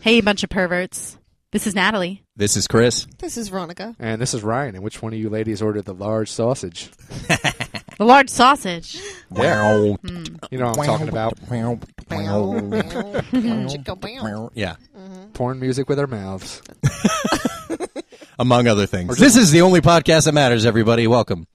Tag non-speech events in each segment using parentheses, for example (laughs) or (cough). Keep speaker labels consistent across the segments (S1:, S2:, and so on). S1: Hey, you bunch of perverts. This is Natalie.
S2: This is Chris.
S3: This is Veronica.
S4: And this is Ryan. And which one of you ladies ordered the large sausage?
S1: The large sausage.
S2: Wow.
S4: You know what I'm talking about.
S3: Bow,
S2: (laughs)
S3: bow, chicka, bow.
S2: Yeah.
S4: Porn music with our mouths.
S2: Among other things. This is the only podcast that matters, everybody. Welcome.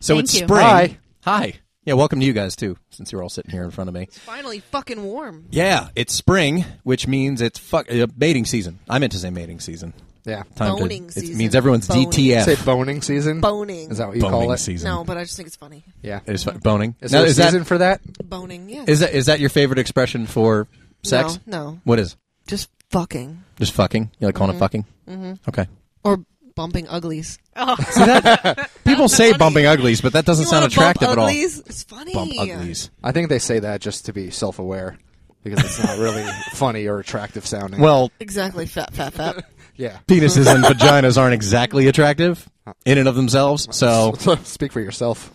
S2: So
S1: Thank
S2: it's
S1: you.
S2: spring.
S4: Hi.
S2: Hi. Yeah, welcome to you guys too, since you're all sitting here in front of me.
S3: Finally, fucking warm.
S2: Yeah, it's spring, which means it's fuck uh, mating season. I meant to say mating season.
S4: Yeah.
S2: to-
S3: Boning
S2: It
S3: season.
S2: means everyone's
S3: Boning.
S2: DTF.
S4: Say boning season.
S3: Boning.
S4: Is that what you
S2: boning
S4: call it?
S2: season.
S3: No, but I just think it's funny.
S4: Yeah.
S2: It is fu- boning.
S4: Is
S2: Now,
S4: there a
S2: is that-
S4: season for that?
S3: Boning, yeah.
S2: Is that is that your favorite expression for sex?
S3: No, no.
S2: What is?
S3: just fucking
S2: Just fucking. You like calling it fucking? Mm-hmm. Okay.
S3: or bumping uglies.
S2: See that people say bumping uglies, but that doesn't
S3: you
S2: sound
S3: wanna
S2: attractive
S3: bump
S2: at all.
S3: uglies? It's funny.
S2: Bump uglies.
S4: I think they say that just to be self aware because it's
S2: (laughs)
S4: not really funny or attractive sounding.
S2: Well,
S3: Exactly. Fat, fat,
S2: (laughs)
S3: fat.
S4: yeah.
S2: penises and vaginas aren't exactly attractive in and of themselves. So,
S4: (laughs) Speak for yourself.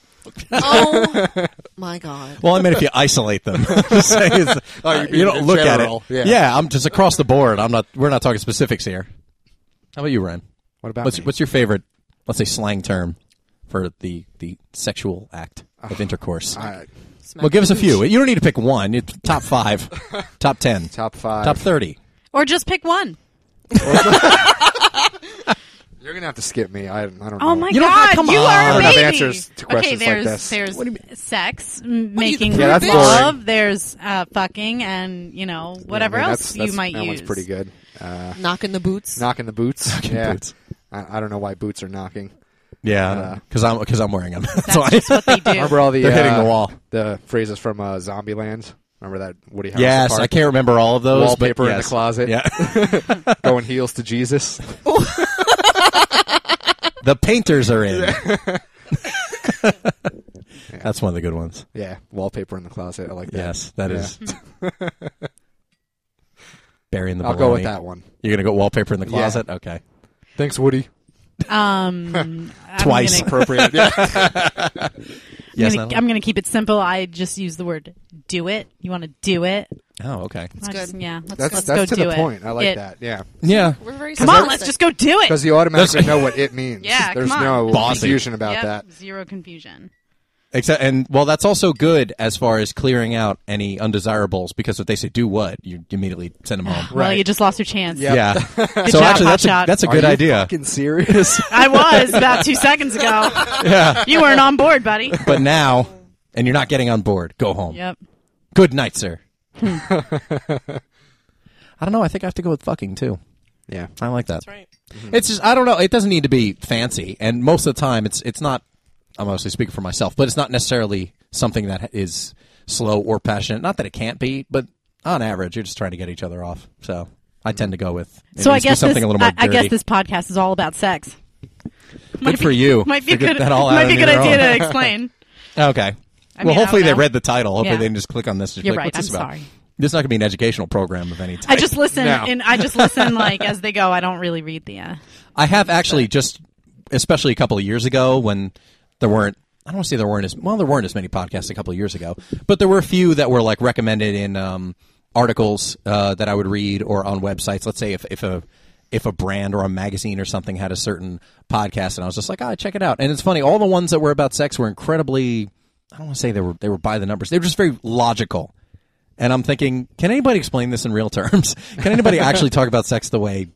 S3: oh my god.
S2: well, I mean, if you isolate them, (laughs) Just say
S4: (laughs)
S2: it's- you don't
S4: in
S2: look
S4: Oh, general,
S2: at
S4: yeah.
S2: it. I'm just across the board. I'm not. We're not talking specifics here. How about you, Ryan?
S4: What about
S2: What's
S4: me?
S2: what's your favorite? Let's say slang term for the the sexual act
S4: Ah,
S2: of intercourse.
S4: Alright.
S3: Smack
S2: Well, give us a
S3: the
S2: few.
S4: (laughs)
S3: beach.
S2: You don't need to pick one. It's top five, top ten,
S4: Top five.
S2: top thirty.
S1: Or just pick one.
S4: You're going to have to skip me. I, I don't know.
S1: Oh my
S2: You don't-
S1: god,
S2: come
S1: you
S2: on. I
S1: are a
S2: don't
S4: have
S1: baby.
S4: answers to questions
S1: okay,
S4: like
S1: there's
S4: this.
S1: there's
S2: What do
S1: sex, m- making
S3: think?
S4: Yeah, that's
S1: love,
S4: boring.
S1: there's uh, fucking and, you know, whatever
S4: I mean,
S1: else
S4: that's,
S1: you
S4: that's,
S1: might
S4: that
S1: use.
S4: one's pretty good. Uh,
S3: Knocking the boots.
S4: knocking the boots. yeah.
S2: boots.
S4: I, I don't know why boots are knocking.
S2: Yeah, because Uh, I'm because I'm wearing them. (laughs)
S1: That's just what they
S4: (laughs)
S1: do.
S4: Remember all the
S2: They're
S4: uh,
S2: hitting the wall.
S4: The phrases from uh, Zombieland. Remember that Woody Harrelson
S2: yes,
S4: part?
S2: I can't remember all of those. but
S4: Wallpaper in the
S2: yes.
S4: closet.
S2: Yeah,
S4: (laughs) Going heels to Jesus.
S2: the painters are
S4: (laughs)
S2: in. (laughs) That's one of the good ones.
S4: yeah, wallpaper in the closet. I like that.
S2: Yes, that
S4: Yeah.
S2: is. (laughs) Burying the.
S4: I'll go with
S2: baloney.
S4: that one.
S2: You're gonna go wallpaper in the
S4: Yeah.
S2: closet. Okay.
S4: Thanks, Woody. (laughs)
S1: Um, I'm
S2: Twice.
S1: gonna- (laughs)
S4: Appropriate. yeah.
S2: Yes.
S1: gonna-
S2: Natalie?
S1: I'm going to keep it simple. I just use the word do it. You want to do it?
S2: oh, okay.
S1: That's
S3: good.
S1: yeah, let's,
S4: That's
S1: let's
S4: that's
S1: go
S4: to
S1: do
S4: the
S1: it.
S4: point. I like
S1: It-
S4: that.
S1: (laughs)
S4: Yeah,
S2: Yeah.
S3: We're very
S1: Come on, let's just go do it.
S4: because you automatically know what it means.
S1: Yeah,
S4: there's
S1: come on.
S4: no
S2: Bossy.
S4: confusion about
S1: Yep,
S4: that.
S1: Zero confusion.
S2: Except, and well, that's also good as far as clearing out any undesirables because if they say do what, you immediately send them home.
S1: Well, you just lost your chance.
S4: (laughs)
S2: Yeah. so
S1: job,
S2: actually,
S1: hot
S2: that's a,
S1: shot.
S2: that's a
S4: Are
S2: good
S4: you
S2: idea.
S4: Fucking serious.
S1: I was about two seconds ago. Yeah. You weren't on board, buddy.
S2: (laughs) But now, and you're not getting on board. Go home.
S1: Yep.
S2: Good night,
S4: (laughs)
S2: sir. (laughs) I don't know. I think I have to go with fucking too.
S4: yeah,
S2: I like that. That's right. It's just I don't know. It doesn't need to be fancy, and most of the time, it's it's not. I'm mostly speaking for myself, but it's not necessarily something that is slow or passionate. Not that it can't be, but on average, you're just trying to get each other off. So I tend to go with it
S1: So I
S2: needs to be
S1: guess
S2: something
S1: this,
S2: a little more
S1: I, I guess
S2: dirty.
S1: this podcast is all about sex.
S2: good for you.
S1: (laughs) Might be a
S2: Figured
S1: good,
S2: that all out
S1: might be a
S2: on
S1: good
S2: your
S1: idea
S2: own.
S1: to
S2: (laughs)
S1: explain.
S2: Okay.
S1: I
S2: well,
S1: mean, I
S2: hopefully
S1: don't
S2: they
S1: know.
S2: read the title. Hopefully
S1: Yeah.
S2: they didn't just click on this. Just
S1: You're
S2: be like,
S1: right.
S2: What's this
S1: I'm
S2: about?
S1: sorry.
S2: This is not going to be an educational program of any type.
S1: I just listen
S4: No.
S1: and I just
S2: (laughs)
S1: listen like as they go. I don't really read the. Uh,
S2: I have actually just, especially a couple of years ago when there weren't. I don't want to say there weren't as well. There weren't as many podcasts a couple of years ago, but there were a few that were like recommended in um, articles uh, that I would read or on websites. Let's say if, if a if a brand or a magazine or something had a certain podcast, and I was just like, ah, check it out. And it's funny, all the ones that were about sex were incredibly. I don't want to say they were they were by the numbers. They were just very logical. And I'm thinking, can anybody explain this in real terms? (laughs) Can anybody actually talk about sex the way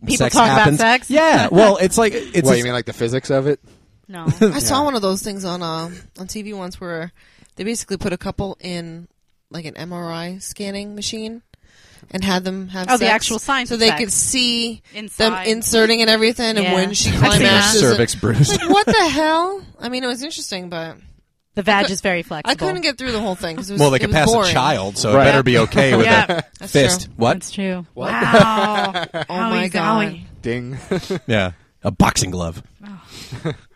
S1: People
S2: sex
S1: talk about
S2: happens?
S1: sex? (laughs)
S2: Yeah. Well, it's like it's
S4: what you mean, like the physics of it?
S1: no.
S3: I saw one of those things on uh, on TV once where they basically put a couple in like an MRI scanning machine and had them have
S1: Oh, the
S3: sex
S1: actual science
S3: so
S1: of
S3: they
S1: sex.
S3: could see
S1: Inside.
S3: them inserting and everything
S1: Yeah.
S3: and when she
S1: I've seen
S3: climaxes.
S1: that.
S3: and-
S2: cervix bruised.
S3: Like, what the hell? I mean, it was interesting, but
S1: The vag is very flexible.
S3: I couldn't get through the whole thing. 'cause it was,
S2: well, they
S3: it
S2: could
S3: was
S2: pass
S3: boring.
S2: a child, so it
S4: Right.
S2: better be okay with
S1: Yeah.
S2: a fist.
S3: true.
S2: What?
S1: That's true. Wow. oh
S3: Oh my god!
S4: Ding. (laughs)
S2: Yeah. A boxing glove.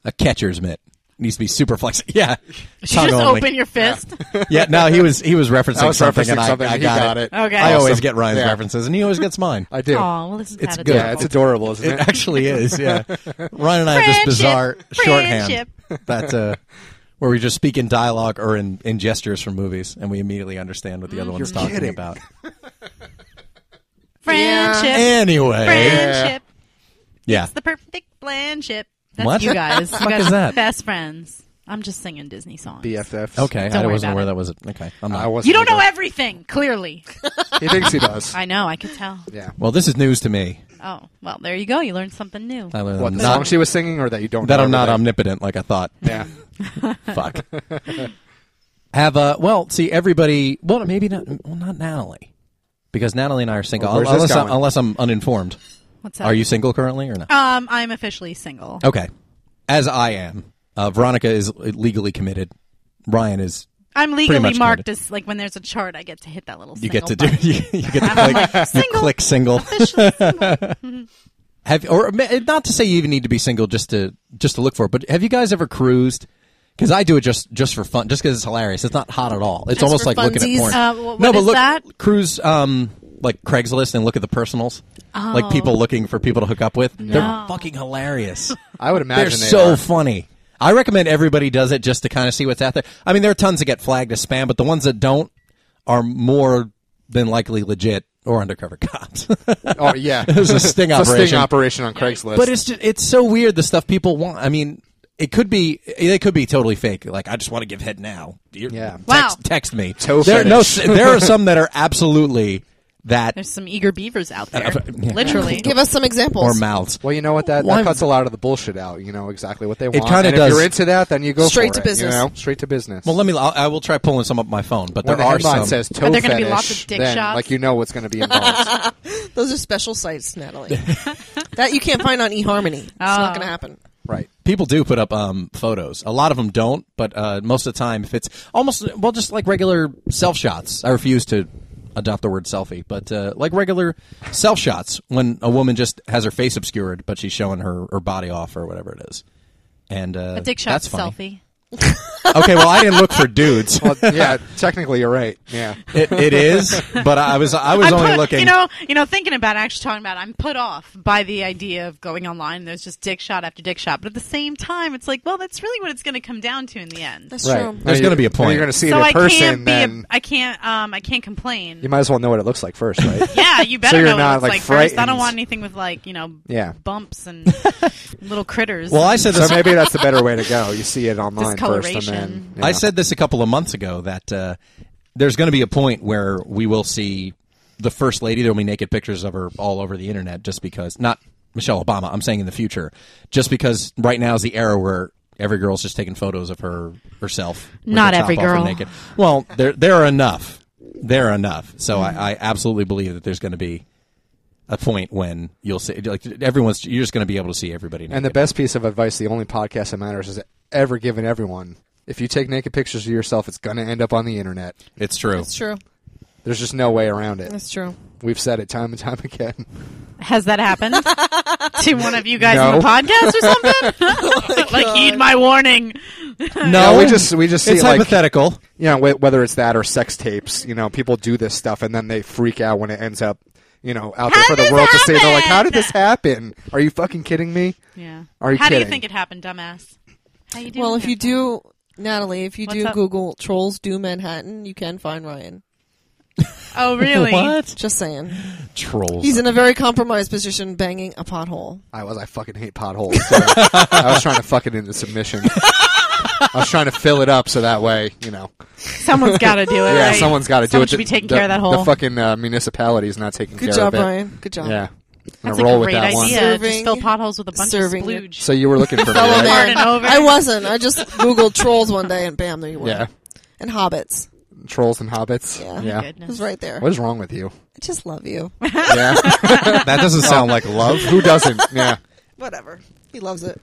S2: a catcher's mitt. Needs to be super flexible. (laughs) Yeah.
S1: She
S2: Tongue
S1: just
S2: only.
S1: open your fist.
S2: (laughs) Yeah. No, he was he was referencing
S4: I was
S2: something,
S4: referencing
S2: and I,
S4: something.
S2: I
S4: he
S2: got,
S4: got it.
S1: Okay.
S2: I always
S4: Awesome.
S2: get Ryan's
S4: Yeah.
S2: references, and he always gets mine.
S4: I do.
S1: Oh, well, this is
S2: It's
S1: kind of
S2: good.
S4: yeah, it's adorable, isn't
S2: It (laughs)
S4: it?
S2: actually is. Yeah. Ryan and I have this
S1: Friendship.
S2: bizarre shorthand
S1: Friendship.
S2: that uh, where we just speak in dialogue or in, in Mm. gestures from movies, and we immediately understand what the other one's talking
S4: kidding.
S2: about.
S1: Friendship.
S2: Anyway,
S1: Friendship.
S2: yeah,
S1: The perfect friendship. That's
S2: What?
S1: you guys. You
S2: Fuck
S1: guys
S2: is
S1: are
S2: that?
S1: best friends. I'm just singing Disney songs.
S4: BFFs.
S2: okay.
S1: Don't
S2: I
S1: worry
S2: wasn't
S1: about
S2: aware
S1: it.
S2: that was it. Okay, I'm not.
S4: I wasn't
S1: You don't know
S4: either.
S1: everything, clearly.
S4: He thinks he does.
S1: I know, I could tell.
S4: yeah.
S2: well, this is news to me.
S1: Oh, well, there you go. You learned something new.
S2: I learned
S4: What
S2: I'm
S4: the
S2: not-
S4: song she was singing, or that you don't?
S2: that
S4: know
S2: I'm not
S4: everything?
S2: omnipotent like
S1: (laughs)
S2: I thought.
S4: Yeah.
S2: Fuck. Have a well. See everybody. Well, maybe not. Well, not Natalie, because Natalie and I are single.
S4: Well, where's
S2: unless,
S4: this
S2: I,
S4: going?
S2: unless I'm uninformed.
S1: What's up?
S2: Are you Oh, single currently or not?
S1: Um, I'm officially single.
S2: Okay, as I am. Uh, Veronica is legally committed. Ryan is.
S1: I'm legally
S2: much
S1: marked
S2: committed.
S1: as like when there's a chart, I get to hit that little.
S2: You
S1: single
S2: get to do. (laughs)
S1: button.
S2: You,
S1: (laughs)
S2: get to
S1: I'm
S2: click.
S1: like,
S2: you
S1: single,
S2: click single.
S1: officially single.
S2: Have or ma- not to say you even need to be single just to just to look for it. But have you guys ever cruised? Because I do it just just for fun, just because it's hilarious. It's not hot at all. It's almost
S3: for
S2: like looking at
S3: funsies?
S2: porn.
S1: Uh, wh- what
S2: no, but
S1: is
S2: look,
S1: that?
S2: cruise um, like Craigslist and look at the personals,
S1: Oh.
S2: like people looking for people to hook up with. They're fucking
S4: (laughs)
S2: hilarious.
S4: I would imagine
S2: They're
S4: they
S2: so
S4: are.
S2: funny. I recommend everybody does it just to kind of see what's out there. I mean, there are tons that get flagged as spam, but the ones that don't are more than likely legit or undercover (laughs) cops.
S4: Oh yeah.
S2: (laughs) There's a sting
S4: It's a
S2: operation.
S4: sting operation on Craigslist.
S2: But it's just, it's so weird the stuff people want. I mean, it could be it could be totally fake. Like I just want to give head now. You're-
S4: Yeah.
S2: Text,
S1: Wow.
S2: text me.
S4: Toe
S2: there, no,
S4: fetish.
S2: there are some
S4: (laughs)
S2: that are absolutely that
S1: There's some eager beavers
S2: (laughs)
S1: out there,
S2: Yeah.
S1: literally.
S3: Give us some examples.
S2: or mouths.
S4: well, you know what? That,
S2: Why-
S4: that cuts a lot of the bullshit out. You know exactly what they want.
S2: kinda
S4: and
S2: does.
S4: If you're into that, then you go
S3: Straight
S4: for
S3: to
S4: it,
S3: business.
S4: You know? Straight to business.
S2: Well, let me. I'll, I will try pulling some up my phone, but
S4: when
S2: there
S4: the
S2: are
S4: headline
S2: some.
S4: says toe
S1: But there are gonna
S4: fetish,
S1: be lots of dick
S4: then
S1: shots.
S4: like you know what's going to
S1: (laughs)
S4: be involved.
S3: Those are special
S2: (laughs)
S3: sites, Natalie. that you can't find on eHarmony. It's
S1: Oh.
S3: not going to happen.
S4: right.
S2: people do put up um, photos. A lot of them don't, but uh, most of the time, if it's almost well, just like regular self shots. I refuse to adopt the word selfie, but uh, like regular self shots when a woman just has her face obscured, but she's showing her, her body off or whatever it is. And uh,
S1: a dick shot
S2: that's funny.
S1: selfie.
S2: Okay, well, I didn't look for dudes.
S4: (laughs) Well, yeah. Technically, you're right. Yeah.
S2: it, it is, but I was I was
S1: I'm
S2: only
S1: put-
S2: looking.
S1: You know, you know, thinking about it, actually talking about, it, I'm put off by the idea of going online. There's just dick shot after dick shot, but at the same time, it's like, well, that's really what it's going to come down to in the end.
S3: That's
S4: Right.
S3: true.
S4: Now
S2: There's
S4: you-
S2: gonna be a
S4: now
S2: point.
S4: You're going to see
S1: so
S4: it in
S1: I
S4: person,
S1: can't be, a,
S4: then
S1: I can't, um, I can't complain.
S4: you might as well know what it looks like first, right?
S1: yeah,
S4: (laughs)
S1: you better
S4: you're
S1: know
S4: not,
S1: what it's
S4: like,
S1: like, first. I don't
S4: frightened.
S1: want anything with like you know,
S4: Yeah.
S1: bumps
S4: (laughs)
S1: and little critters.
S2: well, I said this.
S4: so maybe that's the better way to go. You see it online first, and then
S1: Discoloration.
S4: you know.
S2: I said this a couple of months ago that uh, there's going to be a point where we will see the first lady. There will be naked pictures of her all over the internet, just because not Michelle Obama. I'm saying in the future, just because right now is the era where every girl's just taking photos of her herself. with
S1: Not
S2: her top
S1: every
S2: off and
S1: girl.
S2: naked. Well, there there are enough. There are enough. So I, I absolutely believe that there's going to be a point when you'll see like everyone's you're just going to be able to see everybody. Naked.
S4: And the best piece of advice, the only podcast that matters, is ever given everyone. If you take naked pictures of yourself, it's going to end up on the internet.
S2: it's true.
S3: That's true.
S4: There's just no way around it.
S3: That's true.
S4: We've said it time and time
S2: (laughs)
S4: again.
S1: Has that
S4: (laughs)
S1: happened to one of you guys
S4: No. Oh
S1: on the podcast or
S4: (laughs)
S1: something? (laughs) like, heed my warning.
S2: No,
S4: Yeah, we just we just see
S2: it's
S4: like
S2: hypothetical.
S4: you know wh- whether it's that or sex tapes. You know, people do this stuff and then they freak out when it ends up you know out there
S1: How
S4: for the
S1: did
S4: world
S1: this
S4: to see. They're like, "How
S1: happen?"
S4: did this happen? Are you fucking kidding me?"
S1: Yeah.
S4: Are you
S1: How do you
S4: kidding?
S1: think it happened, dumbass? How you doing?
S3: Well, if you do, Natalie, if you
S1: What's
S3: do
S1: up?
S3: Google trolls do Manhattan, you can find Ryan.
S1: Oh, (laughs) really?
S3: Just saying.
S2: Trolls.
S3: He's in a very compromised position banging a pothole.
S4: I was I fucking hate potholes. So I was trying to fuck it into submission. I was trying to fill it up so that way you know.
S1: Someone's got to do it.
S4: Yeah,
S1: right?
S4: someone's got to do
S1: Someone
S4: it.
S1: Should be
S4: The-
S1: taking
S4: the-
S1: care of that
S4: The
S1: hole.
S4: fucking uh, municipality is not taking
S3: Good
S4: care
S3: job,
S4: of it.
S3: Ryan. Good job.
S4: Yeah, I'm
S1: That's
S4: gonna roll
S1: a
S4: with
S1: great
S4: that one.
S1: idea. Just
S3: Serving-
S1: fill potholes with a bunch
S3: serving
S1: of splooge.
S4: So you
S1: (laughs)
S4: were looking for me,
S3: Fellow
S4: right?
S1: Hard
S3: man.
S1: and over.
S3: I wasn't. I just Googled trolls one day and bam, there you were.
S4: Yeah,
S3: And hobbits.
S4: trolls and hobbits.
S3: Yeah.
S4: yeah.
S3: It
S1: Goodness.
S3: was right there.
S4: What is wrong
S1: (laughs)
S4: with you?
S3: I just love you.
S4: Yeah,
S2: That doesn't sound like love,
S4: who doesn't? Yeah,
S3: Whatever. He loves it.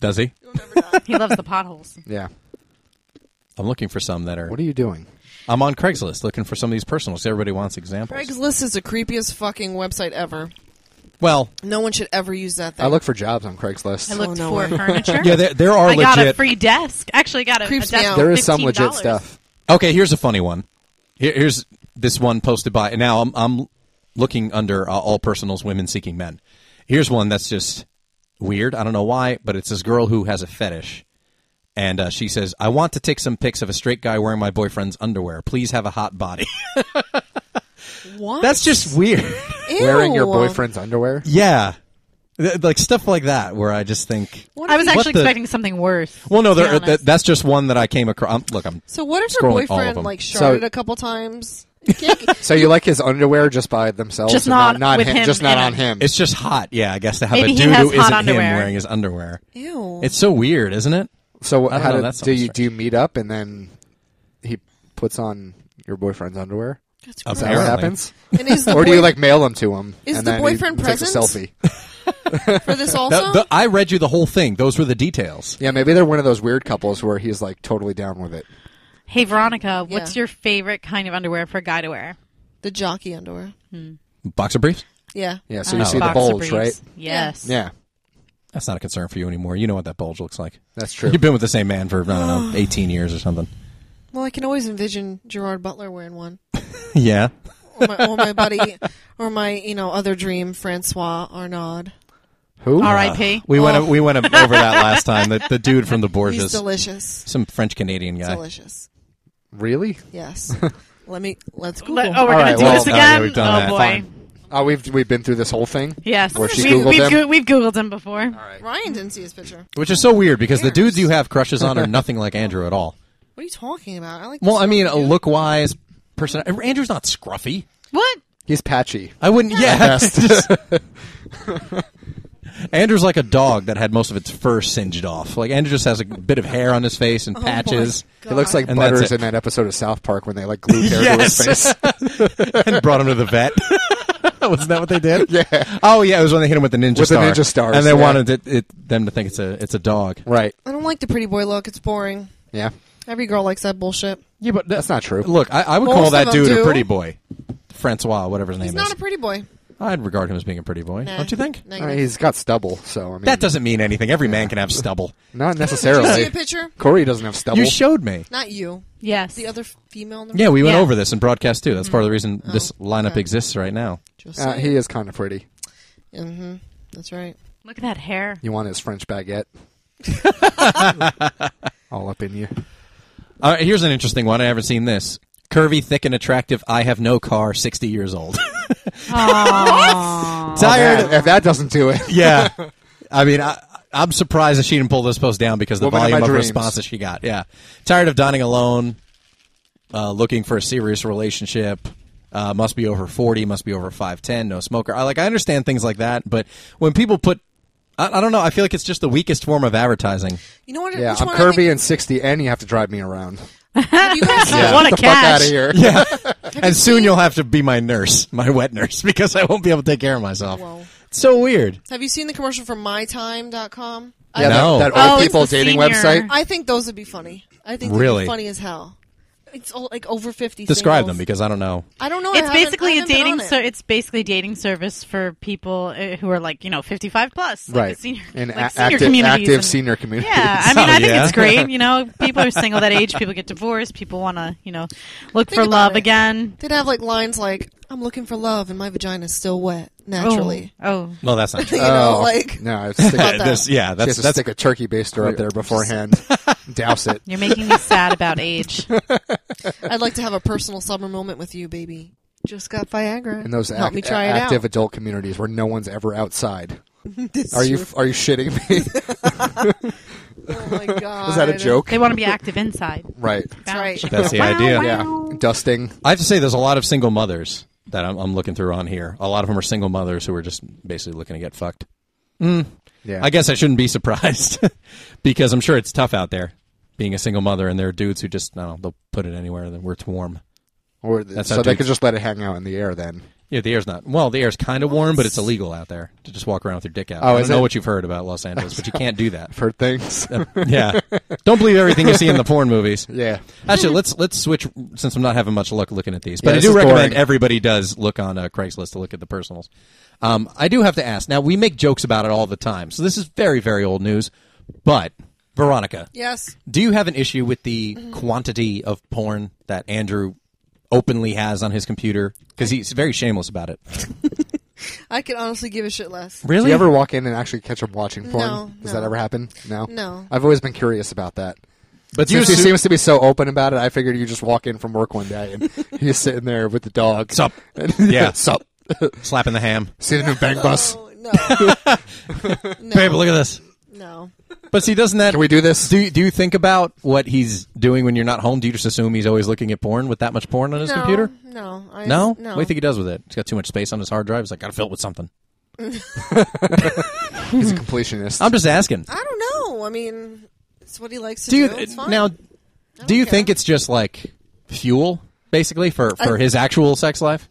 S2: does he?
S1: He loves the potholes.
S4: yeah.
S2: I'm looking for some that are.
S4: What are you doing?
S2: I'm on Craigslist looking for some of these personals. Everybody wants examples.
S3: (laughs) Craigslist is the creepiest fucking website ever.
S2: well,
S3: No one should ever use that thing.
S4: I look for jobs on
S1: I
S4: Craigslist.
S1: looked
S3: no
S1: for
S3: way.
S1: furniture.
S2: yeah, there, there are
S1: I got a
S2: legit.
S1: free desk. Actually, got a, a
S3: Creeps
S1: desk.
S3: me out.
S4: there
S1: for
S4: is some legit
S1: $15.
S4: stuff.
S2: okay, here's a funny one. Here, here's this one posted by. Now I'm I'm looking under uh, all personals, women seeking men. Here's one that's just weird. I don't know why, but it's this girl who has a fetish, and uh, she says, "I want to take some pics of a straight guy wearing (laughs) my boyfriend's underwear. Please have a hot body."
S3: What?
S2: that's just weird. (laughs)
S4: wearing your
S3: Ew.
S4: boyfriend's underwear.
S2: Yeah. Th- Like stuff like that, where I just think,
S3: What
S1: I
S3: if
S1: was
S3: he-
S1: actually
S2: the-
S1: expecting something worse.
S2: well,
S1: to
S2: no,
S1: be
S2: there, that,
S1: honest.
S2: that's just one that I came across. I'm, look, I'm
S3: so what if your
S2: scrolling all of
S3: boyfriend
S2: them.
S3: like
S4: So-
S3: sharted a couple times? You
S4: (laughs)
S3: can't-
S4: So you like his underwear just by themselves,
S1: Just
S4: and
S1: not
S4: not
S1: with him
S4: just not
S1: in it.
S4: on him.
S2: It's just hot, yeah. I guess to have
S1: Maybe
S2: a
S1: he
S2: dude
S1: has
S2: who
S1: hot
S2: isn't him
S1: underwear.
S2: wearing his underwear.
S3: Ew.
S2: It's so weird, isn't it?
S4: so
S2: I don't
S4: how
S2: know,
S4: did-
S2: that sounds
S4: do you
S2: strange.
S4: do you meet up and then he puts on your boyfriend's underwear?
S3: That's
S2: Of
S4: Is that
S3: gross.
S4: what
S2: Apparently. (laughs)
S4: happens?
S3: And is the
S4: Or do
S3: boy-
S4: you like mail them to him?
S3: Is
S4: and
S3: the
S4: then he
S3: boyfriend
S4: takes a
S3: present?
S4: selfie.
S3: for
S4: (laughs)
S3: this
S2: The-
S3: also?
S2: the- I read you the whole thing. Those were the details.
S4: Yeah, maybe they're one of those weird couples where he's like totally down with it.
S1: Hey, Veronica, what's
S3: Yeah.
S1: your favorite kind of underwear for a guy to wear?
S3: the jockey underwear.
S2: Boxer briefs?
S3: Yeah.
S4: Yeah, so you
S1: Uh,
S4: see the
S1: boxer
S4: bulge,
S1: briefs.
S4: right?
S1: Yes.
S4: Yeah,
S2: That's not a concern for you anymore. You know what that bulge looks like.
S4: that's true.
S2: You've been with the same man for
S1: (sighs)
S2: I don't know, eighteen years or something. (laughs)
S3: Well, I can always envision Gerard Butler wearing one,
S2: Yeah,
S3: or my, or my buddy, or my you know other dream Francois Arnaud.
S4: Who?
S1: R.I.P.
S2: (laughs) we went
S3: Oh.
S2: we went over
S1: (laughs)
S2: that last time. The, the dude from the
S3: He's
S2: Borgias,
S3: delicious.
S2: some French Canadian guy.
S3: Delicious.
S4: Really? (laughs)
S3: Yes. Let me. Let's
S1: Le-
S3: Google.
S1: oh, we're
S4: All
S1: going
S4: right,
S1: to do
S4: well,
S1: this
S2: oh,
S1: again?
S2: yeah, we've done
S1: oh,
S2: that.
S1: boy.
S2: Fine.
S4: Oh, we've we've been through this whole thing.
S1: Yes.
S4: Where she
S1: we've,
S4: Googled
S1: we've,
S4: him?
S1: Go- we've Googled him before.
S4: All right.
S3: Ryan didn't see his picture.
S2: Which is so weird because the dudes you have
S1: (laughs)
S2: crushes on are nothing like Andrew at all.
S3: What are you talking about? I like.
S2: Well, I mean, look wise, person. Andrew's not scruffy.
S1: What?
S4: He's patchy.
S2: I wouldn't. Yeah. (laughs) Just- Andrew's like a dog that had most of its fur singed off. Like Andrew just has a bit of hair on his face and
S3: Oh, my
S2: patches.
S3: God.
S4: He looks like
S2: And that's
S4: Butters
S2: it.
S4: in that episode of South Park when they like glued
S1: (laughs)
S4: hair to his face.
S2: (laughs) and brought him to the
S3: (laughs)
S2: vet. Wasn't that what they did? Yeah. Oh yeah, it was when they hit him with the ninja
S4: With the
S2: star.
S4: ninja stars,
S2: and they
S4: yeah.
S2: wanted it, it, them to think it's a it's a dog.
S4: right.
S3: I don't like the pretty boy look. It's boring.
S4: Yeah.
S3: Every girl likes that bullshit.
S2: Yeah, but
S4: That's not true.
S2: Look, I, I would
S3: Most
S2: call
S3: of
S2: that
S3: them
S2: dude a
S3: do.
S2: pretty boy, Francois, whatever his
S3: He's
S2: name
S3: not
S2: is.
S3: a pretty boy.
S2: I'd regard him as being a pretty boy.
S3: Nah.
S2: Don't you think?
S3: Nah,
S4: I
S3: you
S4: mean,
S3: don't.
S4: Uh, he's got stubble, so I mean,
S2: That doesn't mean anything. Every man can have stubble. (laughs)
S4: not
S3: Did you see
S4: necessarily.
S3: a picture?
S4: Corey doesn't have stubble.
S2: You showed me.
S3: Not you.
S1: Yes.
S3: The other female in the
S2: Yeah, we went
S1: Yeah.
S2: over this in broadcast too. That's part of the reason this lineup
S3: okay.
S2: exists right now.
S4: uh, he is kind of pretty.
S3: hmm That's right.
S1: Look at that hair.
S4: You want his
S2: (laughs)
S4: French baguette? All up in you.
S2: All right, Uh, here's an interesting one. I haven't seen this. Curvy, thick, and attractive. I have no car. Sixty years old. (laughs) Tired.
S4: Man, if that doesn't do
S2: (laughs)
S4: it,
S2: yeah. I mean, I, I'm surprised that she didn't pull this post down because the
S4: Woman of
S2: volume
S4: my
S2: of
S4: dreams.
S2: responses she got. Yeah. Tired of dining alone, uh, looking for a serious relationship. Uh, must be over 40, must be over 5'10, no smoker. I like I understand things like that, but when people put I, I don't know, I feel like it's just the weakest form of advertising.
S3: You know what?
S4: yeah,
S3: which
S4: I'm
S3: one
S4: curvy
S3: I think,
S4: and sixty, and you have to drive me around.
S3: have you
S4: (laughs)
S3: guys seen-
S1: What a
S4: Get the fuck
S1: catch.
S4: out of here!
S2: And soon you'll have to be my nurse, my wet nurse (laughs) because I won't be able to take care of myself.
S3: Whoa.
S2: It's so weird.
S3: Have you seen the commercial for MyTime.com?
S4: Yeah,
S3: I,
S4: that-
S2: No.
S4: that,
S1: Oh,
S4: old
S1: it's
S4: people
S1: the
S4: dating
S1: senior. (laughs)
S4: website.
S3: I think those would be funny. I think they'd be
S2: Really?
S3: funny as hell. It's all, like over fifty.
S2: Describe
S3: singles.
S2: them because I don't know.
S3: I don't know. I
S1: It's
S3: haven't- I
S1: basically a
S3: haven't been
S1: dating.
S3: on it.
S1: So it's basically a dating service for people uh, who are like you know fifty five plus, like
S4: Right.
S1: the Senior,
S4: In
S1: like
S4: a-
S1: senior
S4: active-
S1: communities
S4: active
S1: and-
S4: senior communities.
S1: (laughs) Yeah, I mean,
S2: Oh,
S1: I think
S2: yeah.
S1: it's great. You
S4: (laughs)
S1: know, people are single that age. People get divorced. People want to you know look
S3: Think
S1: for
S3: about
S1: love
S3: it.
S1: again.
S3: They'd have like lines like, "I'm looking for love, and my vagina's still wet naturally."
S1: Oh,
S2: Well, that's not true.
S3: (laughs) You
S4: (laughs)
S3: know,
S4: Oh,
S3: like
S4: no, it's stick,
S3: About that.
S2: This- yeah,
S4: that's,
S2: that's
S4: to
S2: that's
S4: stick a turkey baster up
S2: (laughs)
S4: there beforehand, douse it.
S1: you're making me sad about
S4: (laughs)
S1: age.
S3: I'd like to have a personal summer moment with you, baby. Just got Viagra.
S4: in those
S3: help
S4: act-
S3: me try it
S4: active
S3: out.
S4: adult communities where no one's ever outside.
S3: It's
S4: Are you
S3: true.
S4: are you shitting me?
S3: (laughs) Oh my god!
S4: (laughs) Is that a joke?
S1: They want to be active inside.
S4: Right.
S1: That's
S3: right.
S2: that's the
S1: Wow,
S2: idea.
S1: wow.
S4: Yeah. Dusting.
S2: I have to say, there's a lot of single mothers that I'm, I'm looking through on here. A lot of them are single mothers who are just basically looking to get fucked.
S4: Yeah.
S2: I guess I shouldn't be (laughs) surprised because I'm sure it's tough out there being a single mother, and there are dudes who just, no, they'll put it anywhere that where it's warm.
S4: Or
S2: That's
S4: so
S2: how
S4: they
S2: dudes-
S4: could just let it hang out in the air then.
S2: Yeah, the air's not. Well, the air's kind of warm, but it's illegal out there to just walk around with your dick out.
S4: Oh,
S2: I don't
S4: is
S2: know
S4: it?
S2: what you've heard about Los Angeles, but you can't do that.
S4: (laughs) I've heard
S2: (laughs)
S4: things.
S2: yeah, don't believe everything you see in the porn movies.
S4: yeah.
S2: Actually, let's let's switch since I'm not having much luck looking at these. But
S4: Yeah,
S2: I
S4: this
S2: do
S4: is
S2: recommend
S4: boring.
S2: everybody does look on uh, Craigslist to look at the personals. Um, I do have to ask. Now we make jokes about it all the time, so this is very very old news. But Veronica,
S3: Yes.
S2: do you have an issue with the quantity of porn that Andrew openly has on his computer? Because he's very shameless about it.
S3: I could honestly give a shit less.
S2: Really?
S4: Do you ever walk in and actually catch him watching porn?
S3: No,
S4: Does
S3: no.
S4: that ever happen? No.
S3: No.
S4: I've always been curious about that.
S2: but do you
S4: Since he
S2: assume-
S4: seems to be so open about it, (laughs) I figured you just walk in from work one day and he's sitting there with the dog.
S2: Sup.
S4: And-
S2: Yeah.
S4: Sup.
S2: (laughs) slapping the ham.
S4: See the new bang bus?
S3: Oh,
S4: (laughs)
S3: no. no.
S2: Babe, look at this.
S3: No.
S2: But see, doesn't that
S4: Can we do this?
S2: do you, do you think about what he's doing when you're not home? Do you just assume he's always looking at porn with that much porn on his
S3: no,
S2: computer?
S3: No. I,
S2: No?
S3: No.
S2: What do you think he does with it? He's got too much space on his hard drive. He's like, gotta fill it with something.
S4: He's a completionist.
S2: I'm just asking.
S3: I don't know. I mean, it's what he likes to
S2: Do
S3: do.
S2: you
S3: It's fine.
S2: now? Do you
S3: care.
S2: think it's just like fuel, basically, for for his actual sex life?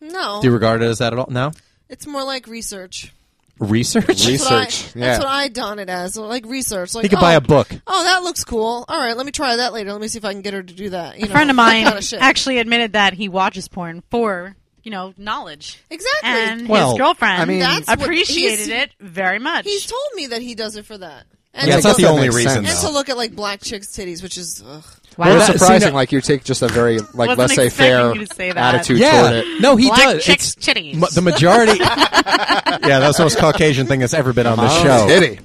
S3: No.
S2: Do you regard it as that at all? No.
S3: it's more like research.
S2: Research.
S4: Re-
S3: That's what I-
S4: Research, yeah.
S3: That's what I don it as. Like research.
S2: (laughs)
S3: Like
S2: He could
S3: oh,
S2: buy a book.
S3: Oh, that looks cool. All right, let me try that later. Let me see if I can get her to do that. You
S1: A
S3: know,
S1: friend of
S3: that
S1: mine
S3: kinda shit.
S1: actually admitted that he watches porn for you know knowledge.
S3: Exactly.
S1: And
S2: Well,
S1: his girlfriend
S4: I mean-
S3: That's what-
S1: appreciated
S3: he's-
S1: it very much.
S3: He's told me that he does it for that. And
S2: Yeah, it's
S3: to
S2: not
S3: go-
S2: the only
S4: That makes
S2: reason.
S4: sense.
S3: And
S2: though.
S3: to look at like black chicks' titties, which is ugh.
S1: wow.
S4: Well, it's
S2: That- see,
S4: surprising.
S2: no-
S4: like you take just a very like
S1: Wasn't
S4: laissez faire
S1: expecting you to say that.
S4: attitude toward
S2: Yeah.
S4: it.
S2: No, he
S1: Black
S2: does.
S1: chicks'
S2: It's
S1: titties.
S2: m- the
S3: (laughs)
S2: majority. yeah, that's the most Caucasian thing that's ever been on the
S4: Oh,
S2: show.
S4: Diddy.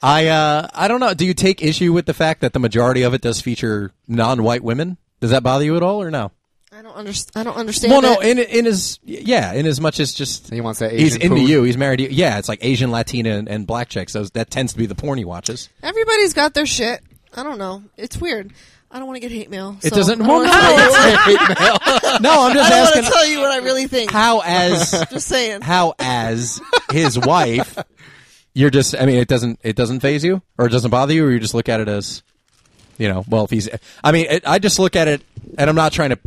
S2: I uh, I don't know. Do you take issue with the fact that the majority of it does feature non-white women? Does that bother you at all, or no?
S3: I don't understand. I don't understand.
S2: Well, no.
S3: it.
S2: In in as yeah, in as much as just
S4: He wants that
S2: he's
S4: Asian
S2: into
S4: food.
S2: you. He's married. to you. Yeah, it's like Asian, Latina, and, and black chicks. Those that tends to be the porn he
S4: (laughs)
S2: watches.
S3: everybody's got their shit. I don't know. It's weird. I don't want to get hate mail.
S2: It
S3: so
S2: doesn't.
S3: (laughs) I don't
S2: Well,
S3: wanna tell you-
S2: no, no. I'm just
S3: I don't want to
S2: asking
S3: tell you what I really think.
S2: how as
S3: Just saying.
S2: how as his wife, you're just. I mean, it doesn't it doesn't phase you, or it doesn't bother you, or you just look at it as, you know, well, if he's. I mean, it, I just look at it, and I'm not trying to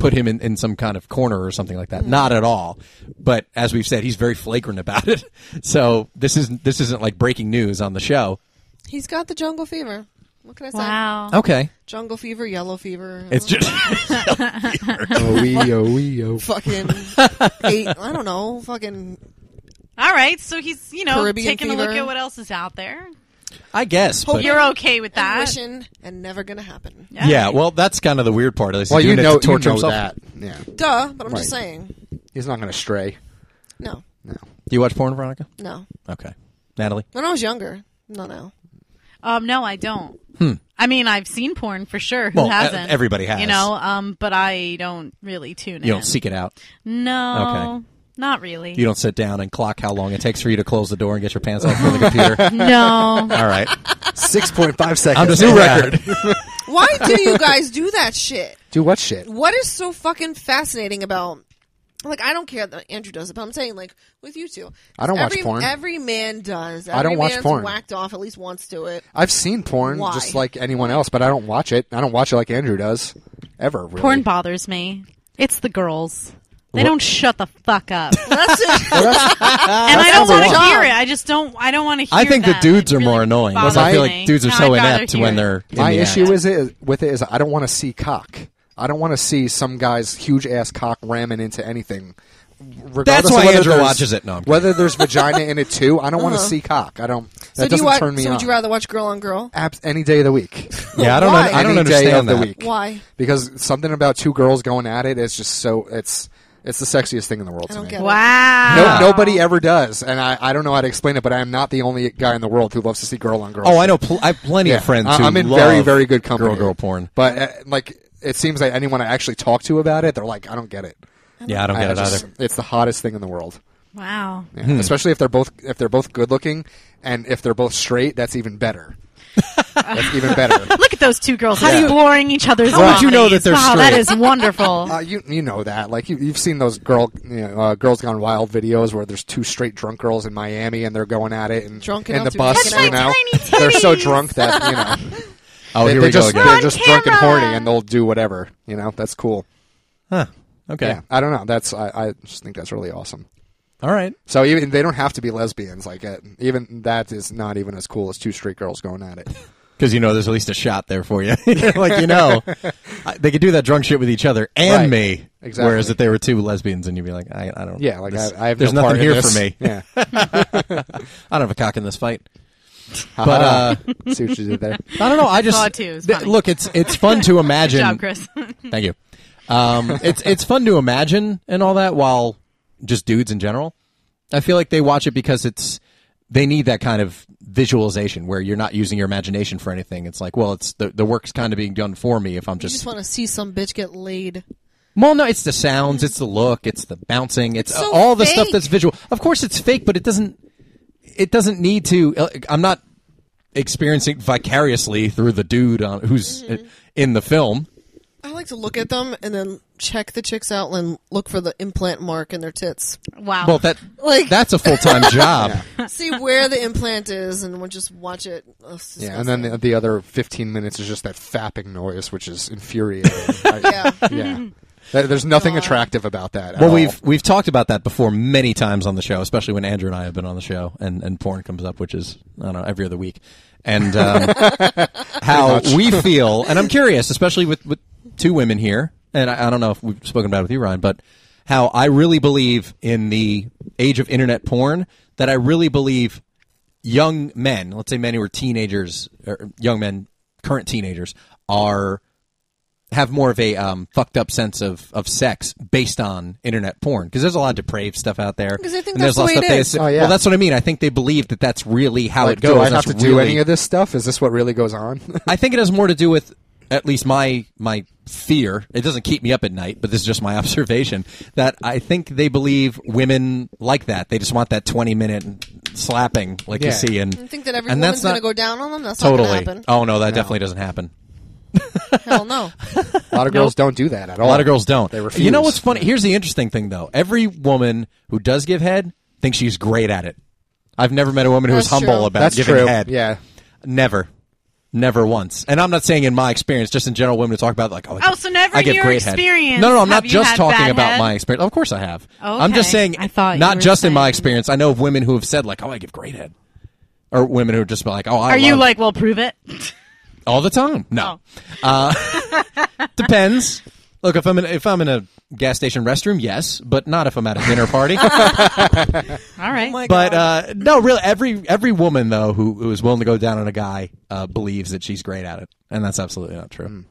S2: put him in, in some kind of corner or something like that. Not at all. But as we've said, he's very flagrant about it. (laughs) So this isn't this isn't like breaking news on the show.
S3: He's got the jungle fever. What can I say?
S1: wow.
S2: Okay,
S3: Jungle fever, yellow fever.
S2: it's just. (laughs)
S4: Oh, wee, oh, wee, oh. (laughs)
S3: fucking eight. I don't know. Fucking
S1: All right. So he's you know
S3: Caribbean
S1: taking a look
S3: fever.
S1: at what else is out there.
S2: I guess. But,
S1: You're okay with
S3: and
S1: that?
S3: wishing and never gonna happen.
S2: yeah, well, that's kind of the weird part. Is he
S4: Well, you
S2: doing it
S4: know,
S2: to torture
S4: you know
S2: himself?
S4: that. Yeah,
S3: Duh. But I'm just
S4: Right.
S3: saying.
S4: he's not going to stray.
S3: No.
S4: No.
S2: Do you watch porn, Veronica?
S3: No.
S2: Okay, Natalie.
S3: When I was younger. No. No.
S1: Um, no, I don't. I mean, I've seen porn for sure. Who
S2: Hmm. Well, e-
S1: hasn't?
S2: everybody has.
S1: You know, um, but I don't really tune in.
S2: You don't seek it out.
S1: No, not really.
S2: You don't sit down and clock how long it takes for you to close the door and get your pants off for the
S1: (laughs)
S2: computer. (laughs)
S1: no.
S2: All right,
S4: Six point (laughs) five seconds.
S2: I'm just
S4: new
S2: yeah.
S4: record.
S3: Why do you guys do that shit?
S4: Do what shit?
S3: What is so fucking fascinating about? Like I don't care that Andrew does it, but I'm saying like with you two,
S4: I don't watch
S3: every,
S4: porn.
S3: Every man does. Every
S4: I don't watch
S3: man's
S4: porn.
S3: Whacked off at least once to it.
S4: I've seen porn
S3: Why?
S4: just like anyone else, but I don't watch it. I don't watch it like Andrew does. Ever really.
S1: Porn bothers me. It's the girls. They don't shut the fuck up, and (laughs)
S3: That's it.
S1: I don't
S4: number
S1: want to
S4: one.
S1: hear it. I just don't. I don't want to hear.
S2: I think the
S1: that.
S2: dudes
S1: It
S2: are
S1: really
S2: more annoying.
S1: bothers
S2: I feel
S1: me.
S2: like dudes are
S1: No,
S2: so
S1: I'd rather
S2: inept
S1: hear
S2: when
S1: it.
S2: they're in
S4: My
S2: the
S4: issue
S2: act.
S4: is it with it is I don't want to see cock. I don't want to see some guy's huge ass cock ramming into anything. Regardless
S2: That's
S4: of
S2: why
S4: whether
S2: Andrew
S4: there's-
S2: watches it. No, I'm kidding.
S4: whether there's vagina in it too, I don't want to see cock. I don't.
S3: Uh-huh.
S4: That
S3: So do
S4: doesn't
S3: you watch,
S4: turn me
S3: So
S4: on.
S3: would you rather watch girl on girl?
S4: Abs- any day of the week.
S2: Yeah, I don't.
S3: Why?
S2: I don't
S4: Any
S2: understand
S4: day of
S2: that.
S4: the week.
S3: Why?
S4: Because something about two girls going at it is just so it's it's the sexiest thing in the world
S3: I
S4: to
S3: don't
S4: me.
S3: get it.
S1: Wow.
S4: No, nobody ever does, and I, I don't know how to explain it, but I am not the only guy in the world who loves to see girl on girl.
S2: Oh, I know. Pl- I have plenty
S4: Yeah.
S2: of friends.
S4: I-
S2: who
S4: I'm in
S2: love
S4: very very good company.
S2: Girl, girl porn.
S4: but uh, like it seems like anyone I actually talk to about it, they're like, I don't get it.
S2: Yeah, I don't get
S4: I
S2: it
S4: just-
S2: either. Hmm.
S4: It's the hottest thing in the world.
S1: Wow.
S4: Yeah. Especially if they're both if they're both good looking, and if they're both straight, that's
S2: (laughs)
S4: even better. that's even better.
S1: Look at those two girls
S4: Yeah.
S1: exploring each other's.
S2: How would you know
S1: bodies.
S2: that they're
S1: Wow, that
S2: straight?
S1: is wonderful.
S4: Uh, you you know that like you, you've seen those girl you know, uh, girls gone wild videos where there's two straight drunk girls in Miami and they're going at it and
S3: Drunk
S4: in
S3: enough
S4: the
S3: to
S4: bus
S3: be naked.
S4: you know
S1: That's my tiny
S4: they're so
S1: titties.
S4: drunk that you know
S2: (laughs) Oh,
S4: they,
S2: here
S4: are
S2: we go
S4: just
S2: again.
S4: they're
S1: on
S4: just drunk and
S1: camera.
S4: horny and they'll do whatever you know that's cool
S2: Huh. Okay.
S4: yeah I don't know that's I, I just think that's really awesome
S2: All right.
S4: so even they don't have to be lesbians like uh, even that is not even as cool as two straight girls going
S2: (laughs)
S4: at it
S2: Because you know there's at least a shot there for you. (laughs) like you
S4: (laughs)
S2: know, I, they could do that drunk shit with each other and
S4: Right.
S2: me.
S4: Exactly.
S2: Whereas if they were two lesbians, and you'd be like, I, I don't.
S4: yeah like
S2: this-
S4: I, I have
S2: there's
S4: no
S2: nothing
S4: part in
S2: here
S4: this.
S2: for me.
S4: (laughs)
S2: (laughs)
S4: yeah
S2: I don't have a cock in this fight.
S4: but
S2: uh,
S4: see what you
S2: (laughs)
S4: did there
S2: I don't know.
S1: (laughs)
S2: I just
S1: Saw it too. It was funny.
S2: look. It's it's fun
S1: (laughs)
S2: to
S1: Good
S2: imagine.
S1: job, Chris.
S2: Thank you. Um, it's it's fun to imagine and all that, while just dudes in general. I feel like they watch it because it's they need that kind of visualization where you're not using your imagination for anything. It's like, well, it's the the work's kind of being done for me if I'm
S3: You just want to see some bitch get laid.
S2: Well, no, it's the sounds, it's the look, it's the bouncing, it's,
S3: It's so
S2: all the stuff
S3: fake.
S2: that's visual. Of course, it's fake, but it doesn't. It doesn't need to. uh, I'm not experiencing vicariously through the dude on, who's
S3: Mm-hmm.
S2: in the film.
S3: I like to look at them and then check the chicks out and look for the implant mark in their tits.
S1: (laughs) Wow.
S2: Well, that
S3: (laughs) Like-
S2: that's a full
S3: (laughs)
S2: time job.
S1: (laughs)
S3: See where the implant is and we'll just watch it. Ugh, it's
S4: Yeah, and then
S3: disgusting.
S4: the, the other 15 minutes is just that fapping noise, which
S2: (laughs)
S4: is infuriating. I-
S3: Yeah.
S4: yeah. There- There's nothing attractive about that. at
S2: Well,
S4: all.
S2: we've we've talked about that before many times on the show, especially when Andrew and I have been on the show, and, and porn comes up, which is I don't know every other week, and um, how we feel. And I'm curious, especially with, with two women here, and I, I don't know if we've spoken about it with you, Ryan, but how I really believe in the age of internet porn that I really believe young men, let's say men who are teenagers, or young men, current teenagers, are have more of a um, fucked up sense of, of sex based on internet porn because there's a lot of depraved stuff out there.
S3: 'Cause I think
S2: and there's
S3: that's the
S2: lot
S3: way
S2: of stuff
S3: it
S2: they
S3: is.
S2: assume-
S4: Oh, yeah.
S2: Well, that's what I mean. I think they believe that that's really how
S4: Like,
S2: it goes.
S4: do I have
S2: That's
S4: to do
S2: really-
S4: any of this stuff? Is this what really goes on? (laughs)
S2: I think it has more to do with at least my my fear. It doesn't keep me up at night, but this is just my (laughs) observation that I think they believe women like that. They just want that twenty minute slapping like you
S4: Yeah.
S2: see in.
S3: You think that every
S2: and
S3: woman's
S2: that's
S3: going to
S2: not
S3: go down on them? That's not
S2: totally.
S3: going to happen.
S2: Oh no, that definitely doesn't happen. (laughs)
S3: Hell no.
S4: a lot of girls don't do that at all.
S2: A lot of girls don't.
S4: They refuse.
S2: You know what's funny? Here's the interesting thing, though. Every woman who does give head thinks she's great at it. I've never met a woman who was
S3: That's
S2: humble
S3: true.
S2: about
S4: That's
S2: giving
S4: true.
S2: head.
S4: Yeah.
S2: Never. Never once. And I'm not saying in my experience, just in general, women who talk about like, oh, I
S1: Oh,
S2: give-
S1: so never
S2: I
S1: in
S2: give
S1: your
S2: great head.
S1: experience
S2: No, no, I'm
S1: have
S2: not
S1: you
S2: just
S1: had
S2: talking
S1: bad
S2: about
S1: head?
S2: my experience. Of course I have.
S1: Okay.
S2: I'm just saying,
S1: I thought you
S2: not
S1: were
S2: just in my
S1: saying-
S2: experience. I know of women who have said like, oh, I give great head. Or women who just be like, oh, I
S1: Are you
S2: love-
S1: like, well, prove it? (laughs)
S2: all the time. No,
S1: Oh.
S2: uh, (laughs) depends. Look, if I'm in, if I'm in a gas station restroom, yes, but not if I'm at a dinner
S1: (laughs)
S2: party.
S1: All right.
S3: my
S2: but
S3: God.
S2: uh, no, really, every every woman though who, who is willing to go down on a guy uh, believes that she's great at it, and that's absolutely not true.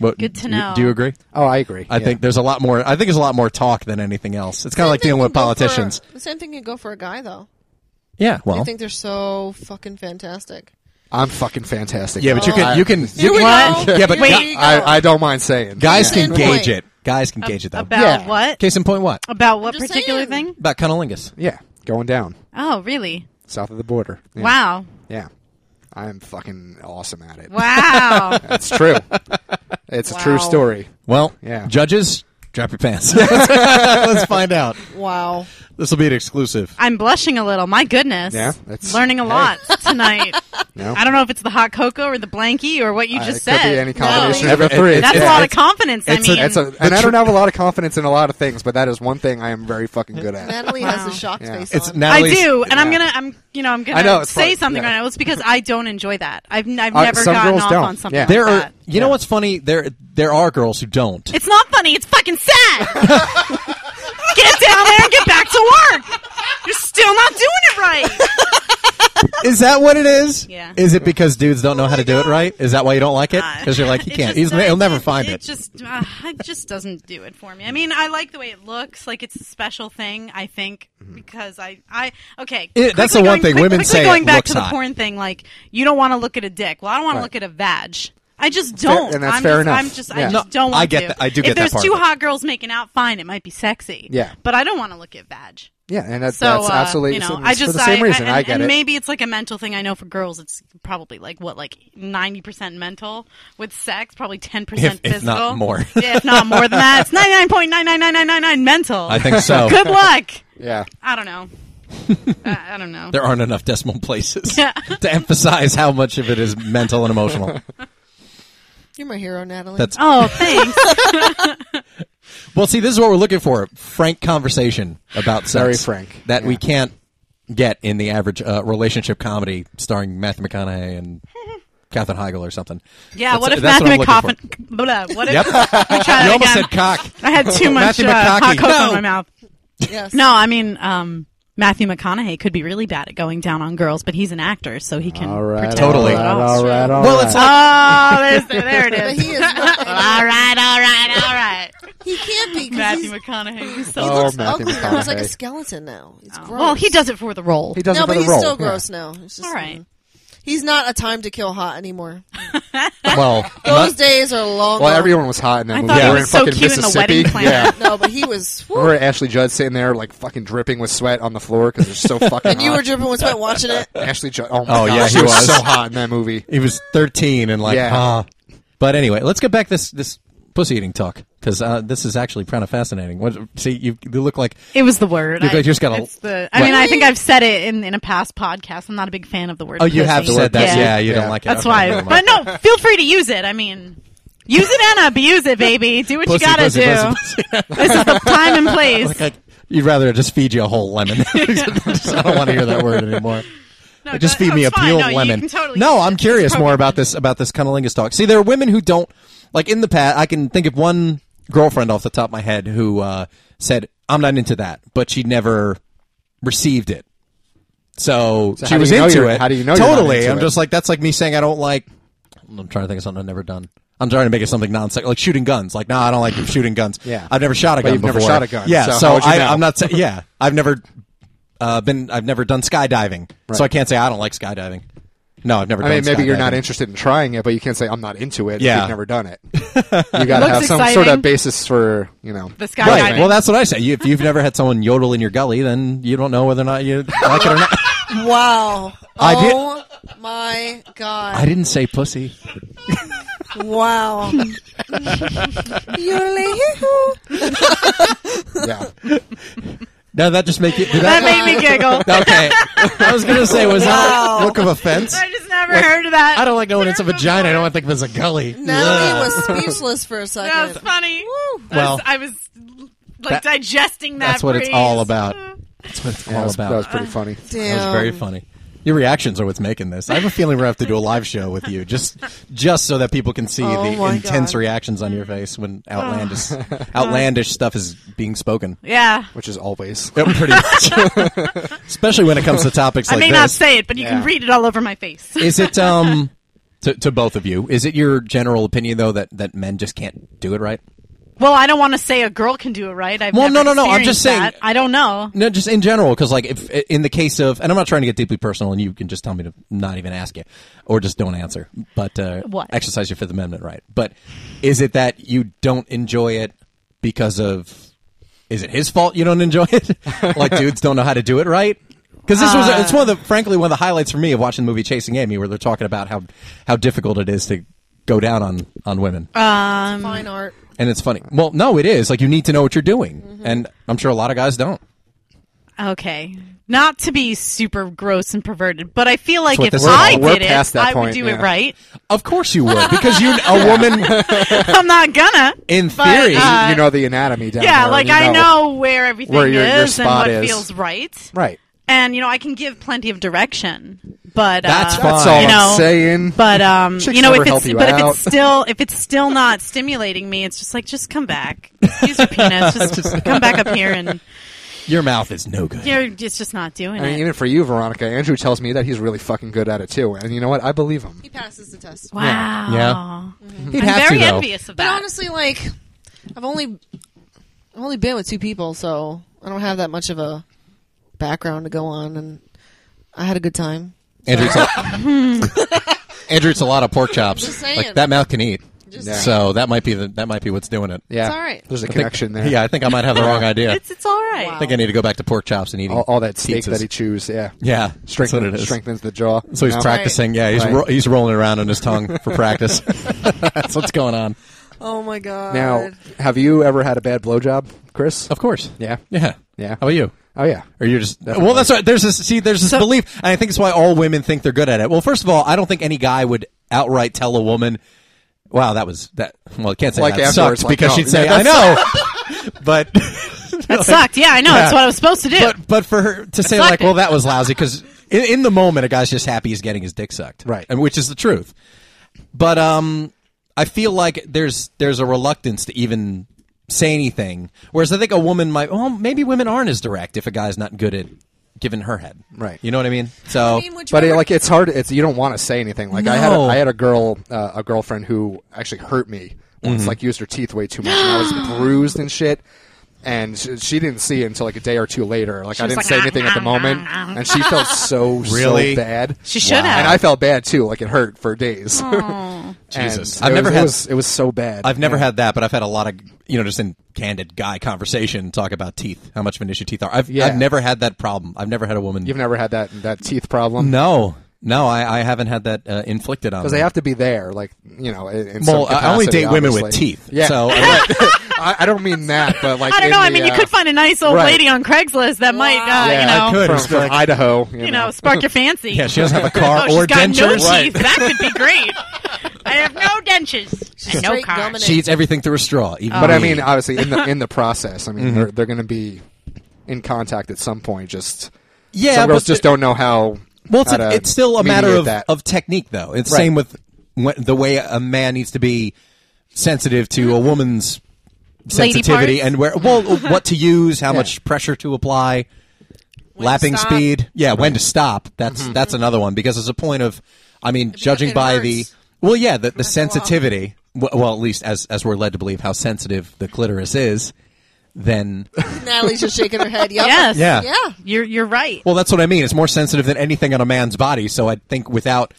S2: But
S1: Good to
S2: do-
S1: know.
S2: Do you agree?
S4: Oh, I agree.
S2: I
S4: Hmm. Yeah.
S2: think there's a lot more. I think there's a lot more talk than anything else. It's kind of like
S3: Same thing
S2: dealing with
S3: can go for-
S2: politicians.
S3: the same thing you go for a guy, though.
S2: Yeah, well,
S3: You think they're so fucking fantastic.
S4: I'm fucking fantastic.
S2: yeah,
S1: Oh,
S2: but you
S4: I-
S2: can you can
S3: Here we
S1: What?
S3: go.
S2: Yeah, but
S3: Here
S1: gu-
S3: we go.
S4: I, I don't mind saying.
S2: guys
S3: Here's
S2: can
S3: the
S2: gauge
S3: point.
S2: it. Guys can gauge it though.
S1: About
S4: Yeah.
S1: what?
S2: Case in point, what
S1: About what
S3: I'm just
S1: particular
S3: saying.
S1: thing?
S2: about cunnilingus?
S4: Yeah, going down
S1: Oh, really?
S4: south of the border. Yeah.
S1: Wow.
S4: Yeah, I'm fucking awesome at it.
S1: Wow. (laughs)
S4: It's true. it's a true
S3: Wow.
S4: story.
S2: Well,
S4: Yeah.
S2: judges, drop your
S4: (laughs)
S2: pants. (laughs) Let's find out.
S3: Wow.
S2: This will be an exclusive.
S1: I'm blushing a little. My goodness.
S4: Yeah, that's-
S1: Learning a
S4: hey.
S1: lot tonight.
S4: No,
S1: I don't know if it's the hot cocoa or the blankie or what you
S4: Uh,
S1: just
S4: it
S1: said.
S4: Could be any combination
S2: No.
S4: of the
S2: It's-
S4: three.
S2: it's-
S1: That's
S2: Yeah,
S1: a lot of confidence.
S2: it's
S1: I
S2: a-
S1: mean,
S4: That's a, and I don't have a lot of confidence in a lot of things, but that is one thing I am very fucking good at.
S3: Natalie has a shocked
S4: Yeah.
S3: face
S2: It's
S3: on.
S1: I
S2: Natalie's.
S1: do, and I'm
S4: Yeah.
S1: gonna, I'm, you know, I'm gonna
S4: I know, it's
S1: say
S4: fun.
S1: something
S4: Yeah.
S1: right now. It's because I don't enjoy that. I've, n- I've
S4: Uh,
S1: never
S4: some
S1: gotten
S4: girls
S1: off
S4: don't.
S1: on something.
S4: Yeah.
S1: Like
S2: There are.
S1: that.
S2: You know what's funny? There there are girls who don't.
S1: (laughs) It's not funny. It's fucking
S4: (laughs)
S1: sad. get down there and get back to work. You're still not doing it right.
S2: Is that what it is?
S1: Yeah.
S2: Is it because dudes don't know how to do it right? Is that why you don't like it?
S1: Uh,
S2: Because you're like he
S1: it
S2: can't.
S1: just-
S2: He's, he'll
S1: it-
S2: never find
S1: It
S2: it.
S1: just, uh, it just doesn't do it for me. I mean, I like the way it looks. Like it's a special thing. I think because I, I okay.
S2: Mm-hmm. It- that's
S1: quickly
S2: the one
S1: going-
S2: thing women
S1: quickly
S2: say
S1: Going
S2: it
S1: back
S2: looks
S1: to the
S2: hot.
S1: porn thing, like you don't want to look at a dick. Well, I don't want
S4: Right.
S1: to look at a vag. I just don't.
S4: and that's
S1: I'm
S4: fair
S1: just,
S4: enough.
S1: I'm just, I
S4: Yeah.
S1: just
S2: No,
S1: don't want
S2: I get
S1: to.
S2: that- I do get
S1: if
S2: that
S1: there's
S2: part
S1: two
S2: of it.
S1: hot girls making out, fine, it might be sexy.
S4: Yeah.
S1: but I don't want to look at vag.
S4: Yeah, and that,
S1: So
S4: that's
S1: uh,
S4: absolutely
S1: you know,
S4: it's
S1: I just
S4: for the same
S1: I,
S4: reason.
S1: and,
S4: I get
S1: and
S4: it.
S1: Maybe it's like a mental thing. I know for girls, it's probably like what, like ninety percent mental with sex, probably ten percent
S2: If-
S1: physical,
S2: if not more.
S1: (laughs) Yeah, if not more than that, it's ninety nine point nine nine nine nine nine nine mental.
S2: I (laughs) think so.
S1: Good luck.
S4: yeah,
S1: I don't know. I, I don't know.
S2: there aren't enough decimal
S1: (laughs)
S2: places
S1: Yeah.
S2: to emphasize how much of it is mental and
S1: (laughs)
S2: emotional.
S3: You're my hero, Natalie.
S2: That's
S1: Oh, thanks.
S2: (laughs) Well, see, this is what we're looking for: frank conversation about sex.
S4: Very frank,
S2: that we
S4: yeah.
S2: can't get in the average uh, relationship comedy starring Matthew McConaughey
S1: (laughs)
S2: and Katherine Heigl or something.
S1: Yeah.
S2: That's-
S1: what if
S2: that's
S1: Matthew
S2: what I'm looking
S1: McCoffin? Blah, what if?
S2: Yep.
S1: (laughs) Let me try that
S2: You almost
S1: again. (laughs)
S2: said cock.
S1: I had too much
S2: (laughs) Matthew
S1: uh, hot
S2: McCocky.
S1: cocoa
S2: No.
S1: in my mouth. (laughs)
S3: yes.
S1: No, I mean um, Matthew McConaughey could be really bad at going down on girls, but he's an actor, so he can
S4: all right,
S1: pretend
S2: Totally.
S1: to pull it
S4: All right,
S1: off.
S4: all right, all
S2: Well,
S4: right.
S2: it's like-
S1: Oh, there's, there it is.
S3: But he
S1: (laughs)
S3: is not-
S1: all right, all right, all
S3: (laughs)
S1: right.
S3: He can't be because
S1: Matthew
S3: he's
S1: McConaughey is
S3: he
S1: so.
S4: Oh,
S3: looks
S4: Matthew
S3: ugly now. He's like a
S4: McConaughey.
S3: skeleton now. It's gross.
S1: Oh. well, he does it for the role.
S4: he does
S3: no,
S4: it
S3: but
S4: for the
S3: he's
S4: role.
S3: still
S4: yeah.
S3: gross now. It's just,
S1: All right.
S3: He's not a time to kill hot anymore.
S1: (laughs)
S2: Well,
S3: Those
S2: not-
S3: days are long.
S4: Well,
S3: gone.
S4: everyone was hot in that
S1: I
S4: movie.
S1: thought
S4: We
S1: it
S4: were
S1: was
S4: in
S1: so
S4: fucking
S1: cute in the
S4: Mississippi.
S1: wedding planner. (laughs)
S4: Yeah.
S3: No, but he
S2: (laughs)
S3: was. whew.
S4: Remember Ashley Judd sitting there like fucking dripping with sweat on the floor because
S1: (laughs)
S4: they're so fucking.
S3: and you
S4: hot.
S3: were dripping with sweat watching it.
S4: Ashley Judd. Oh my
S2: Oh,
S4: god,
S2: yeah,
S4: she
S2: he
S4: was,
S2: was.
S4: so hot in that movie.
S2: (laughs) he was 13 and like,
S4: Yeah.
S2: huh. But anyway, let's get back this this pussy eating talk because uh, this is actually kind of fascinating. What, see, you, you look like
S1: It was the word.
S2: You
S1: I,
S2: guys just gotta-
S1: it's the, I
S2: What?
S1: mean, I think I've said it in, in a past podcast. I'm not a big fan of the word.
S2: oh, you
S1: pussy.
S2: have said that. Yeah, you
S4: Yeah.
S2: don't like it.
S1: That's
S2: Okay,
S1: why.
S2: never
S1: But
S2: mind.
S1: no, feel free to use it. I mean, use it and abuse it, baby. Do what
S2: Pussy,
S1: you gotta
S2: pussy,
S1: do.
S2: pussy, pussy.
S1: This is the time
S2: (laughs)
S1: and place.
S2: Like, you'd rather just feed you a whole
S1: (laughs)
S2: lemon. (laughs) I don't want to hear that word anymore.
S1: No,
S2: just
S1: go-
S2: feed
S1: no,
S2: me a
S1: it's fine.
S2: peeled
S1: No, you
S2: lemon.
S1: can totally
S2: no,
S1: use
S2: I'm
S1: it.
S2: curious
S1: It's
S2: more
S1: perfect.
S2: about this about this cunnilingus talk. See, there are women who don't like in the past. I can think of one girlfriend off the top of my head who uh, said, "I'm not into that," but she never received it. So,
S4: So
S2: she
S4: how do
S2: was
S4: you know
S2: into
S4: you're-
S2: it.
S4: how do you know you're not
S2: Totally,
S4: into
S2: I'm
S4: it?
S2: just like that's like me saying I don't like. I'm trying to think of something I've never done. I'm trying to make it something non-sexual, like shooting guns. Like, nah, I don't like shooting guns.
S4: Yeah.
S2: I've never shot a
S4: But
S2: gun
S4: you've never
S2: before.
S4: shot a gun,
S2: Yeah,
S4: so
S2: so,
S4: how would you
S2: I,
S4: know?
S2: I'm not. sa- Yeah, I've never uh, been. I've never done skydiving, so I can't say I don't like skydiving. No, I've never.
S4: I
S2: done
S4: mean, maybe you're not
S2: skydiving.
S4: interested in trying it, but you can't say I'm not into it. if
S2: Yeah.
S4: you've never done
S2: (laughs)
S4: it. You got to
S1: looks
S4: have some
S1: exciting.
S4: sort of basis for you know.
S1: The skydiving.
S2: Right. Well, that's what I say. You, if you've never had someone yodel in your gully, then you don't know whether or not you like it or not.
S3: Wow.
S2: I did-
S3: oh my
S2: (laughs) I
S3: god.
S2: didn't say pussy. (laughs)
S3: Wow.
S4: Yeah,
S2: (laughs) No, that just make you. Did
S1: that
S2: that,
S1: made
S2: (laughs)
S1: me giggle.
S2: okay. I was gonna say was that
S3: Wow.
S2: look of offense.
S1: I just never heard of that.
S2: I don't like knowing it's a
S1: term
S2: vagina. I
S1: before.
S2: don't want to think of it as a gully.
S3: Natalie was speechless for a
S1: That was
S3: second.
S1: funny. I
S2: Well,
S1: was, I was like
S2: that-
S1: digesting that.
S2: that's what it's
S1: phrase.
S2: all about. That's what it's
S4: that
S2: all
S4: was, that
S2: about.
S4: was pretty funny.
S3: Damn.
S2: That was
S1: Um,
S2: very funny. Your reactions are what's making this. I have a feeling we're gonna have to do a live show with you just just so that people can see
S3: Oh
S2: the
S3: my
S2: intense
S3: God.
S2: reactions on your face when
S1: Oh. (laughs)
S2: outlandish outlandish stuff is being spoken.
S1: Yeah.
S4: Which is always.
S2: Yeah, pretty much. (laughs) Especially when it comes to topics
S1: I
S2: like
S1: may
S2: this.
S1: not say it, but you can
S4: Yeah.
S1: read it all over my face. (laughs)
S2: is it um to, to both of you, is it your general opinion though that, that men just can't do it right?
S1: Well, I don't want to say a girl can do it right. I've
S2: Well,
S1: never
S2: no, no, no, I'm
S1: experienced
S2: just saying-
S1: that. I don't know.
S2: No, just in general, because like if in the case of, and I'm not trying to get deeply personal, and you can just tell me to not even ask you, or just don't answer. But uh,
S1: What?
S2: exercise your Fifth Amendment right? But is it that you don't enjoy it because of? Is it his fault you don't enjoy it? (laughs) like dudes don't know how to do it right. Because this was it's one of the frankly one of the highlights for me of watching the movie Chasing Amy, where they're talking about how how difficult it is to go down on on women.
S3: Fine art.
S2: and it's funny. Well, no, it is. Like you need to know what you're doing, and I'm sure a lot of guys don't.
S1: Okay. Not to be super gross and perverted, but I feel like
S2: what
S1: if
S2: this is
S1: I
S4: all- we're
S1: did it,
S4: past that
S1: I would
S4: point,
S1: do it
S4: yeah.
S1: right.
S2: (laughs) Of course you would, because you a woman
S1: I'm not gonna.
S2: in
S1: (laughs) But,
S2: theory.
S1: uh,
S4: you know the anatomy down
S1: yeah,
S4: there,
S1: like
S4: you
S1: I know where everything
S4: where your- your
S1: is and
S4: spot
S1: what
S4: is.
S1: feels right.
S4: Right.
S1: And you know, I can give plenty of direction, but
S2: That's
S1: uh,
S4: That's
S2: Fine.
S4: all
S1: You know,
S4: I'm saying.
S1: But um,
S4: Chicks
S1: you know,
S4: never
S1: if
S4: help
S1: it's
S4: you
S1: but if
S4: out.
S1: it's still if it's still not stimulating me, it's just like just come back, use your penis, just, come back up here, and
S2: your mouth is no good.
S1: you're it's just not doing
S4: I mean,
S1: it.
S4: even for you, Veronica, Andrew tells me that he's really fucking good at it too, and you know what? I believe him.
S3: He passes the test.
S1: wow. Mm-hmm.
S2: Yeah. He'd
S1: I'm
S2: have
S1: very
S2: to though.
S1: envious of
S3: But
S1: that.
S3: honestly, like I've only I've only been with two people, so I don't have that much of a background to go on, and I had a good time.
S2: Andrew, it's a,
S1: (laughs)
S2: Andrew, it's a lot of pork chops.
S3: Just saying.
S2: Like that mouth can eat.
S3: Just
S4: Yeah.
S2: So that might be the, that might be what's doing it.
S4: Yeah,
S3: It's all right.
S4: There's a
S2: I think-
S4: connection there.
S2: Yeah, I think I might have the
S4: (laughs)
S2: wrong idea.
S1: it's it's all right.
S2: I think I need to go back to pork chops and eating
S4: all, all that steak
S2: pizzas.
S4: that he chews. Yeah,
S2: Yeah, that's what
S4: strengthens,
S2: it is.
S4: strengthens the jaw.
S2: So he's
S4: No?
S2: practicing. Yeah, he's
S4: Right.
S2: ro- he's rolling around on his tongue
S4: (laughs)
S2: for practice. (laughs) that's what's going on.
S3: Oh my god!
S4: Now, have you ever had a bad blowjob, Chris?
S2: Of course.
S4: Yeah.
S2: Yeah.
S4: Yeah.
S2: How about you?
S4: Oh yeah.
S2: Or you're just well. That's right. There's this. See, there's this belief, and I think it's why all women think they're good at it. Well, first of all, I don't think any guy would outright tell a woman, "Wow, that was that." Well, I can't say
S4: Like
S2: that
S4: afterwards,
S2: sucked
S4: like,
S2: because
S4: no,
S2: she'd say, "I
S4: yeah,
S2: know,"
S4: (laughs)
S2: but
S1: That sucked. Yeah, I know. That's what I was supposed to do.
S2: but but for her to say
S1: sucked.
S2: like, "Well, that was lousy," because in, in the moment, a guy's just happy he's getting his dick sucked,
S4: Right.
S2: And which is the truth. But um, I feel like there's there's a reluctance to even say anything. Whereas I think a woman might. Well, maybe women aren't as direct if a guy's not good at giving her head.
S4: Right.
S2: You know what I mean? So
S3: I mean, would you
S4: But it,
S3: ever-
S4: like, it's hard. It's you don't want to say anything. Like I had a,
S2: No.
S4: I had a girl uh, a
S1: (gasps)
S2: Mm-hmm.
S4: girlfriend who actually hurt me once. Like used her teeth way too much, and I was bruised and shit. and she, she didn't see it until like a day or two later. Like I
S1: was
S4: didn't
S1: like, "Ah,
S4: say anything at the moment, and she felt so
S2: Really?
S4: so bad.
S1: She should have.
S4: and I felt bad too. Like it hurt for days. (laughs) And
S2: Jesus.
S4: it
S2: I've never
S4: was,
S2: had-
S4: It was, it was so bad.
S2: I've never had that, but I've had a lot of you know just in candid guy conversation talk about teeth, how much of an issue teeth are. I've
S4: Yeah.
S2: I've never had that problem. I've never had a woman.
S4: You've never had that that teeth problem.
S2: no, no, I, I haven't had that uh, inflicted on.
S4: Because
S2: me.
S4: they have to be there, like you know. In, in
S2: Well,
S4: some
S2: I only
S4: capacity,
S2: date women with
S4: obviously.
S2: teeth,
S4: Yeah, (laughs)
S2: so-
S4: I, I don't mean that, but like
S1: I don't
S4: in
S1: know. I
S4: the,
S1: mean, you
S4: uh,
S1: could find a nice old
S4: right.
S1: lady on Craigslist that might, uh,
S4: yeah,
S1: you know,
S2: could.
S4: from,
S2: It's
S4: from
S2: like-
S4: Idaho.
S1: you know, spark your fancy.
S2: Yeah, she doesn't have a
S1: oh,
S2: car
S1: she's
S2: or
S1: got
S2: dentures.
S1: no teeth. That could
S2: (laughs)
S1: be great. I have no dentures and no
S3: straight
S1: car.
S3: dominant.
S2: She eats everything through a straw. Even
S4: But I
S2: me.
S4: mean, obviously, in the in the process, I
S2: Mm-hmm.
S4: mean, they're they're going to be in contact at some point. Just
S2: yeah,
S4: some girls
S2: but
S4: just
S2: the-
S4: don't know how.
S2: Well, it's,
S4: how to
S2: it's still a matter
S4: mediate
S2: of,
S4: that.
S2: of technique, though. It's the
S4: Right.
S2: same with wh- the way a man needs to be sensitive to a woman's
S1: Lady
S2: sensitivity
S1: parts?
S2: and where well what to use, how much pressure to apply, lapping
S3: stop.
S2: speed. Yeah, when to stop. That's
S4: Mm-hmm.
S2: that's another one because there's a point of, I mean, judging
S3: it
S2: by the
S3: hurts.
S2: well, yeah, the, the
S3: go off.
S2: sensitivity. w- Well, at least as as we're led to believe how sensitive the clitoris is, then
S3: Natalie's just shaking
S1: (laughs)
S3: her head. Yep.
S1: Yes.
S2: Yeah.
S3: Yeah.
S1: You're you're right.
S2: Well, that's what I mean. It's more sensitive than anything on a man's body. So I think without,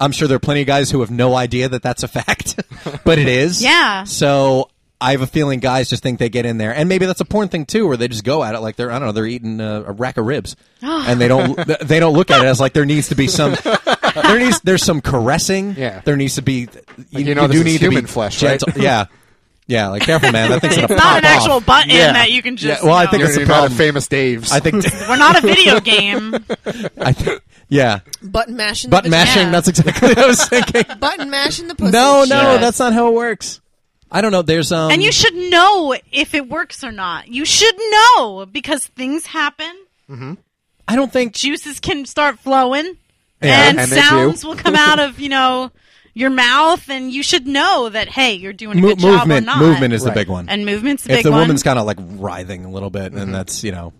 S2: I'm sure there are plenty of guys who have no idea that that's a fact, (laughs) but it is.
S1: Yeah.
S2: So I have a feeling guys just think they get in there, and maybe that's a porn thing too, where they just go at it like they're I don't know they're eating a, a rack
S1: (gasps)
S2: of ribs, and they don't they don't look at it as like there needs to
S1: (laughs)
S2: be some there needs there's some caressing.
S4: Yeah.
S2: There needs to be you,
S4: you know
S2: you
S4: this
S2: do
S4: is
S2: need to
S4: human
S2: be
S4: flesh, right?
S2: gentle. Yeah. Yeah, like careful, man. That thing's gonna
S1: it's
S2: pop
S1: not an actual
S2: off.
S1: button
S4: Yeah.
S1: that you can just.
S2: Yeah, well, I
S1: you know.
S2: think
S4: You're,
S2: it's a
S4: you're not a
S2: problem.
S4: famous Dave's.
S2: I think.
S1: we're not a
S2: (laughs)
S1: video game.
S2: I think. Yeah,
S3: Button mashing. the
S2: button
S3: vagina.
S2: mashing. That's exactly what I was thinking.
S3: Button mashing the
S1: (laughs)
S3: pussy.
S2: No, no,
S1: Yeah.
S2: that's not how it works. I don't know. There's um,
S1: and you should know if it works or not. You should know because things happen.
S2: I don't think.
S1: Juices can start flowing,
S2: Yeah,
S1: and,
S4: and they do.
S1: sounds will come out
S2: (laughs)
S1: of you know your mouth, and you should know that hey, you're doing a
S2: Mo-
S1: good job
S2: movement,
S1: or not.
S2: movement is the
S4: Right.
S2: big one.
S1: and movement's the
S2: if
S1: big
S2: the
S1: one.
S2: woman's kind of like writhing a little bit, and that's you know,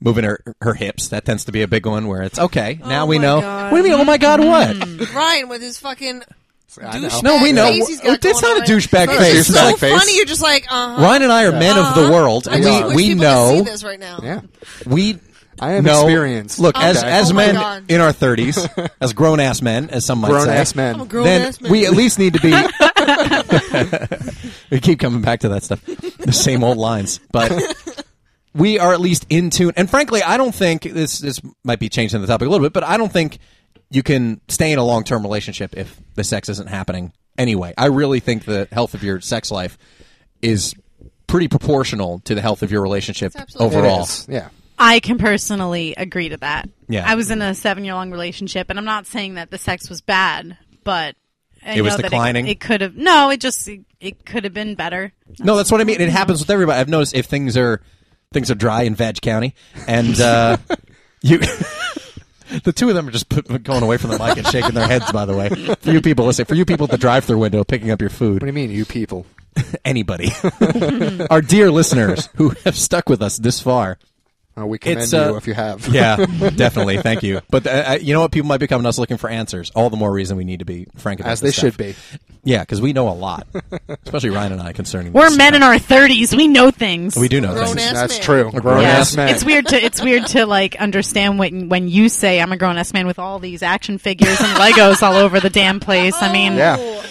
S2: moving her her hips, that tends to be a big one. Where it's okay. now we
S3: Oh my
S2: know.
S3: God.
S2: What
S3: Mm.
S2: do you mean? Oh my god! What?
S3: Ryan with his fucking.
S4: I know.
S3: douchebag
S2: No, we know.
S3: Face he's got
S2: That's
S3: going
S2: not a
S3: on.
S2: douchebag
S3: It's
S2: face.
S3: So
S4: Douchebag face.
S3: funny. You're just like, uh huh.
S2: Ryan and I are men of the world,
S3: Uh-huh. I
S2: and
S3: just
S2: we
S3: wish
S2: we
S3: people
S2: know
S3: Could see this right now.
S4: yeah,
S2: we.
S4: I am
S2: know-
S4: experienced.
S2: Look,
S3: Oh
S2: as
S3: my-
S2: as
S3: oh my
S2: men
S3: God.
S2: in our thirties, (laughs) as grown ass men, as some might
S4: grown
S2: say,
S4: ass men.
S3: I'm a grown
S2: then
S3: ass man.
S2: (laughs)
S3: Oh,
S2: we at least need to be. we keep coming back to that stuff, the same old lines, but (laughs) we are at least in tune. And frankly, I don't think this this might be changing the topic a little bit, but I don't think you can stay in a long term relationship if the sex isn't happening anyway. I really think the health of your sex life is pretty proportional to the health of your relationship
S3: absolutely-
S4: It
S2: overall.
S4: is, Yeah,
S1: I can personally agree to that.
S2: Yeah.
S1: I was in a seven year long relationship, and I'm not saying that the sex was bad, but I
S2: It was
S1: know that
S2: declining?
S1: It, could have no. It just it, it could have been better.
S2: No, that's what I mean. It happens with everybody. I've noticed if things are things are dry in Vag County, and uh, (laughs) you, the two of them are just put, going away from the mic and shaking their heads. By the way, for you people listening, for you people at the drive-through window picking up your
S4: what do
S2: food,
S4: you mean, you people?
S2: anybody, (laughs) our dear listeners who have stuck with us this far.
S4: Uh, we commend
S2: It's, uh,
S4: you if you
S2: (laughs)
S4: have.
S2: Yeah, definitely. Thank you. But uh, uh, you know what? People might be coming to us looking for answers. All the more reason we need to be frank about
S4: as they
S2: this
S4: should
S2: stuff.
S4: be.
S2: Yeah, because we know a lot, especially Ryan and I concerning.
S1: We're
S2: this.
S1: men in our thirties. We know things.
S2: We do know
S3: Grown
S2: things.
S3: ass
S4: That's
S3: man.
S4: true.
S2: A
S4: Grown
S2: grown-ass
S4: ass man.
S1: It's weird to it's weird to like understand when when you say I'm a grown ass man with all these action figures and Legos all over the damn place. I
S2: (laughs)
S1: mean,
S4: Yeah.
S3: Oh,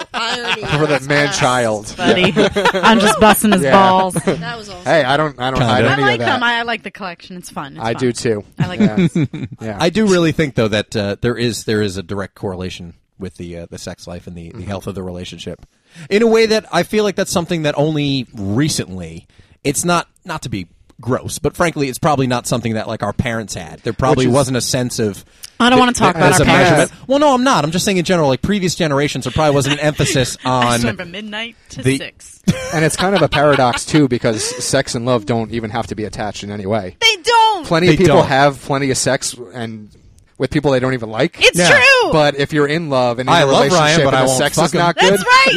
S3: oh, irony.
S4: for that
S3: That's
S4: man
S3: us.
S4: child.
S1: buddy, I'm just busting his
S2: (laughs)
S4: Yeah.
S1: balls.
S3: That was awesome.
S4: Hey, I don't. I don't
S2: Kinda.
S4: hide
S2: I
S1: I
S4: any
S1: like
S4: of that.
S1: them. I, I like the collection. It's fun. It's
S4: I
S1: fun.
S2: (laughs)
S4: do too.
S1: I like
S4: Yeah. yeah.
S2: I do really think though that uh, there is there is a direct correlation with the uh, the sex life and the,
S4: Mm-hmm.
S2: the health of the relationship, in a way that I feel like that's something that only recently. It's not not to be gross, but frankly, it's probably not something that like our parents had. There probably
S4: Which is-
S2: wasn't a sense of.
S1: I don't want to talk
S2: as
S1: about
S2: a
S1: our parents.
S2: measurement. Well, no, I'm not. I'm just saying in general. Like previous generations, there probably wasn't an emphasis
S1: (laughs) I swim
S2: on.
S1: from midnight to
S2: the-
S1: six.
S4: and it's kind of a paradox too, because sex and love don't even have to be attached in any way.
S1: They don't.
S4: Plenty
S2: They
S4: of people
S2: don't.
S4: have plenty of sex and with people they don't even like.
S1: It's
S2: Yeah,
S1: true.
S4: but if you're in love and in
S2: I
S4: a
S2: love Ryan,
S4: relationship
S2: but
S4: and
S2: I
S4: the
S2: won't
S4: sex
S2: fuck
S4: is not
S1: him.
S4: good,
S1: That's right.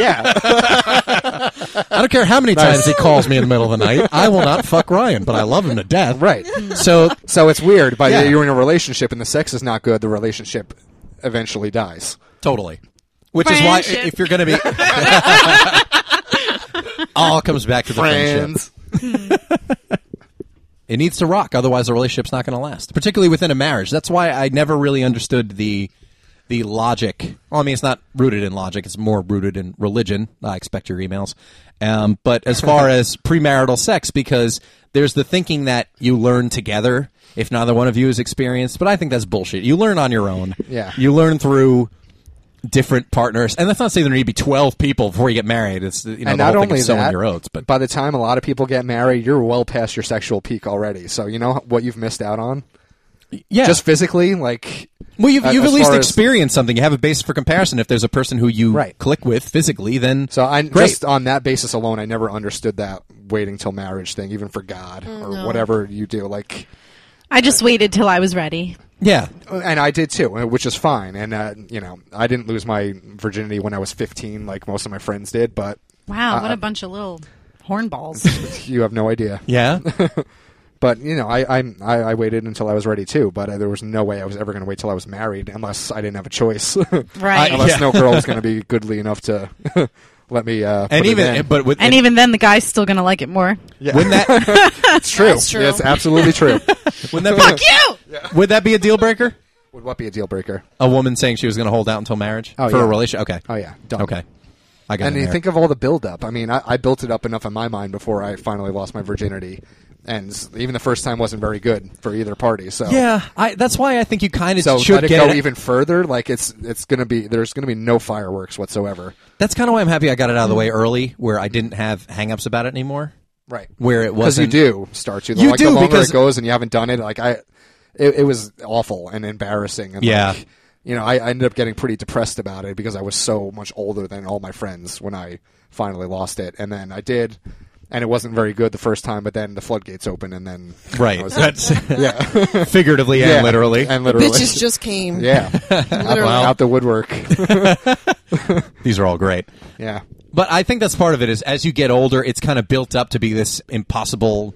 S1: (laughs)
S4: Yeah,
S2: I don't care how many times he calls me in the middle of the night. I will not fuck Ryan, but I love him to death.
S4: right.
S2: So
S4: So it's weird. By
S2: Yeah.
S4: the, you're in a relationship and the sex is not good, the relationship eventually dies.
S2: Totally. Which is why, (laughs)
S1: Friendship.
S2: if you're going to be, all comes back to the friendship. it needs to rock, otherwise the relationship's not going to last. Particularly within a marriage. That's why I never really understood the the logic. Well, I mean, it's not rooted in logic; it's more rooted in religion. I expect your emails. Um, but as
S4: (laughs)
S2: far as premarital sex, because there's the thinking that you learn together if neither one of you is experienced. But I think that's bullshit. You learn on your own.
S4: Yeah.
S2: you learn through different partners, and that's not saying there need to be twelve people before you get married. It's you know
S4: and
S2: the
S4: not
S2: whole thing
S4: only
S2: is selling
S4: that,
S2: your oats, but
S4: by the time a lot of people get married, you're well past your sexual peak already. So you know what you've missed out on,
S2: yeah,
S4: just physically. Like,
S2: Well, you've,
S4: a-
S2: you've
S4: Uh, as
S2: at least
S4: far as-
S2: experienced something. You have a basis for comparison. If there's a person who you
S4: Right.
S2: click with physically, then
S4: so I
S2: great.
S4: just on that basis alone, I never understood that waiting till marriage thing, even for God
S3: Mm,
S4: or whatever you do. Like,
S1: I just waited till I was ready.
S2: yeah,
S4: and I did too, which is fine. And uh, you know, I didn't lose my virginity when I was 15, like most of my friends did. But
S1: Wow, what
S4: Uh,
S1: a bunch of little
S2: (laughs)
S1: hornballs.
S4: you have no idea. (laughs)
S2: yeah.
S4: But you know, I, I I I waited until I was ready too. But uh, there was no way I was ever going to wait till I was married unless I didn't have a choice. (laughs)
S1: Right.
S4: unless
S2: Yeah.
S4: no
S2: (laughs)
S4: girl was going to be goodly enough to (laughs) let me. Uh, put
S2: and
S4: it
S2: even
S4: in.
S2: but with
S1: and even then, the guy's still going to like it more.
S4: yeah.
S2: wouldn't
S4: (laughs)
S2: that
S4: it's true.
S3: That's true.
S4: Yeah, it's absolutely
S3: (laughs)
S4: true.
S2: wouldn't that be
S1: You!
S2: a, would that be a deal breaker?
S4: Would what be a deal breaker?
S2: A woman saying she was going to hold out until marriage
S4: Oh,
S2: for a
S4: yeah.
S2: relationship? Okay,
S4: Oh yeah, done.
S2: okay, I got
S4: And
S2: it.
S4: you
S2: there.
S4: think of all the buildup. I mean, I, I built it up enough in my mind before I finally lost my virginity, and s- even the first time wasn't very good for either party. So
S2: yeah, I, that's why I think you kind of
S4: so
S2: should
S4: let it
S2: get
S4: go even further. Like it's it's gonna be there's gonna be no fireworks whatsoever.
S2: That's kind of why I'm happy I got it out of the way early, where I didn't have hangups about it anymore.
S4: Right.
S2: Where it
S4: because you
S2: wasn't
S4: do start to.
S2: You
S4: like,
S2: do,
S4: the longer
S2: because-
S4: it goes and you haven't done it. Like I, it, it was awful and embarrassing. And
S2: Yeah.
S4: Like, you know, I, I ended up getting pretty depressed about it because I was so much older than all my friends when I finally lost it, and then I did, and it wasn't very good the first time. But then the floodgates opened, and then
S2: (laughs)
S4: I
S2: right.
S4: was-
S2: That's (laughs) figuratively and
S4: (laughs) Yeah.
S2: literally.
S4: and literally,
S3: Bitches just
S2: (laughs)
S3: came.
S4: (laughs) yeah, out, the,
S3: Literally.
S4: out the woodwork, (laughs)
S2: These are all great.
S4: yeah.
S2: But I think that's part of it is as you get older, it's kind of built up to be this impossible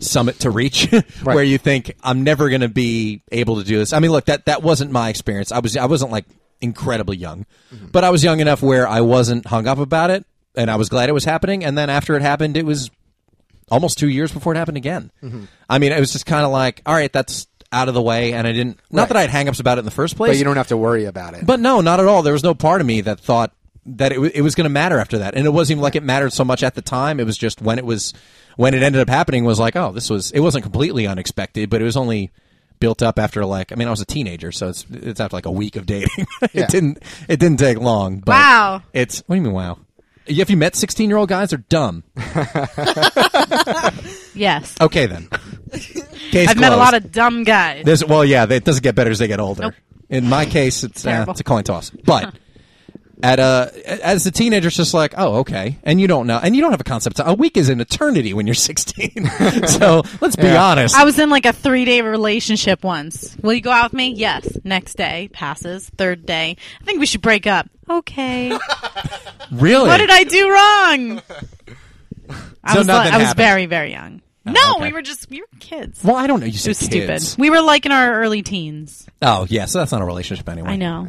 S2: summit to reach (laughs) where you think I'm never going to be able to do this. I mean, look, that that wasn't my experience. I was I wasn't like incredibly young,
S4: Mm-hmm.
S2: but I was young enough where I wasn't hung up about it and I was glad it was happening and then after it happened, it was almost 2 years before it happened again.
S4: Mm-hmm.
S2: I mean, it was just kind of like, all right, that's out of the way and I didn't not that I had hangups about it in the first place.
S4: But you don't have to worry about it.
S2: But no, not at all. There was no part of me that thought that it, w- it was going to matter after that, and it wasn't even like it mattered so much at the time. It was just when it was when it ended up happening was like, oh, this was. It wasn't completely unexpected, but it was only built up after like. I mean, I was a teenager, so it's it's after like a week of dating. (laughs) it
S4: Yeah.
S2: didn't it didn't take long. But
S1: Wow.
S2: It's what do you mean? Wow. If you met sixteen year old guys, they're dumb.
S1: Yes. (laughs)
S2: Okay then. Case
S1: I've met a
S2: closed.
S1: lot of dumb guys.
S2: There's well, yeah, it doesn't get better as they get older. In my case, it's uh,
S1: terrible.
S2: it's a
S1: (laughs)
S2: coin toss. But at a as a teenager, it's just like, oh, okay, and you don't know, and you don't have a concept. A week is an eternity when
S1: (laughs)
S2: you're (laughs) 16. so let's be
S4: Yeah.
S2: honest.
S1: I was in like a three day relationship once. Will you go out with me? Yes. Next day passes. Third day. I think we should break up.
S2: (laughs)
S1: Okay.
S2: really?
S1: what did I do
S2: (laughs)
S1: wrong? I
S2: So
S1: was,
S2: nothing
S1: I was
S2: happened. Oh,
S1: very, very young. no,
S2: okay.
S1: we were just, we were kids.
S2: Well, I don't know. You
S1: it
S2: said
S1: was stupid.
S2: kids.
S1: We were like in our early teens.
S2: Oh, yeah. So that's not a relationship anyway.
S1: I know.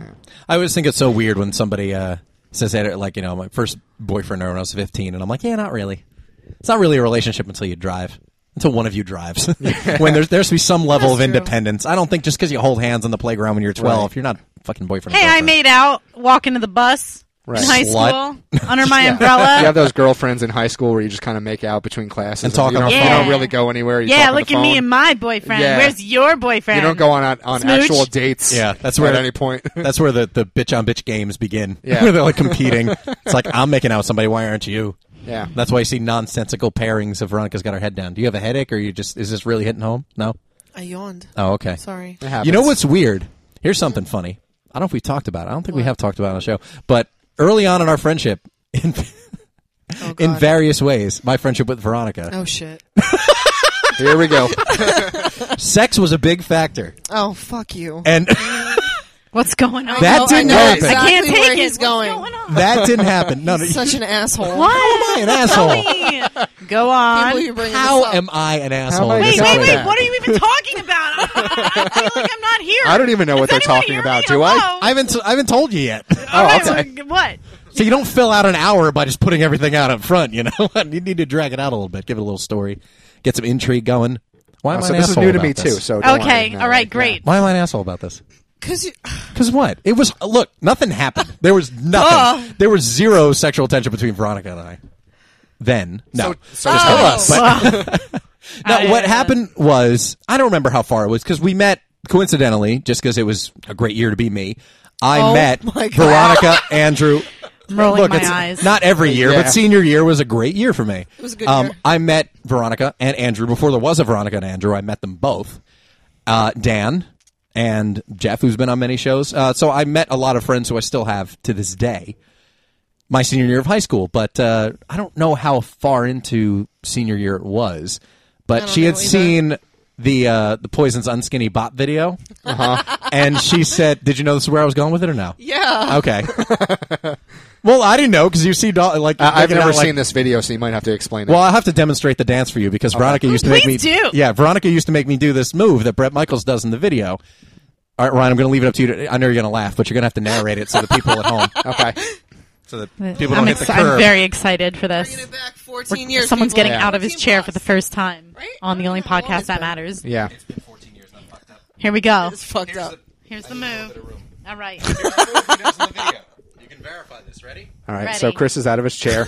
S2: I always think it's so weird when somebody uh, says that, like, you know, my first boyfriend when I was 15, and I'm like, yeah, not really. It's not really a relationship until you drive, until one of you drives. (laughs) when there's, there's to be some level of
S3: That's true.
S2: independence. I don't think just because you hold hands on the playground when you're 12,
S4: Right.
S2: you're not fucking boyfriend. or
S1: Hey, I
S2: girlfriend.
S1: made out walking to the bus
S4: Right.
S1: in high
S2: Slut.
S1: school under
S4: (laughs)
S1: my
S4: You have
S1: umbrella.
S4: those girlfriends in high school where you just kind of make out between classes
S2: And talk
S4: you
S2: on
S4: don't,
S2: the
S4: you
S1: phone.
S4: don't really go anywhere. You talk
S1: yeah,
S4: on the
S1: look at me
S4: phone.
S1: and my boyfriend.
S4: Yeah.
S1: Where's your boyfriend?
S4: You don't go on on
S1: Smooch?
S4: actual dates.
S2: Yeah, that's where-
S4: at any point.
S2: That's where the, the bitch on bitch games begin. (laughs)
S4: Yeah.
S2: where they're like competing. it's like, I'm making out with somebody. Why aren't you?
S4: (laughs) yeah,
S2: That's why you see nonsensical pairings of Veronica's got her head down. Do you have a headache or you just, is this really hitting home? No?
S3: I yawned.
S2: Oh, okay.
S3: Sorry.
S4: It happens.
S2: You know what's weird? Here's something funny. I don't know if we talked about it. I don't think we have talked about it on the show. But early on in our friendship, in
S3: Oh, God.
S2: in various ways, my friendship with Veronica, (laughs)
S3: oh, shit.
S4: Here we go. Oh,
S2: Oh, sex was a big factor.
S3: Oh, fuck you.
S2: And (laughs)
S1: What's going on?
S2: That
S3: Oh, I
S2: didn't
S3: know
S2: happen.
S3: Exactly
S1: I can't take
S3: where
S1: it.
S3: he's
S1: What's
S3: going.
S1: going on?
S2: that didn't happen. No, no.
S3: Such an asshole.
S1: What?
S2: (laughs) Am I an asshole?
S1: (laughs) Go
S3: Can't
S1: on.
S3: believe you're bringing
S2: How
S3: this up.
S2: am I an asshole?
S4: am I
S2: in
S4: an
S1: Wait,
S2: this
S1: wait,
S4: asshole?
S2: situation?
S1: wait. What are you even talking about? (laughs) I feel like I'm not here.
S4: I don't even know what
S1: Is
S4: they're
S1: anyone
S4: talking
S1: hearing
S4: about,
S1: me or
S4: do I? oh,
S1: no?
S2: I haven't, I haven't told you yet. (laughs)
S1: All
S4: I'll
S1: right, well,
S4: tell
S1: what?
S2: So you don't fill out an hour by just putting everything out up front, you know? (laughs) you need to drag it out a little bit, give it a little story, get some intrigue going. Why am I
S4: Oh, so
S2: an
S4: this is
S2: asshole
S4: new to
S2: about
S4: me
S2: this?
S4: too. So don't
S1: Okay,
S4: worry. No,
S1: all right,
S4: yeah.
S1: great.
S2: Why am I an asshole about this?
S3: Because you.
S2: Because what? It was look, nothing happened. There was nothing. there was zero sexual tension between Veronica and I. Then no,
S4: So- so
S2: Just
S4: tell
S2: kidding.
S3: us.
S2: But- no,
S1: I-
S2: what happened was I don't remember how far it was because we met coincidentally, just because it was a great year to be me. I
S3: Oh
S2: met
S3: (laughs) my God.
S2: Veronica Andrew.
S1: I'm rolling
S2: Look,
S1: my
S2: it's
S1: eyes.
S2: not every year,
S4: Yeah.
S2: but senior year was a great year for me. It
S3: was a good year.
S2: I met Veronica and Andrew before there was a Veronica and Andrew. I met them both, uh, Dan and Jeff, who's been on many shows. Uh, so I met a lot of friends who I still have to this day. My senior year of high school, but uh, I don't know how far into senior year it was. But
S3: don't
S2: she had
S3: know either.
S2: seen the uh, the Poison's Unskinny Bot video,
S4: Uh-huh.
S2: (laughs) and she said, "Did you know this is where I was going with it or
S4: (laughs)
S2: no?"
S3: Yeah.
S2: Okay. well, I didn't know because you see, doll- like
S4: I- I've
S2: making
S4: never
S2: out, like-
S4: seen this video, so you might have to explain it.
S2: Well, I'll have to demonstrate the dance for you because Veronica
S4: Oh,
S2: used to make me
S1: Please do.
S2: Yeah, Veronica used to make me do this move that Brett Michaels does in the video. All right, Ryan, I'm going to leave it up to you. To, I know you're going to laugh, but you're going to have to narrate it so the people at
S4: (laughs)
S2: home, (laughs)
S4: okay.
S2: so that people
S1: I'm,
S2: don't hit the
S1: exci- I'm
S2: curb.
S1: very excited for
S3: Bringing
S1: this.
S3: it back 14 years.
S1: Someone's
S3: people.
S1: getting
S4: Yeah.
S1: out of his
S3: 14
S1: chair
S3: plus.
S1: for the first time
S3: Right?
S1: on the only
S3: I don't know how long
S1: podcast
S3: it's
S1: that
S3: been.
S1: matters.
S4: Yeah.
S1: Here we go.
S3: It's fucked up.
S1: Here's the move. All
S3: (laughs)
S1: right.
S4: All right. So
S1: Ready.
S4: Chris is out of his chair.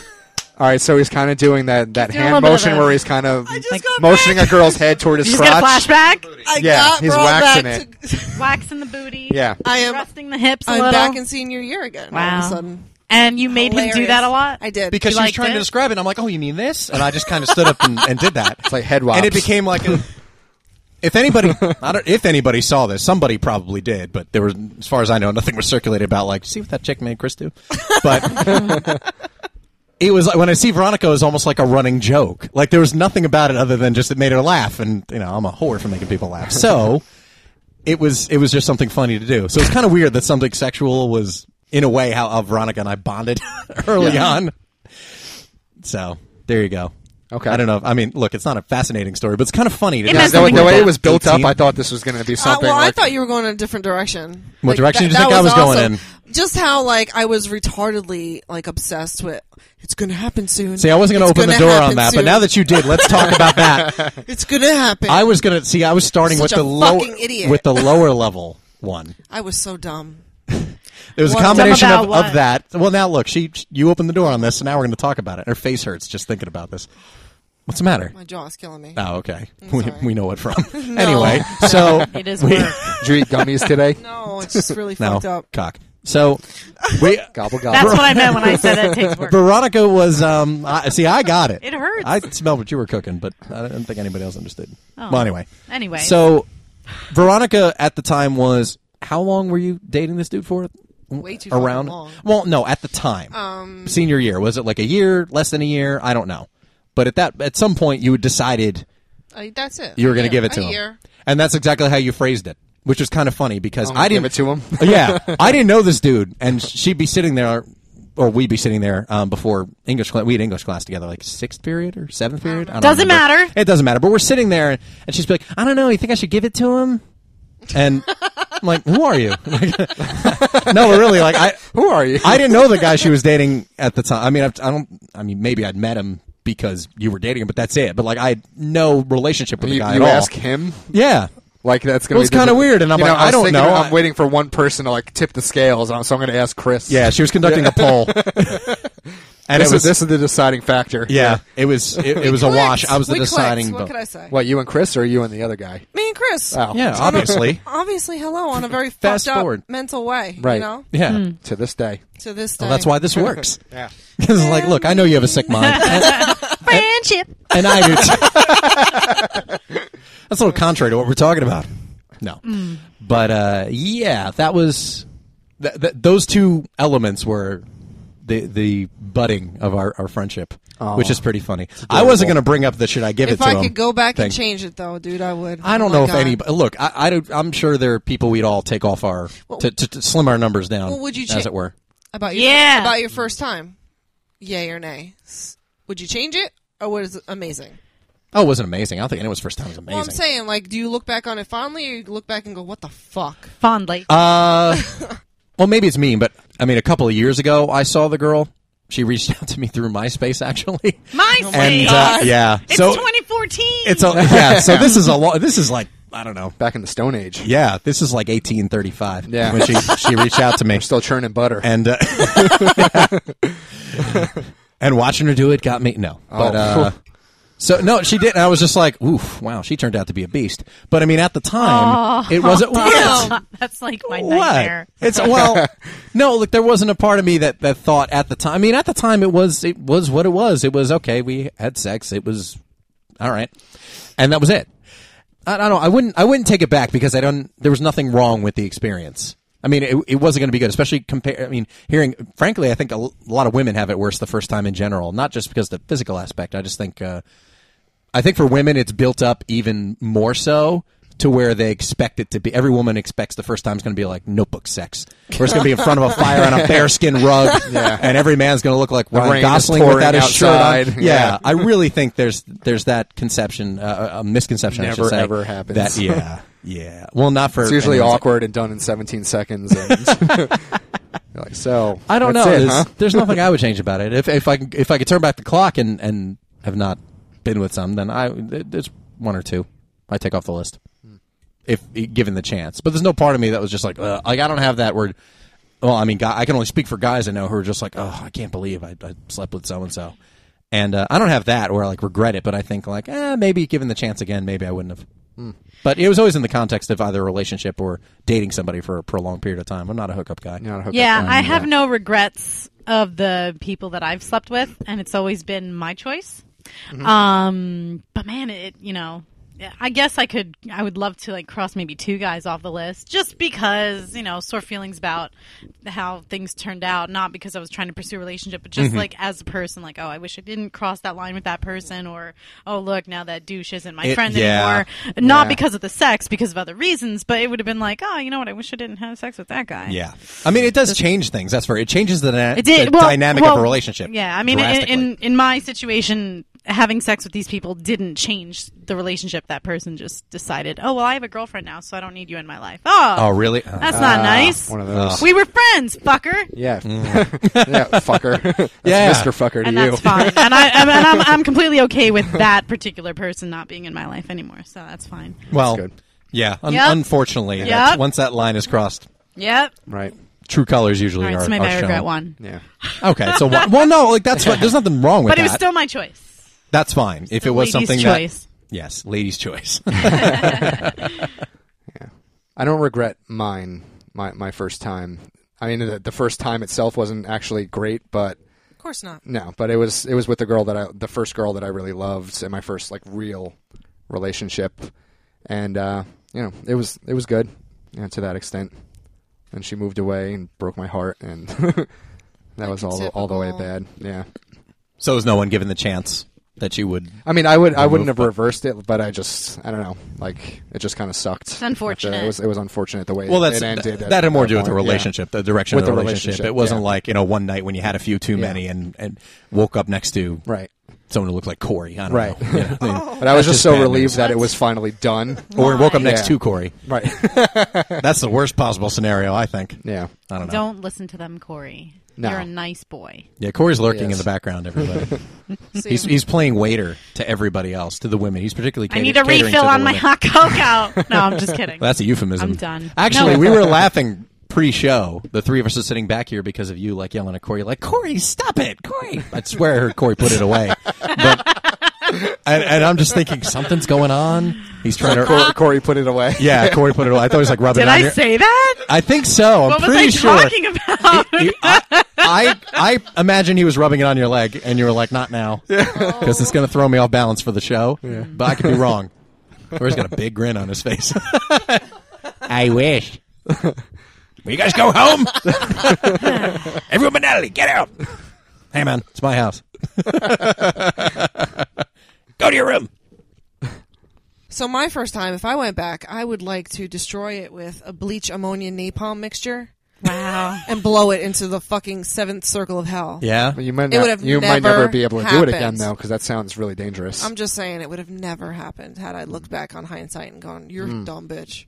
S4: All right. So he's kind of doing that that
S1: doing a
S4: hand
S1: little bit
S4: motion
S1: of a-
S4: where he's kind of
S3: just
S1: Like-
S3: got
S4: motioning
S3: back.
S4: a girl's head toward his
S1: You just
S4: crotch.
S1: got a flashback?
S3: I
S4: Yeah,
S3: got
S4: he's
S3: brought
S4: waxing
S3: back
S4: it.
S3: to-
S1: Waxing the booty.
S4: Yeah.
S3: (laughs) I am.
S1: Thrusting the hips a
S3: I'm
S1: little.
S3: back in senior year again. All of
S1: Wow.
S3: a sudden.
S1: and you made him do
S3: Hilarious.
S1: that a lot?
S3: I did.
S2: because
S1: You
S2: she was
S1: liked
S2: trying to
S1: it?
S2: describe it. and I'm like, oh, you mean this? And I just kind of stood up and, and did that.
S4: It's like head wops.
S2: and it became like a. If anybody, I don't, if anybody saw this, somebody probably did, but there was, as far as I know, nothing was circulated about like, see what that chick made Chris do, but
S4: (laughs)
S2: it was like when I see Veronica, it was almost like a running joke. Like there was nothing about it other than just it made her laugh, and you know I'm a whore for making people laugh, so it was it was just something funny to do. So it's kind of weird that something sexual was in a way how, how Veronica and I bonded (laughs) early on. So there you go.
S4: Okay.
S2: I don't know. If, I mean, look, it's not a fascinating story, but it's kind of funny. To
S1: It
S2: do.
S4: Yeah,
S1: must
S4: the, way-
S1: have
S4: the
S1: been
S4: way it
S1: about
S4: was built up,
S2: 18.
S4: I thought this was going to be
S3: Uh,
S4: something.
S3: well, I
S4: like-
S3: thought you were going in a different direction.
S2: What direction did you think I was going
S3: in? Just how like I was retardedly like obsessed with. It's gonna happen soon.
S2: See, I wasn't going to
S3: It's
S2: open the
S3: gonna
S2: door on
S3: happen
S2: that,
S3: soon.
S2: but now that you did, let's talk about that.
S3: it's gonna happen, I
S2: I was going to see. I was starting with
S3: Such a
S2: the lower
S3: fucking idiot.
S2: with the lower level one.
S3: was so dumb.
S2: It was a
S3: What?
S2: combination
S1: Dumb
S2: of,
S1: about
S2: of
S1: what?
S2: that. Well, now look, she you opened the door on this, and now we're going to talk about it. Her face hurts just thinking about this. What's the matter?
S3: My jaw's killing me.
S2: Oh, okay. We,
S3: sorry.
S2: we know it
S3: (laughs)
S2: from. (laughs) Anyway, so
S1: It is
S2: we,
S1: work.
S4: Did you eat gummies
S1: (laughs)
S4: E today?
S3: No, it's just really
S2: (laughs) no
S3: fucked up.
S2: cock. So we
S3: (laughs)
S4: Gobble gobble.
S1: That's what I meant when I said it takes work.
S2: (laughs) Veronica was um. I, see, I got it.
S1: It hurts.
S2: I smelled what you were cooking, but I didn't think anybody else understood.
S3: Oh.
S2: Well, anyway.
S1: Anyway.
S2: So Veronica at the time was how long were you dating this dude for?
S3: Way too fucking
S2: around.
S3: long.
S2: Well, no, at the time, um, senior year was it like a year, less than a year? I don't know. But at that, at some point, you had decided
S3: Uh, that's it.
S2: you were going to
S3: Yeah,
S2: give it
S3: a
S2: to him,
S3: year.
S2: and that's exactly how you phrased it, which was kind of funny because
S4: I'm gonna
S2: I didn't
S4: Oh, give it to him.
S2: (laughs)
S4: (laughs)
S2: yeah, I didn't know this dude, and she'd be sitting there, or we'd be sitting there um, before English class. We had English class together, like sixth period or seventh period. I don't
S1: Doesn't
S2: remember.
S1: matter.
S2: It doesn't matter. But we're sitting there, and she's like, "I don't know. You think I should give it to him?" And I'm like, "Who are you?" (laughs) no, but really, like I,
S4: Who are you?
S2: I didn't know the guy she was dating at the time. I mean, I, I don't. I mean, maybe I'd met him because you were dating him, but that's it. But like, I had no relationship with
S4: you
S2: the guy at
S4: you
S2: all.
S4: ask him.
S2: Yeah.
S4: Like that's gonna.
S2: Well, it's
S4: be
S2: kinda
S4: different.
S2: weird, and I'm
S4: You know,
S2: like, I
S4: was
S2: don't
S4: thinking,
S2: know.
S4: I'm
S2: I-
S4: waiting for one person to like tip the scales, and so I'm going to ask Chris.
S2: Yeah, she was conducting a
S4: (laughs)
S2: poll. And
S4: this
S2: it was
S4: is this is the deciding factor.
S2: Yeah, it was it, it was a
S3: Clicks.
S2: wash. I was the
S3: We clicked.
S2: deciding
S3: What
S2: vote.
S3: could I say?
S4: What you and Chris, or you and the other guy?
S3: Me and Chris.
S4: Oh,
S2: Yeah,
S3: (laughs)
S2: obviously.
S3: Obviously, hello on a
S2: (laughs)
S3: very
S2: Fast
S3: fucked up
S2: forward.
S3: mental way.
S4: Right.
S3: You know,
S2: Yeah,
S4: To this day.
S3: to this day.
S2: well, that's why this
S3: (laughs)
S2: works. (laughs)
S4: Yeah.
S2: Because like, look, I know you have a sick mind, and,
S1: Friendship.
S2: and I do. Too. That's a little contrary to what we're talking about. No,
S3: Mm.
S2: but uh, yeah, that was th- th- those two elements were the the budding of our, our friendship, which is pretty funny. I wasn't going to bring up the should I give it
S3: If
S2: to
S3: I
S2: him
S3: could go back
S2: thing.
S3: and change it, though, dude, I would.
S2: I don't
S3: Oh my
S2: know if
S3: God.
S2: any. Look, I, I don't- I'm sure there are people we'd all take off our to, to, to slim our numbers down,
S3: Well, would you
S2: as
S3: cha-
S2: it were.
S3: about your
S1: Yeah.
S3: about your first time, yay or nay? S- Would you change it or was it amazing?
S2: Oh, it wasn't amazing. I don't think anyone's first time was amazing.
S3: Well, I'm saying like, do you look back on it fondly or you look back and go, what the fuck?
S1: Fondly.
S2: uh, well, maybe it's mean, but I mean, a couple of years ago, I saw the girl. She reached (laughs) out to me through MySpace, actually.
S1: MySpace.
S2: and uh, yeah,
S1: It's
S2: so
S1: 2014.
S2: it's a (laughs) yeah. So this is a lot. This is like I don't know.
S4: Back in the Stone Age,
S2: Yeah, this is like eighteen thirty five.
S4: Yeah.
S2: when she she reached out to me,
S4: still churning butter.
S2: and uh, (laughs) and watching her do it got me no, but
S4: Oh.
S2: uh, so no, she didn't. I was just like, oof, wow, she turned out to be a beast. But I mean, at the time, it wasn't. What?
S1: (laughs) That's like my nightmare. (laughs)
S2: What? It's well, no. Look, there wasn't a part of me that, that thought at the time. I mean, at the time, it was it was what it was. It was okay. We had sex. It was all right, and that was it. I, I don't. know. I wouldn't. I wouldn't take it back because I don't. There was nothing wrong with the experience. I mean, it, it wasn't going to be good, especially compare. I mean, hearing frankly, I think a l- lot of women have it worse the first time in general, not just because of the physical aspect. I just think. Uh, I think for women, it's built up even more so to where they expect it to be. Every woman expects the first time is going to be like notebook sex, where it's going to be in front of a fire
S4: (laughs)
S2: on a bearskin rug, and every man's going to look like Ryan
S4: rain is
S2: Gosling without
S4: pouring
S2: his shirt
S4: outside.
S2: on. Yeah,
S4: Yeah.
S2: I really think there's there's that conception, uh, a misconception. I should
S4: Never,
S2: say,
S4: ever happens.
S2: That yeah, yeah. Well, not for
S4: It's usually
S2: anyone's-
S4: awkward and done in 17 seconds.
S2: (laughs)
S4: And (laughs) You're like, so
S2: I don't
S4: that's
S2: know.
S4: it,
S2: there's,
S4: huh?
S2: there's nothing I would change about it. If if I can- if I could turn back the clock and and have not been with some, then I there's one or two I take off the list if given the chance. But there's no part of me that was just like Ugh. like I don't have that word. Well, I mean, guy, I can only speak for guys I know who are just like, oh, I can't believe I, I slept with so and so, and uh, I don't have that where I like regret it. But I think like, eh, maybe given the chance again, maybe I wouldn't have.
S4: Hmm.
S2: But it was always in the context of either a relationship or dating somebody for a prolonged period of time. I'm not a hookup guy.
S4: You're not a hookup
S1: Yeah,
S4: guy.
S1: I have no regrets of the people that I've slept with, and it's always been my choice.
S2: Mm-hmm.
S1: Um, but man, it you know, I guess I could, I would love to like cross maybe two guys off the list just because you know sore feelings about how things turned out, not because I was trying to pursue a relationship, but just
S2: Mm-hmm.
S1: like as a person, like oh, I wish I didn't cross that line with that person, or oh look, now that douche isn't my
S2: It-
S1: friend
S2: yeah.
S1: anymore, not
S4: Yeah.
S1: because of the sex, because of other reasons, but it would have been like oh, you know what, I wish I didn't have sex with that guy.
S2: Yeah, I mean, it does change things. That's fair. It changes the, na-
S1: It did.
S2: the
S1: well,
S2: dynamic
S1: well,
S2: of a relationship.
S1: Yeah, I mean, in,
S2: drastically.
S1: in in my situation, having sex with these people didn't change the relationship. That person just decided, oh well, I have a girlfriend now, so I don't need you in my life. Oh,
S2: oh really? Oh,
S1: That's
S2: God.
S1: not
S4: Ah,
S1: nice.
S4: One of those.
S1: We were friends, fucker.
S4: yeah, (laughs) yeah,
S2: (laughs)
S4: fucker.
S2: Mm.
S4: That's
S2: Yeah.
S4: Mr. Fucker to
S1: And
S4: you.
S1: that's fine, and I and I'm, I'm completely okay
S2: (laughs)
S1: with that particular person not being in my life anymore. So that's fine.
S2: well,
S4: good.
S2: yeah. Un-
S1: Yep.
S2: Unfortunately, that's-
S1: Yep.
S2: once that line is crossed,
S1: Yep.
S4: Right.
S2: true colors usually
S1: All right,
S2: are.
S1: so maybe
S2: are
S1: I regret
S2: shown.
S1: one,
S4: Yeah.
S2: Okay,
S1: (laughs)
S2: so one, well, no, like that's what. There's nothing wrong with
S1: but
S2: that.
S1: it was still my choice.
S2: that's fine if it
S1: The
S2: was
S1: lady's
S2: something
S1: choice.
S2: that yes, ladies' choice. (laughs)
S4: I don't regret mine. My my first time. I mean, the, the first time itself wasn't actually great, but
S3: Of course not.
S4: no, but it was it was with the girl that I the first girl that I really loved in my first like real relationship, and uh, you know it was it was good you know, to that extent. And she moved away and broke my heart, and (laughs) that was all all the way
S3: typical.
S4: bad. Yeah.
S2: so is no one given the chance that you would?
S4: I mean, I would, I wouldn't
S2: move,
S4: have reversed it, but I just, I don't know, like it just kind of sucked. It's
S1: unfortunate.
S4: It was, it was unfortunate the way
S2: Well,
S4: it
S2: that's
S4: ended. at
S2: that, that had more to do with the
S4: point, yeah.
S2: relationship, the direction
S4: With
S2: of the,
S4: the
S2: relationship.
S4: relationship,
S2: It wasn't
S4: yeah.
S2: like you know one night when you had a few too many and and woke up next to
S4: Right.
S2: someone who looked like Corey. I don't
S4: Right.
S2: know. You know
S1: Oh.
S2: what I mean?
S4: (laughs) But I was
S2: That's
S4: just,
S2: just
S4: so
S2: bad
S4: relieved
S2: news.
S4: that it was
S2: (laughs)
S4: finally done.
S2: Or woke up next
S4: Yeah.
S2: to
S4: (laughs)
S2: Corey.
S4: right.
S2: That's the worst possible scenario, I think.
S4: yeah.
S2: I don't know.
S1: Don't listen to them, Corey.
S4: No.
S1: You're a nice boy.
S2: Yeah, Corey's lurking in
S4: Yes.
S2: the
S1: (laughs)
S2: background. Everybody,
S3: See,
S2: he's he's playing waiter to everybody else, to the women. He's particularly.
S1: I
S2: Cater-
S1: need a
S2: catering to
S1: refill
S2: the
S1: on my
S2: women.
S1: hot cocoa. No, I'm just
S2: (laughs)
S1: kidding.
S2: Well, that's a euphemism.
S1: I'm done.
S2: Actually,
S1: No. (laughs)
S2: we were laughing pre-show. The three of us are sitting back here because of you, like yelling at Corey, like Corey, stop it, Corey. I swear I heard Corey put it away, but
S1: (laughs)
S2: and, and I'm just thinking something's going on. He's trying to.
S1: Ah.
S4: Cor- Corey put it away.
S2: yeah, Corey put it away. I thought he was like rubbing.
S1: Did
S2: it on
S1: I
S2: your-
S1: say that?
S2: I think so. I'm
S1: What was
S2: pretty
S1: I
S2: sure.
S1: talking (laughs) about?
S2: You- I, I I imagine he was rubbing it on your leg, and you were like, "Not now," because it's going to throw me off balance for the show. But I could be wrong. Corey's got a big grin on his face. (laughs) I wish. Will you guys go home? (laughs) Everyone but Natalie, get out! Hey man, it's my house. go to your room.
S3: So my first time, if I went back, I would like to destroy it with a bleach ammonia napalm mixture
S1: wow.
S3: and blow it into the fucking seventh circle of hell.
S2: Yeah.
S4: But (laughs) You might
S3: It
S4: not,
S3: would have
S4: you might
S3: never
S4: never be able to do it again
S3: happened.
S4: though, because that sounds really dangerous.
S2: Mm.
S3: I'm just saying it would have never happened had I looked back on hindsight and gone, "You're a dumb bitch."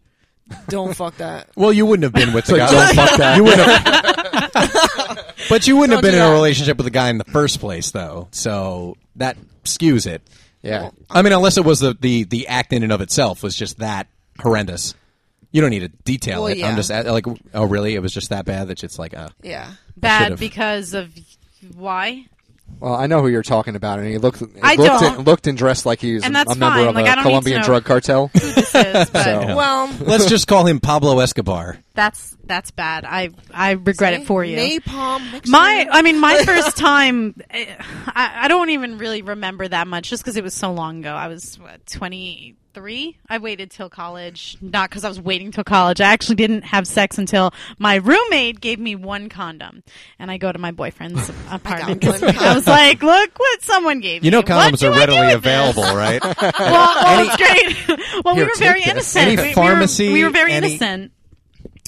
S3: Don't (laughs) fuck that.
S2: Well, you wouldn't have been with the guy.
S4: (laughs) don't fuck that.
S2: You wouldn't (laughs) have- but you wouldn't have
S3: Don't
S2: been
S3: do
S2: in a
S3: that.
S2: relationship with the guy in the first place, though. So that skews it.
S4: Yeah.
S2: I mean, unless it was the the the act in and of itself was just that horrendous. You don't need to detail
S3: Well,
S2: it. I'm
S3: yeah.
S2: just at- like, oh, really? It was just that bad that it's like, uh,
S3: Yeah.
S2: should've.
S1: Bad because of why?
S4: Well, I know who you're talking about, and he looked he
S1: I
S4: looked
S1: don't.
S4: And, looked and dressed like he's
S1: And
S4: a
S1: that's
S4: member
S1: fine.
S4: of
S1: Like, I
S4: a
S1: don't need to
S4: Colombian
S1: know. (laughs)
S4: drug cartel.
S1: Who this
S2: (laughs)
S1: is, but
S4: So-
S3: Well,
S2: let's just call him Pablo Escobar.
S1: that's that's bad. I I regret it for you.
S3: Napalm. mixture.
S1: My, uh, I mean, my first time, eh, I, I don't even really remember that much just because it was so long ago. I was what, 23. I waited till college, not because I was waiting till college. I actually didn't have sex until my roommate gave me one condom. And I go to my
S4: (laughs)
S1: boyfriend's apartment. 'cause
S3: one
S1: I was like, look what someone gave me.
S2: You know,
S1: What
S2: condoms
S1: do
S2: are
S1: I do
S2: readily
S1: with this?"
S2: available, right?
S1: well, well it's great. (laughs) well,
S4: Here,
S1: we were
S4: take
S1: very
S4: this.
S1: innocent.
S2: Any
S1: we, we were-
S2: pharmacy,
S1: we were, very
S2: any-
S1: innocent.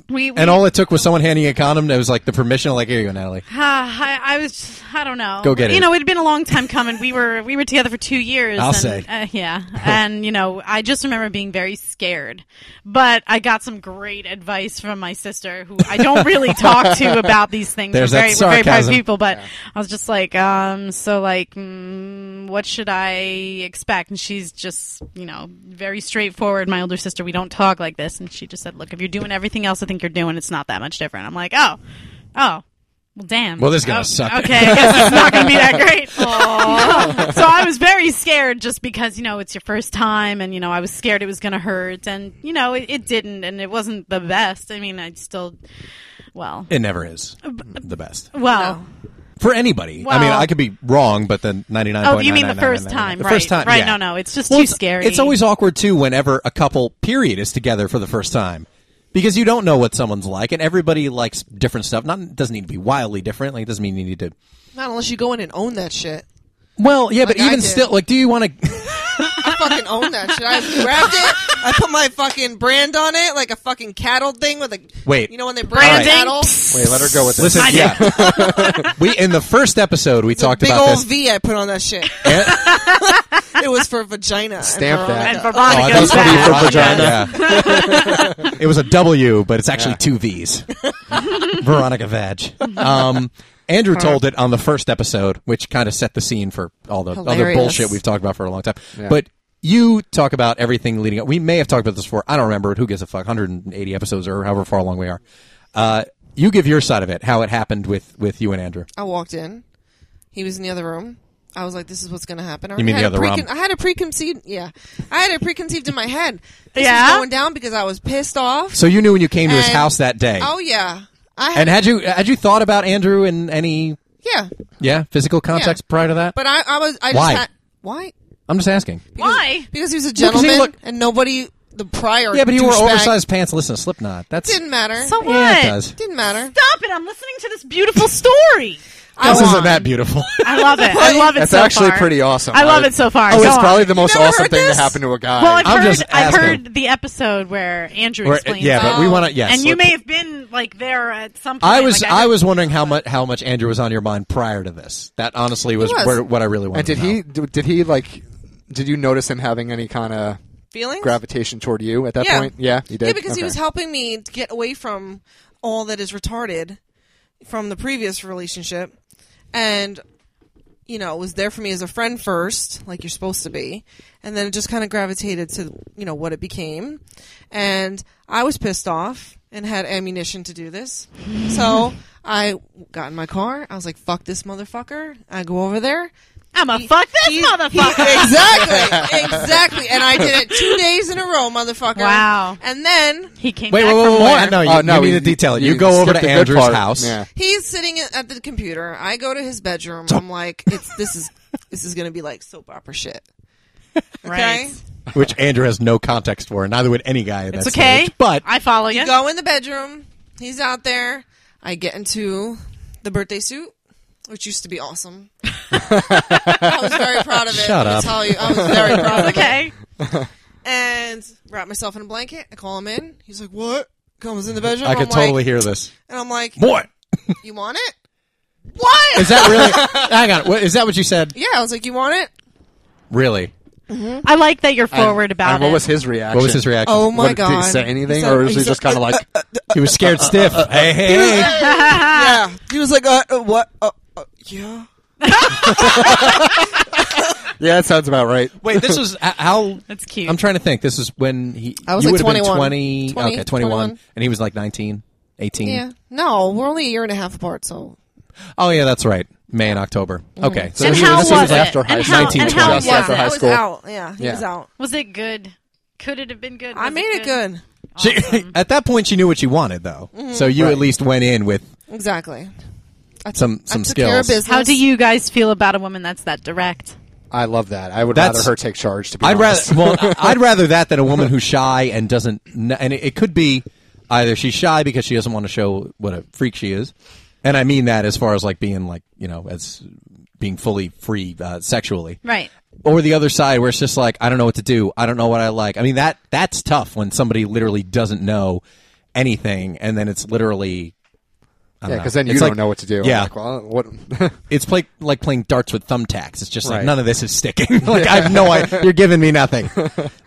S1: We, we
S2: and all it took was someone handing a condom that was like the permission, like, here you go, Natalie.
S1: Ah, (sighs) I, I was. I don't know.
S2: Go get it.
S1: You know, it had been a long time coming. We were we were together for two years.
S2: I'll
S1: and,
S2: say.
S1: uh,
S2: (laughs)
S1: yeah. And you know, I just remember being very scared, but I got some great advice from my sister, who I don't
S2: (laughs)
S1: really talk to about these things.
S2: There's
S1: we're
S2: that
S1: very, we're very private
S2: sarcasm.
S1: people, but I was just like, um, so like, mm, what should I expect? And she's just, you know, very straightforward. My older sister, we don't talk like this, and she just said, look, if you're doing everything else, I think you're doing, it's not that much different. I'm like, oh, oh. Well, damn.
S2: Well, this is gonna
S1: Oh,
S2: suck.
S1: Okay, I guess it's not gonna be
S2: (laughs)
S1: that great. Aw. (laughs) so I was very scared just because you know it's your first time, and you know I was scared it was gonna hurt, and you know it, it didn't, and it wasn't the best. I mean, I still, well,
S2: It never is the best
S1: well, oh,
S2: for anybody. I
S1: Well-
S2: mean, I could be wrong, but then ninety nine.
S1: Oh, you mean the first time,
S2: The
S1: right?
S2: first time,
S1: right? No,
S2: yeah.
S1: no, it's just
S2: Well,
S1: too
S2: it's-
S1: scary.
S2: It's always awkward too whenever a couple period is together for the first time because you don't know what someone's like, and everybody likes different stuff. Not it doesn't need to be wildly different. Like it doesn't mean you need to.
S3: Not unless you go in and own that shit.
S2: Well, yeah, but
S3: Like I
S2: even
S3: do.
S2: still, like, do you want to?
S3: I fucking own that shit. I grabbed it. I put my fucking brand on it, like a fucking cattle thing with a
S2: Wait.
S3: You know when they brand
S1: branding.
S3: cattle?
S4: Wait, let her go with
S2: (laughs)
S4: this.
S2: Listen,
S1: I do.
S2: yeah. we in the first episode we talked
S3: big
S2: about
S3: old
S2: this.
S3: V I put on that shit.
S2: And-
S3: It was for vagina. and
S4: Stamp
S3: for
S4: that.
S1: and
S3: Veronica.
S1: Veronica
S2: Oh,
S1: goes
S2: that's pretty
S1: back.
S4: for
S2: Veronica.
S4: vagina.
S2: Yeah. (laughs) it was a W, but it's actually
S4: Yeah.
S2: two V's. (laughs) Veronica Vag. Um, Andrew told it on the first episode, which kind of set the scene for all the other
S3: Hilarious.
S2: bullshit we've talked about for a long time.
S4: Yeah.
S2: But you talk about everything leading up. We may have talked about this before. I don't remember. Who gives a fuck? 180 episodes or however far along we are. Uh, you give your side of it, how it happened with, with you and Andrew.
S3: I walked in. He was in the other room. I was like, "This is what's going to happen." I
S2: You mean
S3: had
S2: the
S3: a
S2: other
S3: precon-
S2: room.
S3: I had a preconceived. Yeah, I had a preconceived in my head. This is
S1: Yeah?
S3: going down because I was pissed off.
S2: So you knew when you came to his
S3: And-
S2: house that day.
S3: Oh yeah, I had,
S2: and had you had you thought about Andrew in any
S3: yeah,
S2: yeah physical context prior to that?
S3: but I, I was I
S2: Why?
S3: just had why
S2: I'm just asking.
S1: Why?
S3: because he was a
S2: 'cause he
S3: gentleman
S2: looked-
S3: and nobody the prior
S2: Yeah, but he wore
S3: douchebag-
S2: oversized pants. Listen, to Slipknot. That's
S3: didn't matter
S1: So what?
S2: yeah, it does.
S3: didn't matter
S1: Stop it! I'm listening to this beautiful story.
S3: Go
S2: this isn't
S3: on.
S2: that beautiful. (laughs)
S1: I love it. I love it.
S4: That's
S1: so
S4: actually
S1: far.
S4: pretty awesome.
S1: I love
S4: I-
S1: it so far.
S2: Oh,
S1: Go
S2: it's
S1: on.
S4: probably the most
S3: never
S4: awesome
S3: heard
S4: thing
S3: this?
S4: to happen to a guy.
S1: Well, I've
S2: I'm
S1: heard,
S2: just
S1: I've
S2: asking.
S1: heard the episode where Andrew
S2: Or- uh,
S1: explains.
S2: yeah, but we
S3: Oh.
S2: want to. Yes,
S1: and you
S2: let's-
S1: may have been like there at some. Point.
S2: I was.
S1: Like,
S2: I
S1: heard-
S2: was wondering how much how much Andrew was on your mind prior to this. That honestly was,
S3: was.
S2: where, what I really wanted.
S4: and did
S2: to know.
S4: he d- did he like did you notice him having any kind of
S3: feelings
S4: gravitation toward you at that
S3: Yeah.
S4: point? Yeah, you did.
S3: yeah because
S4: Okay.
S3: he was helping me to get away from all that is retarded from the previous relationship and you know was there for me as a friend first like you're supposed to be and then it just kind of gravitated to you know what it became and i was pissed off and had ammunition to do this so i got in my car i was like fuck this motherfucker i go over there
S1: I'm a fuck this
S3: he-
S1: motherfucker.
S3: exactly exactly and i did it two days in a row motherfucker
S1: Wow.
S3: and then
S1: He came
S2: Wait,
S1: back
S2: wait,
S1: for
S2: wait,
S1: more.
S2: wait. Uh, No, you,
S4: Oh,
S2: you need
S4: you-
S2: to detail it. You,
S4: you
S2: go over
S4: skipped
S2: to
S4: the good
S2: Andrew's
S4: part.
S2: house. (laughs)
S4: Yeah.
S3: He's sitting at the computer. I go to his bedroom. I'm like, it's this is (laughs) this is gonna be like soap opera shit. Okay.
S1: Right.
S2: which Andrew has no context for, and neither would any guy. At that
S1: It's okay,
S2: stage. but
S1: I follow
S2: (laughs)
S1: you.
S3: Go in the bedroom. He's out there. I get into the birthday suit, which used to be awesome. I was very proud of it.
S2: Shut
S3: let me
S2: up.
S3: tell you, I was very proud of it.
S1: okay.
S3: And wrap myself in a blanket. I call him in. He's like, "What?" Comes in the bedroom.
S2: I
S3: I'm
S2: could
S3: like-
S2: totally hear this.
S3: And I'm like,
S2: What
S3: "You want it? What?"
S2: is that really? hang on. What, is that what you said?
S3: yeah, I was like, "You want it?"
S2: Really?
S1: I like that you're forward about
S4: and what
S1: it.
S4: was his reaction?
S2: What was his reaction?
S3: Oh my
S4: What-
S3: god!
S4: Did he say anything,
S3: said-
S4: or was he
S3: said,
S4: just kind of
S3: uh,
S1: (laughs)
S4: like,
S2: He was scared stiff. Hey, hey, hey.
S3: yeah? (laughs) He was like, uh, uh, what? Uh, uh, yeah.
S4: "Yeah, that sounds about right."
S2: Wait, this was h- how?
S1: That's cute.
S2: I'm trying to think. This was when he.
S3: I was
S2: you
S3: like
S2: would have
S3: 21.
S2: Been 20,
S3: 20,
S2: okay, 21,
S3: 21.
S2: and he was like 19, 18.
S3: Yeah. No, we're only a year and a half apart, so
S2: Oh yeah, that's right. May and October.
S3: Mm-hmm.
S2: Okay, so
S1: And
S2: this
S1: how
S2: this
S1: was,
S4: was
S1: it?
S4: after high
S1: and
S4: school.
S1: how,
S2: 19,
S1: and how
S2: 20.
S1: was
S4: Just after
S1: it?
S4: high
S3: I was
S4: school.
S3: out. Yeah, he
S4: Yeah.
S3: was out.
S1: Was it good? Could it have been good?
S3: I
S1: Was
S3: made it good.
S2: (laughs) She, at that point, she knew what she wanted, though. So you at least went in with
S3: Exactly. Mm-hmm. I t-
S2: some some
S3: I took
S2: skills.
S3: Care of business.
S1: How do you guys feel about a woman that's that direct?
S4: I love that. I would
S2: That's-
S4: rather her take charge. To be
S2: I'd
S3: (laughs)
S4: honest.
S2: rather well, I'd rather that than a woman who's shy and doesn't. kn- And it, it could be either she's shy because she doesn't want to show what a freak she is, and I mean that as far as like being like you know as being fully free uh, sexually,
S1: Right.
S2: Or the other side where it's just like I don't know what to do. I don't know what I like. I mean that that's tough when somebody literally doesn't know anything, and then it's literally. I don't
S4: yeah, because then you
S2: It's
S4: don't
S2: like-
S4: know what to do. I'm
S2: Yeah,
S4: like, well,
S1: (laughs)
S4: what?
S2: it's like like playing darts with thumbtacks. It's just like
S4: Right.
S2: none of this is sticking. (laughs) like I have no idea. You're giving me
S4: (laughs)
S2: nothing.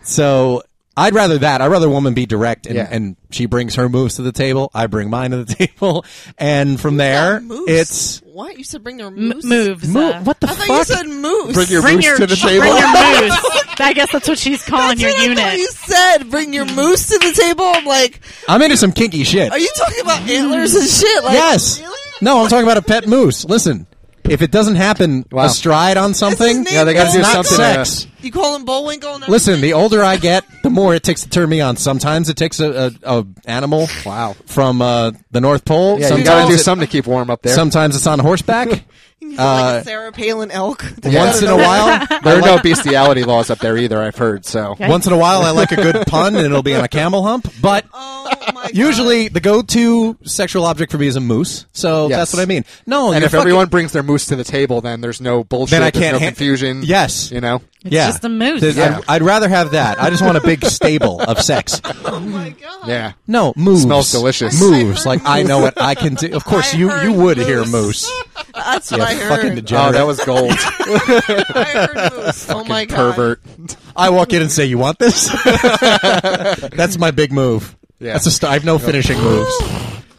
S2: So I'd rather that. I'd rather a woman be direct and,
S4: Yeah.
S2: and she brings her moves to the table. I bring mine to the (laughs) table, and from there
S3: Moose?
S2: it's
S3: what you said? Bring their
S1: M-
S3: moose.
S1: moves.
S2: Mo-
S1: uh,
S2: what the
S3: I thought
S2: fuck?
S3: you said moose.
S4: Bring your
S1: Bring
S4: moves
S1: your,
S4: to the
S1: bring
S2: (laughs)
S4: table.
S1: your
S4: (laughs)
S1: moves. I guess that's what she's calling
S3: That's
S1: your
S3: what I thought
S1: unit.
S3: You said bring your moose to the table. I'm like,
S2: I'm into some kinky shit.
S3: are you talking about antlers and shit? Like,
S2: yes.
S3: Really?
S2: No, I'm talking about a pet moose. Listen, if it doesn't happen
S4: Wow.
S2: astride on something,
S3: name. Yeah, they
S1: (laughs)
S3: gotta
S2: it's
S3: do
S2: not
S4: something to-
S2: sex.
S3: You call him Bullwinkle? And
S2: Listen, the older I get, the more it takes to turn me on. Sometimes it takes a, a, a animal
S4: Wow.
S2: from uh, the North Pole.
S4: yeah, you got to
S2: sometimes,
S4: do
S2: it-
S4: something to keep warm up there.
S2: sometimes it's on horseback.
S3: You sound like
S2: uh,
S3: a Sarah Palin elk.
S2: once in a (laughs) while,
S4: there are no bestiality laws up there either. I've heard so.
S2: once in a while, I like a good pun, and it'll be on a camel hump. But
S3: Oh my god.
S2: usually, the go-to sexual object for me is a moose. So
S4: Yes.
S2: that's what I mean. No,
S4: And
S2: you're
S4: if
S2: fucking-
S4: everyone brings their moose to the table, then there's no bullshit.
S2: Then I
S4: there's
S2: can't
S4: no
S2: ha-
S4: confusion.
S2: Yes.
S4: you know.
S1: It's just a moose.
S2: There's-
S4: Yeah.
S2: I'd, I'd rather have that. I just want a big stable of sex.
S3: Oh my god.
S4: Yeah,
S2: No, moves.
S4: Smells delicious.
S2: Moves.
S3: I heard
S2: like I know what I can do. Of course,
S3: I
S2: you you
S3: heard
S2: would hear
S3: moose.
S2: moose.
S3: That's what I
S2: Yeah,
S3: heard.
S2: fucking
S4: oh,
S2: degenerate.
S4: that was
S3: (laughs)
S4: gold.
S3: I heard moose. oh my god.
S4: Pervert.
S2: I walk in and say, "You want this?"
S4: (laughs)
S2: That's my big move.
S4: Yeah.
S2: That's a st- I have no finishing moves.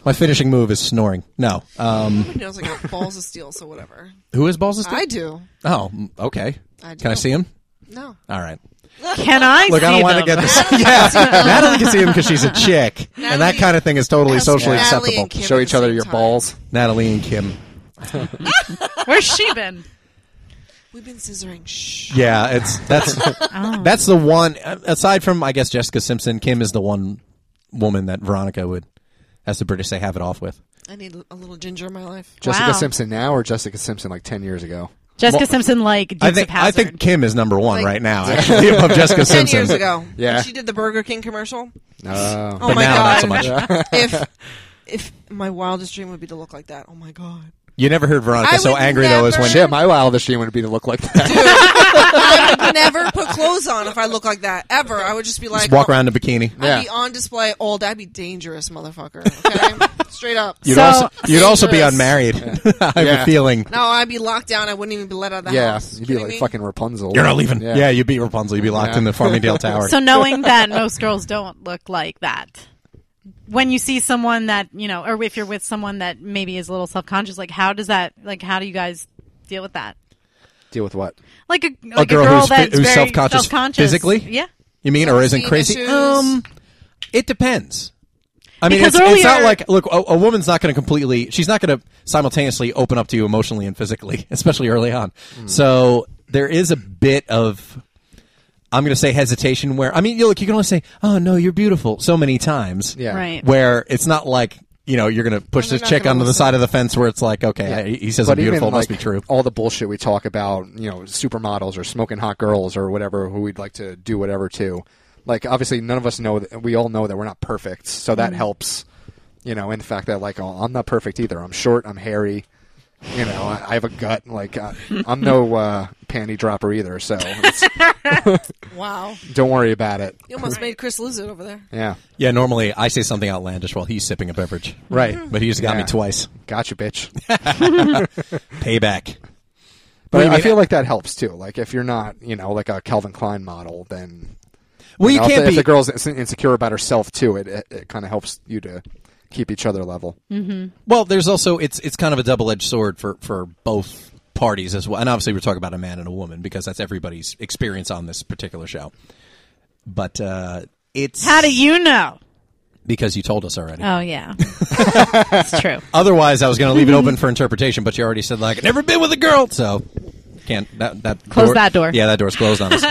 S2: My finishing move is snoring. No. Um,
S3: Nobody knows I got balls of steel, so whatever.
S2: who is balls?
S3: I do.
S2: Oh, mm, okay.
S3: I do.
S2: Can I see him?
S3: No.
S2: All right.
S1: Can I
S2: Look,
S1: see
S2: I don't want to
S1: them?
S2: get this. (laughs) yeah, Natalie can see him because she's a chick, and that
S3: Natalie-
S2: kind of thing is totally
S3: Ask
S2: socially
S3: Natalie and
S2: acceptable.
S3: Kim
S4: Show
S3: at
S4: each
S3: the
S4: other
S3: same
S4: your
S3: time.
S4: balls.
S2: Natalie and Kim.
S1: Where's she been?
S3: We've been scissoring. Shh.
S2: Yeah, it's
S3: (laughs)
S2: that's
S3: Oh.
S2: that's the one. Aside from I guess Jessica Simpson, Kim is the one woman that Veronica would, as the British say, have it off with.
S3: I need a little ginger in my life.
S4: Jessica
S1: Wow.
S4: Simpson now, or Jessica Simpson like ten years ago?
S1: Jessica Simpson, like Dukes
S2: I
S1: of
S2: think I
S1: Hazzard.
S2: think Kim is number one
S3: Like-
S2: right now, actually
S3: (laughs)
S2: above Jessica
S3: Ten
S2: Simpson.
S3: years ago.
S4: Yeah.
S3: When She did the Burger King commercial.
S4: No.
S3: Oh my
S2: now,
S3: god.
S2: not so
S3: (laughs) if if my wildest dream would be to look like that. Oh my god.
S2: You never heard Veronica
S3: I
S2: so
S3: would
S2: angry though as when
S4: Shit, my wildest dream would be to look like that.
S3: (laughs) I would never put clothes on if I look like that ever. I would just be like
S2: just walk
S3: oh,
S2: around in a bikini.
S3: I'd
S4: Yeah.
S3: be on display all day. I'd be dangerous, motherfucker. Okay, straight up.
S2: You'd
S1: So-
S2: also you'd also be
S3: Dangerous.
S2: unmarried. (laughs) I have a
S4: Yeah.
S2: feeling
S3: No, I'd be locked down. I wouldn't even be let out of the
S4: yeah,
S3: house.
S4: you'd be
S3: Kidding
S4: like
S3: me?
S4: fucking Rapunzel.
S2: you're not leaving. Yeah,
S4: Yeah.
S2: you'd be Rapunzel. You'd be locked
S4: Yeah.
S2: in the Farmingdale
S3: (laughs)
S2: Tower.
S1: So
S2: (laughs)
S1: knowing that most girls don't look like that, when you see someone that you know, or if you're with someone that maybe is a little self conscious, like how does that, like how do you guys deal with that?
S4: Deal with what?
S1: Like a like
S2: girl who's fi-
S1: that's
S2: who's
S1: very
S2: self-conscious
S1: self-conscious.
S2: physically?
S1: yeah.
S2: you mean or isn't
S3: Seen
S2: crazy?
S3: issues.
S2: Um, it depends. I mean,
S1: Because
S2: it's, it's not
S1: earlier-
S2: like look, a, a woman's not going to completely. She's not going to simultaneously open up to you emotionally and physically, (laughs) especially early on.
S4: Hmm.
S2: So there is a bit of I'm going to say hesitation. Where I mean, you look, you can only say, "Oh no, you're beautiful," so many times.
S4: Yeah.
S1: Right.
S2: where it's not like you know you're going to push
S3: they're
S2: this
S3: not
S2: chick
S3: gonna
S2: onto the
S3: listen.
S2: side of the fence where it's like okay I- he says
S4: But
S2: i'm beautiful
S4: even,
S2: it must be
S4: like,
S2: true
S4: All the bullshit we talk about, you know, supermodels or smoking hot girls or whatever, who we'd like to do whatever to. Like, obviously, none of us know. That, we all know that we're not perfect, so that helps. You know, in the fact that like, oh, I'm not perfect either. I'm short. I'm hairy. You know, I, I have a gut. Like, I, I'm no uh, panty dropper either. So it's-
S3: wow.
S4: don't worry about it.
S3: You almost made Chris lose it over there.
S4: Yeah,
S2: yeah normally i say something outlandish while he's sipping a beverage
S4: right.
S2: but he's got
S4: Yeah.
S2: me twice
S4: Gotcha, bitch.
S2: payback What
S4: But
S2: do you
S4: I, I
S2: mean?
S4: feel like that helps too. Like if you're not, you know, like a Calvin Klein model, then
S2: Well, you
S4: know, if
S2: can't
S4: the- if,
S2: be.
S4: the girl's inse- insecure about herself too. It it, it kind of helps you to keep each other level.
S1: Mm.
S2: Well, there's also it's it's kind of a double edged sword for for both parties as well. And obviously, we're talking about a man and a woman because that's everybody's experience on this particular show. But uh, it's
S1: How do you know?
S2: because you told us already.
S1: Oh
S2: (laughs)
S1: yeah, it's true.
S2: Otherwise, I was going to leave it
S1: (laughs)
S2: open for interpretation. But you already said like never been with a girl, so can't that that
S1: Close that door.
S2: Yeah, that door's closed
S1: (laughs)
S2: on us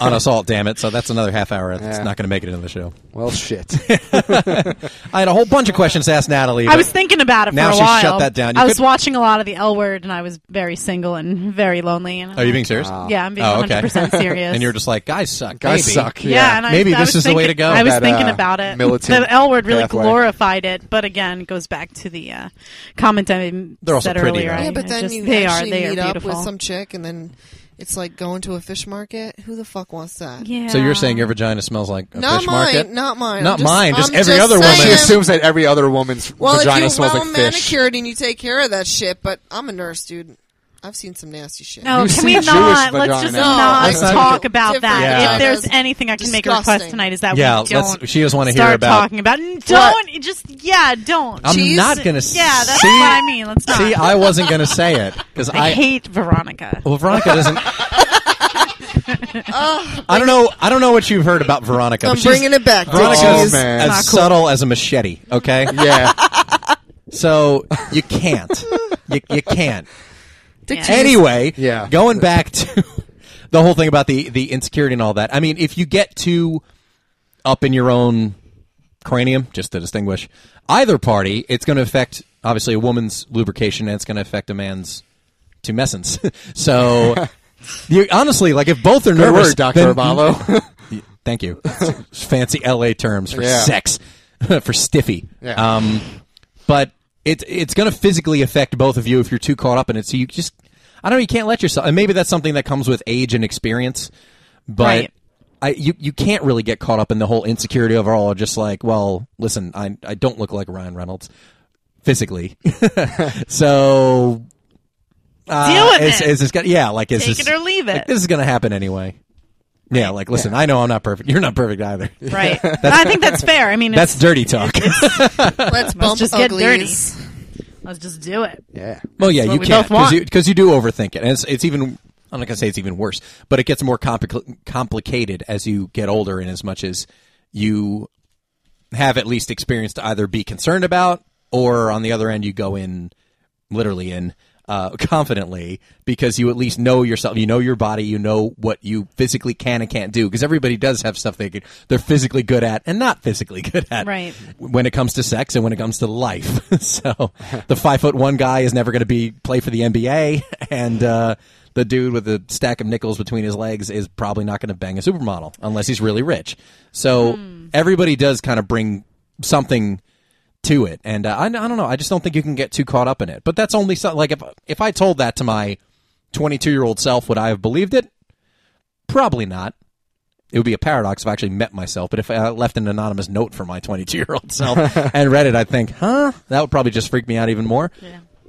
S2: on us all. Damn it! So that's another half hour. It's
S4: Yeah.
S2: not going to make it into the show.
S1: (laughs)
S4: Well, shit.
S2: I had a whole bunch of questions to ask Natalie.
S1: I
S2: but-
S1: was thinking about it
S2: Now
S1: for a
S2: she's
S1: while.
S2: shut that down. You
S1: I was
S2: could-
S1: watching a lot of the L Word, and I was very single and very lonely. And
S2: Are you being serious?
S1: Yeah, I'm being
S2: Oh,
S1: 100
S2: okay. (laughs)
S1: percent serious.
S2: and you're just like guys suck.
S4: Guys
S2: maybe.
S4: suck.
S1: yeah, and I,
S2: Maybe
S1: I
S2: this
S1: was
S2: is the way
S1: thinking-
S2: to go.
S1: I was
S4: That,
S1: thinking
S4: uh,
S1: about it.
S4: militant
S1: The L word really
S4: pathway.
S1: glorified it, but again, it goes back to the uh, comment I
S2: They're also
S1: said
S2: pretty,
S1: earlier.
S2: though.
S1: I
S2: Yeah,
S3: Yeah, but
S1: mean,
S3: then
S1: just-
S3: you
S1: they are
S3: actually
S1: they are
S3: meet up
S1: beautiful.
S3: with some chick, and then it's like going to a fish market. Who the fuck wants that?
S1: yeah.
S2: So you're saying your vagina smells like a
S3: Not
S2: fish
S3: mine,
S2: market?
S3: not mine.
S2: Not
S3: I'm just-
S2: mine, just
S3: I'm
S2: every other woman.
S4: she
S3: saying.
S4: assumes that every other woman's
S3: Well,
S4: vagina
S3: if you're
S4: smells
S3: well
S4: like fish.
S3: manicured and you take care of that shit, but I'm a nurse, dude. I've seen some nasty shit.
S2: (laughs)
S1: No,
S4: You
S1: can
S4: see
S1: we
S4: Jewish
S1: not? Let's
S4: vagina.
S1: just
S4: No,
S1: not
S3: let's not
S1: talk
S3: do-
S1: about
S3: different
S1: that.
S2: Yeah.
S1: If there's
S3: vaginas.
S1: anything I can make a request
S3: Disgusting.
S1: tonight is that
S2: Yeah,
S1: we don't.
S2: let's- she doesn't wanna hear
S1: start
S2: about-
S1: talking about. Don't just yeah, don't.
S2: I'm
S3: Cheese?
S2: not going to
S1: yeah, that's
S2: see,
S1: what I mean. Let's not.
S2: See, I wasn't going to
S1: (laughs)
S2: say it because
S1: I,
S2: I,
S1: hate Veronica.
S2: well,
S1: (laughs)
S2: Veronica doesn't. I don't know. I don't know what you've heard about Veronica.
S3: I'm
S2: but she's-
S3: bringing it back. to
S2: Veronica's
S3: cheese.
S4: Oh, man.
S2: as
S1: Not cool.
S2: subtle as a machete. Okay,
S1: (laughs)
S4: yeah.
S2: so you can't. You, you can't.
S1: Yeah.
S2: Anyway,
S4: Yeah.
S2: Going back to (laughs) the whole thing about the the insecurity and all that. I mean, if you get too up in your own cranium, just to distinguish either party, it's going to affect obviously a woman's lubrication and it's going to affect a man's tumescence. (laughs) so.
S4: (laughs)
S2: You, honestly, like if both are
S4: Good
S2: nervous,
S4: word, Doctor
S2: then- (laughs)
S4: Abalo.
S2: Thank you. It's Fancy LA terms for
S4: Yeah.
S2: sex, (laughs) for stiffy.
S4: Yeah.
S2: Um, but it, it's going to physically affect both of you if you're too caught up in it. So you just, I don't know, you can't let yourself. And maybe that's something that comes with age and experience. But
S1: Right.
S2: I, you, you can't really get caught up in the whole insecurity overall. Just like, well, listen, I, I don't look like Ryan Reynolds physically. (laughs) so. Uh,
S1: Deal with
S2: is,
S1: it.
S2: is this gonna, yeah, like is
S1: Take
S2: this,
S1: it or leave
S2: like,
S1: it.
S2: this is going to happen anyway. Yeah, like listen, I know I'm not perfect. You're not perfect either. (laughs)
S1: Right. I think that's fair. I mean,
S2: That's
S1: it's,
S2: dirty talk.
S1: (laughs)
S3: Let's bump
S1: just get
S3: uglies.
S1: let's just do it.
S4: (laughs) yeah.
S2: well, yeah,
S1: what
S2: you
S1: we
S2: can't
S1: both want.
S2: you, 'cause you do overthink it, and it's, it's even. I'm not gonna say it's even worse, but it gets more compli complicated as you get older, and as much as you have at least experience to either be concerned about, or on the other end, you go in literally in uh, (laughs) confidently because you at least know yourself. You know your body. You know what you physically can and can't do because everybody does have stuff they could, they're physically good at and not physically (laughs) good at.
S1: Right.
S2: When it comes to sex and when it comes to life. (laughs) so the five foot one guy is never going to be play for the NBA (laughs) and. Uh, the dude with the stack of nickels between his legs is probably not going to bang a supermodel unless he's really rich. So everybody does kind of bring something to it. And uh, I, I don't know. I just don't think you can get too caught up in it. But that's only so, like if if I told that to my 22 year old self, would I have believed it? Probably not. It would be a paradox if I actually met myself. But if I left an anonymous note for my 22 year old (laughs) self and read it, I'd think, huh? That would probably just freak me out even more.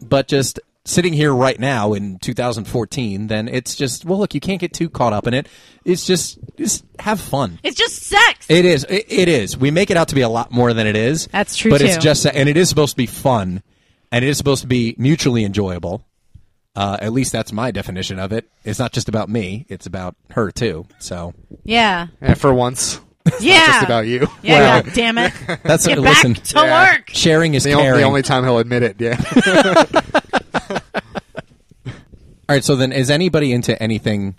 S2: But just sitting here right now in 2014, then it's just, well, look, you can't get too caught up in it. It's just, just have fun.
S1: It's just sex.
S2: It is. It, it is. We make it out to be a lot more than it is.
S1: That's true,
S2: But it's
S1: too.
S2: just, and it is supposed to be fun, and it is supposed to be mutually enjoyable. Uh, at least that's my definition of it. It's not just about me; it's about her too. So
S1: yeah.
S4: yeah. For once,
S1: yeah.
S4: just about you.
S1: Yeah.
S2: Well-
S1: God damn
S4: (laughs)
S1: it.
S2: that's
S1: Get back
S2: listen.
S1: to
S4: Yeah.
S1: work.
S2: sharing is
S4: The,
S2: caring.
S4: on- the only time he'll admit it.
S1: (laughs)
S4: Yeah.
S2: All right. So then, is anybody into anything,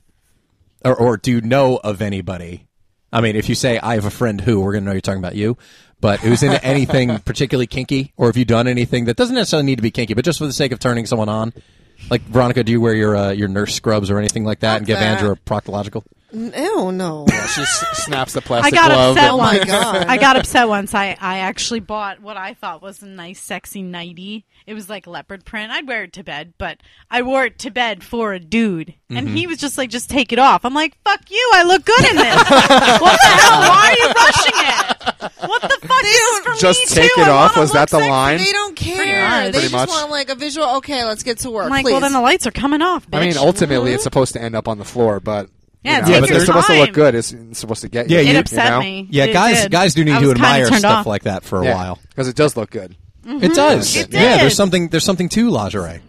S2: or, or do you know of anybody? I mean, if you say I have a friend who, we're going to know you're talking about you. But who's into (laughs) anything particularly kinky, or have you done anything that doesn't necessarily need to be kinky, but just for the sake of turning someone on? Like Veronica, do you wear your uh, your nurse scrubs or anything like that, and
S1: Uh,
S2: give
S3: that.
S2: Andrew a proctological?
S3: Ew, no.
S4: she s- snaps the
S1: I
S4: plastic
S1: got
S4: glove.
S1: upset Oh
S4: and-
S3: Oh
S4: (laughs)
S3: my
S1: once.
S3: God.
S1: I got upset once. I, I actually bought what I thought was a nice, sexy nightie. It was like leopard print. I'd wear it to bed, but I wore it to bed for a dude. And
S4: Mm-hmm.
S1: he was just like, just take it off. I'm like, fuck you. I look good in
S4: (laughs)
S1: this. what the hell? Why are you rushing it? What the fuck? This is for
S4: Just
S1: me
S4: take
S1: too.
S4: it
S1: I
S4: off.
S1: wanna
S4: Was that
S1: look
S4: the
S1: sexy.
S4: line?
S3: They don't care. They
S1: Pretty
S3: just
S4: much.
S3: want like a visual. Okay, let's get to work.
S1: I'm like,
S3: please.
S1: well, then the lights are coming off. Bitch. Mm-hmm.
S4: I mean, ultimately,
S1: (laughs)
S4: it's supposed to end up on the floor, but
S1: Yeah, it
S4: you know,
S1: takes
S4: but
S1: your
S4: they're supposed to
S1: time.
S4: look good. It's, it's supposed to get you.
S2: Yeah,
S1: it
S2: you
S1: upset
S4: know?
S1: me.
S2: Yeah,
S1: It
S2: guys,
S1: did.
S2: guys do need
S1: I
S2: to
S1: was kinda
S2: admire
S1: turned
S2: stuff
S1: off.
S2: like that for a while.
S4: because it does look good.
S2: It does.
S1: It
S2: Yeah,
S1: did.
S2: there's something there's something to lingerie.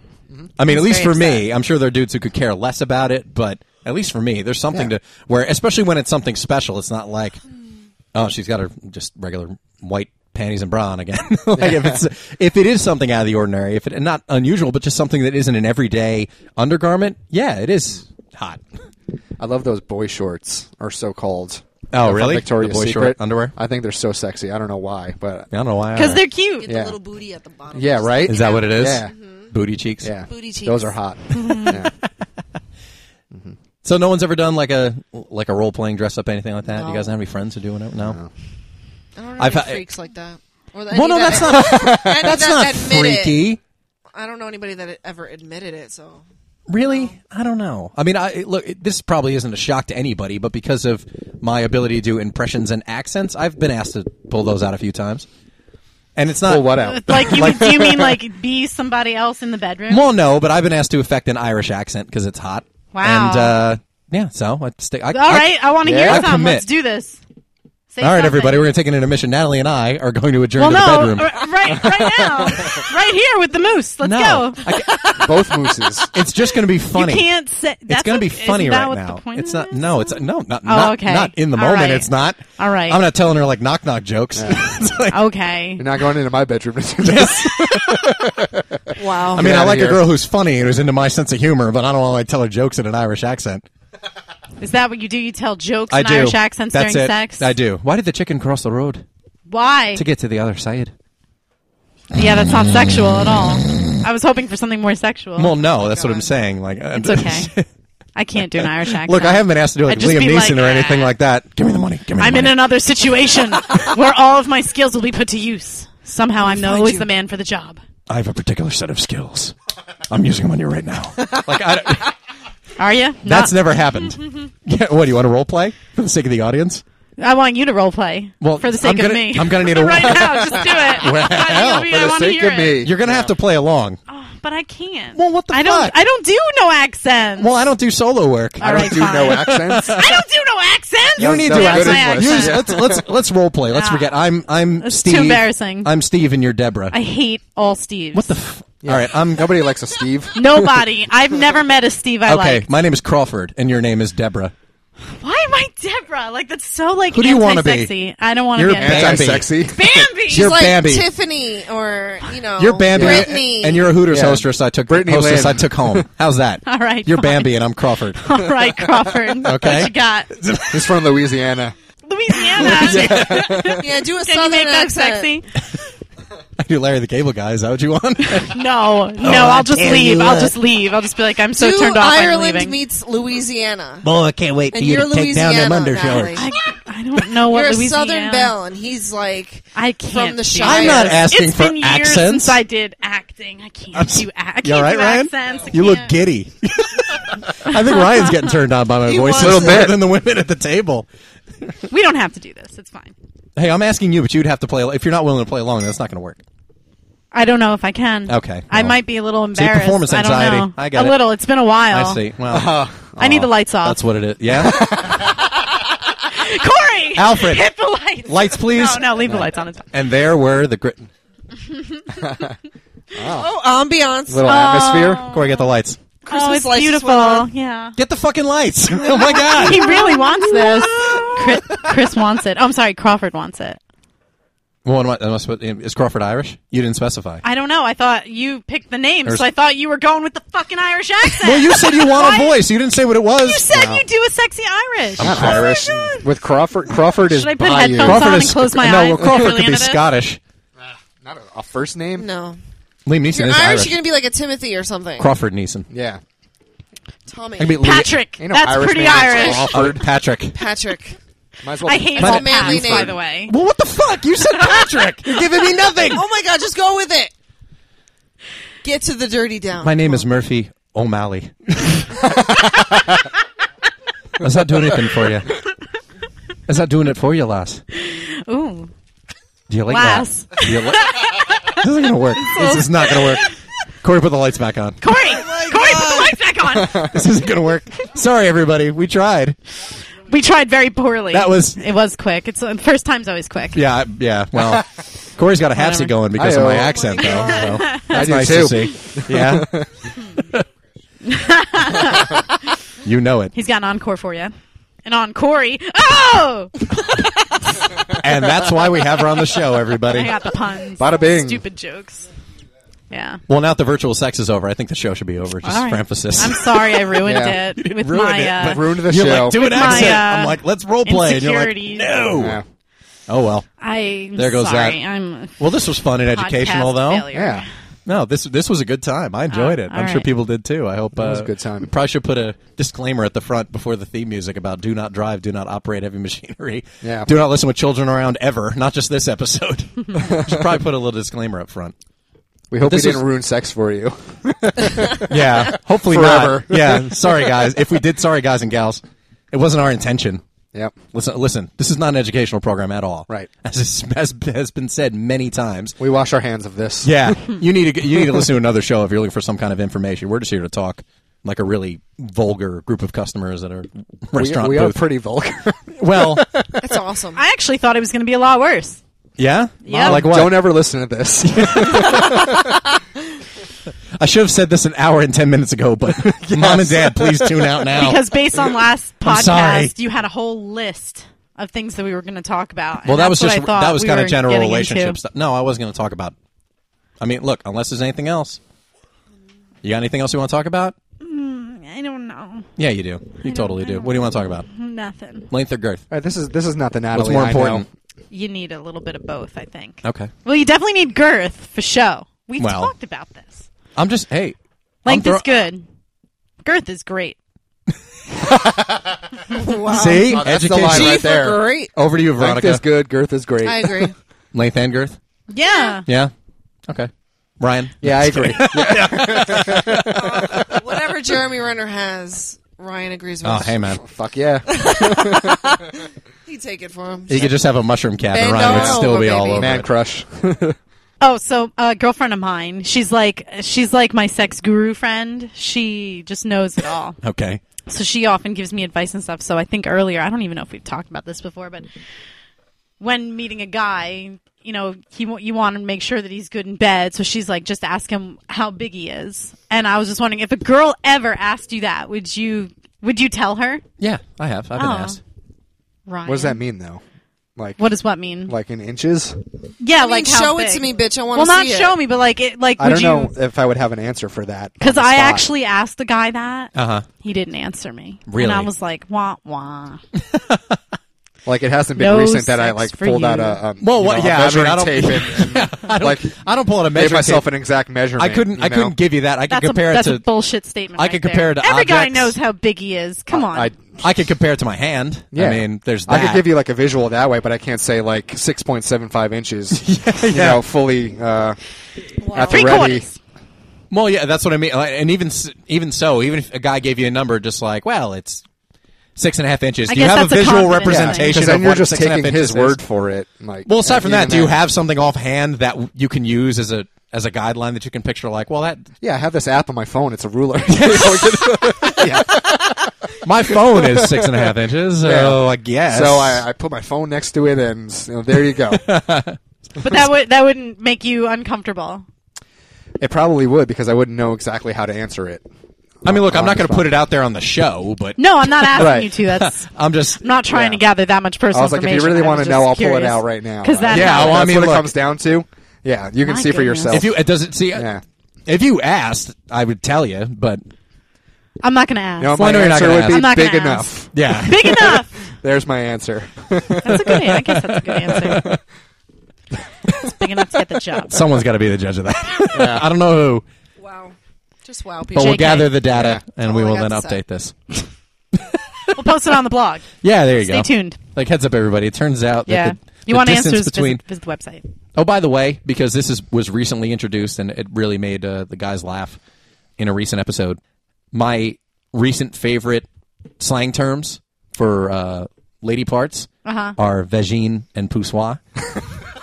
S2: I mean, at least for
S1: very
S2: me, I'm sure there are dudes who could care less about it, but at least for me, there's something
S4: Yeah.
S2: to where, especially when it's something special. It's not like, oh, she's got her just regular white panties and bra on again. (laughs) like if it's if it is something out of the ordinary, if it and not unusual, but just something that isn't an everyday undergarment, yeah, it is hot.
S4: I love those boy shorts, or so called.
S2: Oh,
S4: They're from
S2: really?
S4: Victoria's
S2: The boy
S4: Secret
S2: short underwear?
S4: I think they're so sexy. I don't know why, but
S2: I don't know why. I-
S1: because they're cute.
S4: Yeah.
S3: the little booty at the bottom.
S4: yeah,
S3: Just-
S4: right.
S2: is that what it is?
S4: Yeah.
S2: Booty cheeks.
S4: Yeah,
S3: Booty cheeks.
S4: those are hot. yeah.
S2: So no one's ever done like a like a role playing dress up anything like that. You guys have any friends who do it? No.
S3: I don't know
S2: I've
S3: any
S2: had-
S3: freaks like that. Or
S2: Well, no, that's
S3: (laughs)
S2: not that's not
S3: It.
S2: freaky.
S3: I don't know anybody that ever admitted it. So
S2: Really? I don't know. I mean, I it- look. It, this probably isn't a shock to anybody, but because of my ability to do impressions and accents, I've been asked to pull those out a few times. And it's not
S4: Pull what
S1: (laughs)
S4: out?
S1: It's
S2: (laughs)
S1: like you, you mean like be somebody else in the bedroom?
S2: Well, no, but I've been asked to affect an Irish accent because it's hot.
S1: Wow.
S2: And uh, yeah, so I stick. I,
S1: All right, I, want to
S4: Yeah.
S1: hear
S2: I
S1: some.
S2: commit.
S1: Let's do this. Say
S2: all right,
S1: something.
S2: everybody, we're gonna take an intermission. Natalie and I are going to
S1: Well,
S2: adjourn to the
S1: no, uh,
S2: bedroom.
S1: r- right,
S2: (laughs)
S1: right now, right here with the moose. Let's
S2: no,
S1: go.
S2: I ca-
S4: Both mooses.
S2: it's just gonna be funny.
S1: You can't say. That's
S2: it's going to
S1: what-
S2: be funny
S1: isn't that
S2: right
S1: what
S2: now.
S1: The point
S2: it's
S1: of it
S2: not.
S1: is? Oh,
S2: No, it's not. Not. not,
S1: okay.
S2: not in the
S1: All
S2: moment.
S1: right.
S2: It's not.
S1: All right.
S2: I'm not telling her like knock knock jokes. (laughs) It's like-
S1: Okay.
S4: You're not going into my bedroom to do this.
S3: wow.
S2: I mean, I
S4: Get outta
S2: like a
S4: here.
S2: girl who's funny and who's into my sense of humor, but I don't want to like, tell her jokes in an Irish accent.
S1: Is that what you do? You tell jokes
S2: I
S1: in
S2: do.
S1: Irish accents
S2: That's
S1: during
S2: it.
S1: sex?
S2: I do. Why did the chicken cross the road
S1: Why?
S2: to get to the other side?
S1: yeah, that's not sexual at
S2: (laughs)
S1: all. I was hoping for something more sexual.
S2: Well, no, that's what I'm
S3: God.
S2: saying. Like, uh,
S1: it's okay. I can't do an Irish accent.
S2: (laughs) Look, I haven't been asked to do like
S1: I'd just
S2: Liam
S1: be
S2: Neeson
S1: like,
S2: or anything
S1: "Ah."
S2: like that. Give me the money. Give me the
S1: I'm in
S2: money.
S1: another
S2: (laughs)
S1: situation where all of my skills will be put to use. Somehow, I'm
S3: find
S1: always
S3: you.
S1: the man for the job.
S2: I have a particular set of skills. I'm using them on you right
S4: (laughs)
S2: now. like, I don't-
S1: Are you?
S2: That's
S1: (laughs)
S2: never happened. yeah, what do you want to role play for the sake of the audience?
S1: I want you to role play.
S2: Well,
S1: for the
S2: I'm
S1: sake
S2: gonna-
S1: of me,
S2: I'm gonna
S1: (laughs)
S2: need a-
S1: right now. Just do it.
S2: (laughs) Well,
S1: I, mean, (laughs)
S2: for
S1: I
S4: For the
S1: wanna
S4: sake
S1: hear it.
S4: of me.
S2: You're gonna have to play along.
S1: but I can't.
S2: Well, what the
S1: Oh. I don't.
S2: fuck?
S1: I don't do no accents.
S2: Well, I don't do solo work.
S1: All
S4: I don't
S1: right,
S4: do
S1: fine.
S4: no accents.
S1: I don't do no accents.
S2: You don't need
S4: That
S2: to
S1: That's
S4: was good
S1: my
S4: English.
S2: You
S1: accent.
S2: just- let's let's let's role play. Let's
S1: Ah.
S2: forget. I'm I'm
S1: That's too
S2: Steve.
S1: embarrassing.
S2: I'm Steve and you're Deborah.
S1: I hate all Steves.
S2: what the? F- All right. I'm okay.
S4: Nobody likes
S2: (laughs)
S4: a Steve.
S1: Nobody. I've never met a Steve I like.
S2: My name is Crawford, and your name is Deborah.
S1: Why am I Deborah? Like that's so like
S2: Who do you wanna
S1: anti
S2: be?
S1: sexy. I don't want to
S2: You're
S1: be
S2: a bad-
S1: anti-
S4: Anti-sexy.
S1: Bambi.
S3: She's
S2: You're
S3: like
S2: Bambi.
S3: Tiffany or you know
S2: You're Bambi,
S3: Oh, Brittany.
S2: and you're a Hooters
S4: Yeah.
S2: hostess. I took
S4: Brittany
S2: hostess.
S4: Lynn.
S2: I took
S3: (laughs)
S2: home. How's that?
S1: (laughs) All right,
S2: You're
S1: fine.
S2: Bambi, and
S1: (laughs)
S2: I'm Crawford.
S1: All right, Crawford.
S2: (laughs) Okay.
S1: What you got
S4: He's from Louisiana.
S1: Louisiana.
S3: yeah, do a
S1: Can you
S3: southern
S1: make that
S3: accent.
S1: sexy?
S2: I do Larry the Cable Guy. Is that what you want?
S1: No, no.
S2: Oh, I
S1: I'll just
S2: tear
S1: leave.
S2: you
S1: I'll
S2: up.
S1: just leave. I'll just be like, I'm so
S3: Do
S1: turned off. I'm
S3: Ireland
S1: leaving.
S3: meets Louisiana.
S2: Boy, I can't wait
S3: And you're Louisiana. Natalie.
S1: I, I don't know what
S3: You're a
S1: Louisiana.
S3: Southern Belle, and he's like,
S1: I can't.
S3: From the
S1: do
S3: Shire.
S1: it.
S2: I'm not
S3: It's
S2: asking
S1: It's
S2: for
S1: been years
S2: accents.
S1: since I did acting. I can't
S2: I'm s-
S1: do acting.
S2: You all right, Ryan?
S1: Accents. I
S2: You look
S1: can't. (laughs)
S2: giddy. I think Ryan's getting turned on by my
S3: He
S2: voice
S3: was.
S2: a little
S4: Little
S2: bit
S4: bit.
S2: than the women at the table.
S1: We don't have to do this. It's fine.
S2: Hey, I'm asking you, but you'd have to play. If you're not willing to play along, that's not going to work.
S1: I don't know if I can.
S2: Okay,
S1: I
S2: well.
S1: might be a little
S2: See,
S1: embarrassed.
S2: performance
S1: I don't
S2: anxiety.
S1: know.
S2: I get
S1: a
S2: it.
S1: little. It's been a while.
S2: I see. Oh, Well,
S1: I need the lights off.
S2: that's what it is. Yeah.
S1: (laughs) Corey, (laughs)
S2: Alfred.
S1: hit the lights.
S2: Lights, please.
S1: No, no, leave the lights on. It's fine.
S2: And there were the grit.
S3: oh, ambiance.
S4: Little atmosphere.
S2: Corey, get the lights.
S1: Oh,
S3: Christmas
S1: it's
S3: lights is
S1: beautiful.
S3: well on.
S1: Yeah.
S2: Get the fucking lights. (laughs) oh my god.
S1: (laughs) He really wants this. (laughs) Chris, Chris wants it. Oh, I'm sorry. Crawford wants it.
S2: well, am I, am I supposed- is Crawford Irish? You didn't specify.
S1: I don't know. I thought you picked the name,
S2: There's-
S1: so I thought you were going with the fucking Irish accent.
S2: well, you said you want a
S1: Why-
S2: voice. You didn't say what it was.
S1: You said
S4: No.
S1: you do a sexy Irish.
S4: Not Irish. With Crawford. Crawford
S1: Oh
S4: is
S1: Should I put
S4: Bayou.
S1: headphones
S2: Crawford
S1: on and
S2: is
S1: close my
S2: no.
S1: eyes
S2: Well,
S1: if you're
S2: Crawford
S1: really
S2: could be
S1: into this?
S2: Scottish.
S4: Not a, a first name.
S3: No,
S2: Liam
S3: if
S2: Neeson
S3: you're
S2: is
S3: Irish,
S2: Irish.
S3: You're gonna be like a Timothy or something.
S2: Crawford Neeson.
S4: Yeah.
S3: Tommy,
S2: I can be Liam-
S1: Patrick.
S4: Ain't no
S1: That's
S4: Irish
S1: pretty
S4: name named
S1: Irish.
S4: Crawford.
S2: Oh, Patrick. (laughs)
S3: Patrick.
S4: Might as well.
S1: I hate
S4: Might-
S1: all
S3: manly
S1: Pats, by
S3: name.
S1: the way.
S2: Well, what the fuck? You said (laughs) Patrick. You're giving me nothing.
S3: Oh my God, just go with it. Get to the dirty down.
S2: My name is Murphy (laughs) O'Malley. Is that doing anything for you? Is that doing it for you, lass?
S1: Ooh.
S2: Do you like
S1: Lass.
S2: that? Do you, li- This isn't gonna work. This is not gonna work. Corey, put the lights back on.
S1: Corey, Corey, put the lights back
S2: (laughs)
S1: on.
S2: This isn't gonna work. Sorry, everybody. We tried.
S1: we tried very poorly.
S2: That was-
S1: it was quick. It's uh, the first time's always quick.
S2: Yeah, I- yeah.
S1: (laughs)
S2: Well, Corey's got a hapsy
S1: Whatever.
S2: going because of my
S4: Ayo.
S1: (laughs)
S2: accent, though. So that's
S4: do
S2: nice
S4: too.
S2: to see. Yeah. you know it,
S1: He's got an encore for you. And on Corey. Oh,
S2: and that's why we have her on the
S1: (laughs)
S2: show,
S1: I
S2: everybody.
S1: got the puns.
S4: (laughs) Bada
S1: (laughs)
S4: bing.
S1: Stupid jokes. Yeah.
S2: Well, now that the virtual sex is over, I think the show should be over. Just
S1: All right.
S2: for emphasis. (laughs)
S1: I'm sorry I ruined
S4: Yeah.
S1: it with
S2: Ruined
S1: my
S2: it,
S1: uh,
S2: but
S4: Ruined the
S2: You're
S4: show.
S2: like, do an
S1: With my,
S2: accent. I'm
S1: uh,
S2: like, let's role play. And you're like,
S1: insecurities.
S2: no.
S4: yeah.
S2: Oh well.
S1: I
S2: There goes
S1: sorry.
S2: that.
S1: I'm a
S2: Well, this was fun and
S1: podcast
S2: educational, though.
S1: failure.
S4: Yeah.
S2: No, this this was a good time. I enjoyed
S1: Oh,
S2: it.
S1: all
S2: I'm sure
S1: right.
S2: people did too. I hope uh,
S4: was a good time.
S2: We probably should put a disclaimer at the front before the theme music about do not drive, do not operate heavy (laughs) machinery,
S4: Yeah.
S2: do not listen with children around ever. Not just this episode. should probably put a little disclaimer up front.
S4: We hope we
S2: This
S4: didn't
S2: was-
S4: ruin sex for you.
S2: (laughs) Yeah, hopefully
S4: (laughs) Forever.
S2: not. Yeah, sorry guys. If we did, sorry guys and gals, it wasn't our intention.
S4: yep.
S2: Listen, listen. This is not an educational program at all.
S4: Right.
S2: as is, as has been said many times.
S4: We wash our hands of this.
S2: Yeah, you need to you need to listen to another show if you're looking for some kind of information. We're just here to talk like a really vulgar group of customers at a
S4: We,
S2: restaurant
S4: we are
S2: booth.
S4: pretty vulgar. (laughs)
S2: well,
S3: That's awesome.
S1: I actually thought it was going to be a lot worse.
S2: yeah,
S1: (laughs) Yeah.
S2: Like what?
S4: Don't ever listen to
S2: (laughs)
S4: this.
S2: I should have said this an hour and ten minutes
S1: (laughs)
S2: ago, but mom and dad, please tune out now.
S1: Because based on last
S2: Oh. (laughs) I'm sorry.
S1: podcast, you had a whole list of things that we were going to talk about.
S2: well,
S1: and
S2: that was
S1: that's
S2: just
S1: what I thought
S2: that was
S1: we
S2: kind
S1: were
S2: of general
S1: getting
S2: relationship
S1: into.
S2: stuff. No, I wasn't going to talk about. I mean, look, unless there's anything else, you got anything else you want to talk about?
S1: I don't know.
S2: Yeah, you do. You totally do. What do you want to talk about?
S1: Nothing.
S2: Length or girth?
S4: All right, this is this is not the Natalie.
S2: more
S4: I
S2: important?
S4: know.
S1: You need a little bit of both, I think.
S2: Okay.
S1: Well, you definitely need girth for show. We've
S2: Well.
S1: talked about this.
S2: I'm just hey. I'm
S1: Length is
S2: throw-
S1: good. Girth is great.
S3: Wow.
S2: See,
S1: Um,
S4: Oh, that's the line
S2: Education.
S4: right
S3: Teeth
S4: there.
S3: are great.
S2: Over to you, Veronica.
S4: Length is good. Girth is great.
S3: I agree.
S2: Length and girth.
S1: Yeah.
S2: Yeah. Okay. Ryan.
S4: (laughs) yeah, I
S2: (laughs)
S4: agree.
S3: Whatever (laughs) Jeremy Renner has, Ryan agrees with.
S2: Oh, hey man.
S4: Fuck yeah.
S2: (laughs)
S3: He take it for him.
S2: You could just have a mushroom cat, and
S3: Bend
S2: Ryan would
S3: over,
S2: still be all
S3: baby.
S2: over.
S4: Man
S2: Man, (laughs)
S4: crush.
S1: Oh, so a girlfriend of mine, she's like she's like my sex guru friend. She just knows it all.
S2: okay.
S1: so she often gives me advice and stuff. So I think earlier, I don't even know if we've talked about this before, but when meeting a guy, you know, he wa- you want to make sure that he's good in bed. So she's like, just ask him how big he is. And I was just wondering if a girl ever asked you that, would you would you tell her?
S2: Yeah, I have. I've been
S1: Oh.
S2: asked.
S1: Ryan,
S4: What does that mean though? Like
S1: What does what mean?
S4: like in inches?
S1: yeah,
S3: I mean,
S1: like how
S3: show it
S1: big?
S3: to me, bitch. I want
S1: Well,
S3: to
S1: not
S3: see
S1: show
S3: it.
S1: me, but like it, like
S4: I
S1: would
S4: don't know
S1: you?
S4: if I would have an answer for that.
S1: Because
S4: on the
S1: I
S4: spot. Uh-huh.
S1: actually asked the guy that.
S2: Uh huh.
S1: He didn't answer me.
S2: Really?
S1: And I was like, wah wah.
S4: like it hasn't been
S1: No
S4: recent that I
S1: sex
S4: like
S1: for
S4: pulled out
S1: you.
S4: a um,
S2: Well,
S4: you
S2: what-
S4: know,
S2: (laughs)
S4: a
S2: yeah, I mean,
S4: measuring
S2: I don't-
S4: tape and, and, like
S2: I don't pull out a
S4: gave
S2: measuring
S4: myself
S2: tape.
S4: an exact measurement.
S2: I couldn't.
S4: you
S2: I couldn't
S4: know?
S2: give you that. I could
S1: That's
S2: compare
S1: a, that's
S2: it
S1: a
S2: to.
S1: bullshit statement.
S2: I
S1: right
S2: could
S1: there.
S2: compare it to
S1: every guy
S2: objects.
S1: knows how big he is. Come on,
S4: I,
S2: I could compare it to my hand.
S4: yeah.
S2: I mean, there's.
S4: I
S2: That.
S4: could give you like a visual that way, but I can't say like six point seven five inches. You
S2: (laughs) yeah.
S4: know, fully uh, at the
S1: three
S4: ready.
S1: quarters.
S2: Well, yeah, that's what I mean. Like, And even s- even so, even if a guy gave you a number, just like, well, it's six and a half inches.
S1: I
S2: do you
S1: guess
S2: have a
S1: that's a
S2: visual
S1: confidence thing.
S4: Yeah,
S2: representation
S4: 'cause
S2: of
S4: then you're
S2: what
S4: just
S2: six and a half
S4: taking his
S2: inches is?
S4: word for it. Like,
S2: Well, aside from
S4: even
S2: that, do you
S4: then-
S2: have something offhand that w- you can use as a as a guideline that you can picture? Like, well, that
S4: Yeah, I have this app on my phone. It's
S2: (laughs)
S4: a ruler. (laughs) yeah.
S2: my phone is six and a half inches, so
S4: (laughs) Yeah.
S2: I guess.
S4: (laughs) So I, I put my phone next to it, and you know, there
S2: (laughs)
S4: you go.
S1: But that would that wouldn't make you uncomfortable.
S4: it probably would because I wouldn't know exactly how to answer it.
S2: I mean, look, I'm
S4: on
S2: not
S4: the
S2: going to
S4: spot.
S2: put it out there on the show, but
S1: No, I'm
S4: (laughs)
S1: not asking
S4: Right.
S1: you to. That's
S2: I'm just
S1: I'm not trying to
S4: Yeah.
S1: gather that much personal.
S4: I was like, if you really want to know, I'll pull it out right now.
S1: Because that
S2: Yeah,
S1: yeah,
S2: I
S4: That's
S2: want- mean,
S4: what
S2: look-
S4: it comes down to. Yeah, you can
S1: My
S4: see for
S1: goodness.
S4: yourself.
S2: if you it doesn't see
S4: yeah.
S2: if you asked, I would tell you, but
S1: I'm not going to ask.
S4: You know,
S2: Well, I
S4: my
S2: know you're not
S4: answer
S2: gonna
S4: would
S2: ask.
S4: be
S1: I'm not
S4: big
S1: gonna
S4: enough.
S1: (laughs)
S2: yeah.
S4: (laughs)
S1: Big enough.
S4: There's my answer.
S1: That's a good. an- I guess that's a good
S4: (laughs)
S1: answer. it's big enough to get the job.
S2: Someone's got to be the judge of that. (laughs) I don't know who,
S3: Wow. Just wow,
S2: but
S3: people.
S2: we'll
S1: JK.
S2: gather the data and we
S1: Oh,
S3: All I
S2: will
S3: got
S2: then
S3: to
S2: update
S3: say.
S2: this.
S1: We'll post it on the blog.
S2: Yeah, there you
S1: Stay
S2: go.
S1: tuned.
S2: Like heads up, everybody. It turns out that
S1: Yeah,
S2: the,
S1: you
S2: the
S1: want
S2: distance
S1: answers?
S2: between
S1: Visit, visit the website.
S2: Oh, by the way, because this is was recently introduced and it really made uh, the guys laugh in a recent episode. My recent favorite slang terms for uh, lady parts
S1: Uh-huh.
S2: are vagine and poussoir.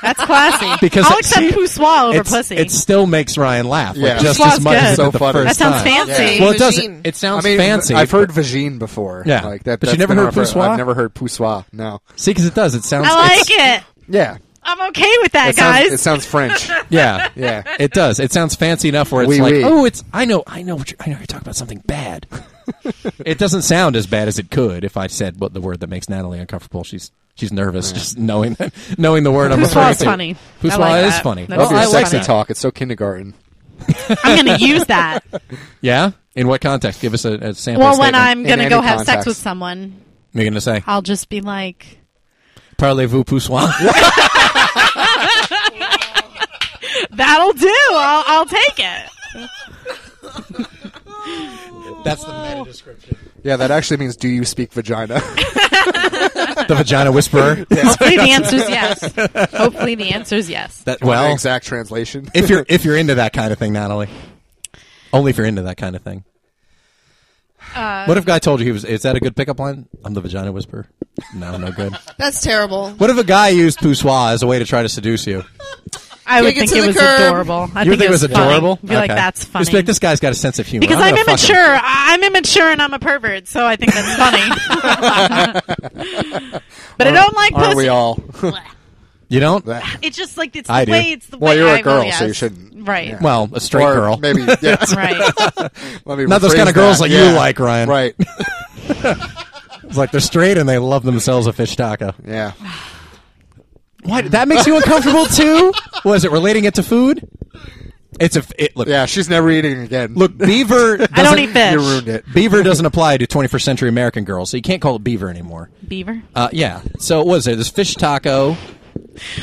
S1: That's classy.
S2: Because
S1: I'll
S2: it-
S1: accept
S2: see,
S1: poussoir over
S2: it's-
S1: pussy.
S2: It still makes Ryan laugh. like,
S4: Yeah.
S2: just
S1: Poussoir's
S2: as much as
S1: good.
S2: at the
S4: So funny.
S2: first
S1: that sounds
S2: time.
S1: fancy.
S3: Yeah.
S2: Well, it
S3: Vagine.
S2: doesn't. It
S4: (laughs)
S2: sounds fancy.
S4: I've
S2: but-
S4: heard vagine before.
S2: Yeah.
S4: like that.
S2: But you
S4: that's
S2: never
S4: been
S2: heard
S4: our fir-
S2: poussoir?
S4: I've never heard poussoir. No.
S2: See, because it does. It sounds.
S1: I
S2: it's-
S1: like it.
S4: Yeah.
S1: I'm okay with that,
S4: It sounds,
S1: guys.
S4: it
S1: (laughs)
S4: sounds French.
S2: Yeah,
S4: Yeah.
S2: It does. It sounds fancy enough where it's
S4: Oui,
S2: like,
S4: oui.
S2: oh, it's. I know. I know. What you're, I know. You're talking about something (laughs) bad. it doesn't sound as bad as it could if I said what the word that makes Natalie uncomfortable. She's she's nervous just knowing knowing the word. I'm
S1: Poussoir's
S2: referring to.
S1: funny. I
S2: Poussoir
S1: like
S2: is
S1: that.
S2: funny.
S1: That's
S2: Well,
S4: Love your
S2: Oh, I like
S4: sexy
S2: that.
S4: talk. It's so kindergarten.
S1: I'm going to use that.
S2: Yeah. In what context? Give us a, a sample.
S1: well, when
S2: statement.
S1: I'm going to
S4: any
S1: go have sex
S4: context.
S1: with someone,
S2: What are you gonna say
S1: I'll just be like,
S2: parlez-vous poussoir?
S1: that'll do. I'll, I'll take it.
S2: (laughs) That's the meta description.
S4: Yeah, that actually means do you speak vagina? (laughs)
S2: The vagina (laughs) whisperer.
S1: Hopefully the answer's yes. Hopefully the answer's yes.
S2: That
S4: The
S2: well,
S4: exact translation.
S2: if you're if you're into that kind of thing, Natalie. Only if you're into that kind of thing.
S1: Uh,
S2: what if a guy told you he was? Is that a good pickup line? I'm the vagina whisperer. No, no good.
S3: That's terrible.
S2: (laughs) What if a guy used poussoir as a way to try to seduce you?
S1: I would
S3: Kick it
S1: think
S3: to
S1: it
S3: the
S1: was
S3: curb.
S1: adorable. I
S2: you
S1: think, it was, funny.
S2: adorable.
S1: Be like, that's funny.
S2: Just be like this guy's got a sense of humor.
S1: because
S2: I'm
S1: I'm
S2: gonna fuck him.
S1: immature. I- I'm immature and I'm a pervert, so I think that's funny.
S4: (laughs)
S1: (laughs) but I don't like
S4: Aren't
S1: pussy.
S2: (laughs)
S4: we all?
S2: You don't.
S1: It's just like it's
S2: I
S1: the
S2: do.
S1: way it's the
S4: Well,
S1: way
S4: you're a
S1: a
S4: girl, so you shouldn't.
S1: Right.
S4: Yeah.
S2: Well, a straight
S4: or
S2: girl. (laughs)
S4: Maybe. Yeah.
S1: (laughs)
S4: (laughs)
S1: Right.
S4: Let me
S2: Not those
S4: rephrase
S2: kind of girls that
S4: that.
S2: you like, Ryan. (laughs)
S4: Right.
S2: It's like they're straight and they love themselves a fish taco.
S4: Yeah.
S2: Why that makes you
S4: (laughs)
S2: uncomfortable too? Was it relating it to food? It's a f- it, look.
S4: Yeah, she's never eating again.
S2: Look,
S1: (laughs)
S2: beaver.
S1: I
S2: doesn't-
S1: don't eat fish.
S4: you ruined it.
S2: Beaver doesn't apply to 21st century American girls, so you can't call it beaver anymore.
S1: Beaver.
S2: Uh, yeah. So what was it? This fish taco.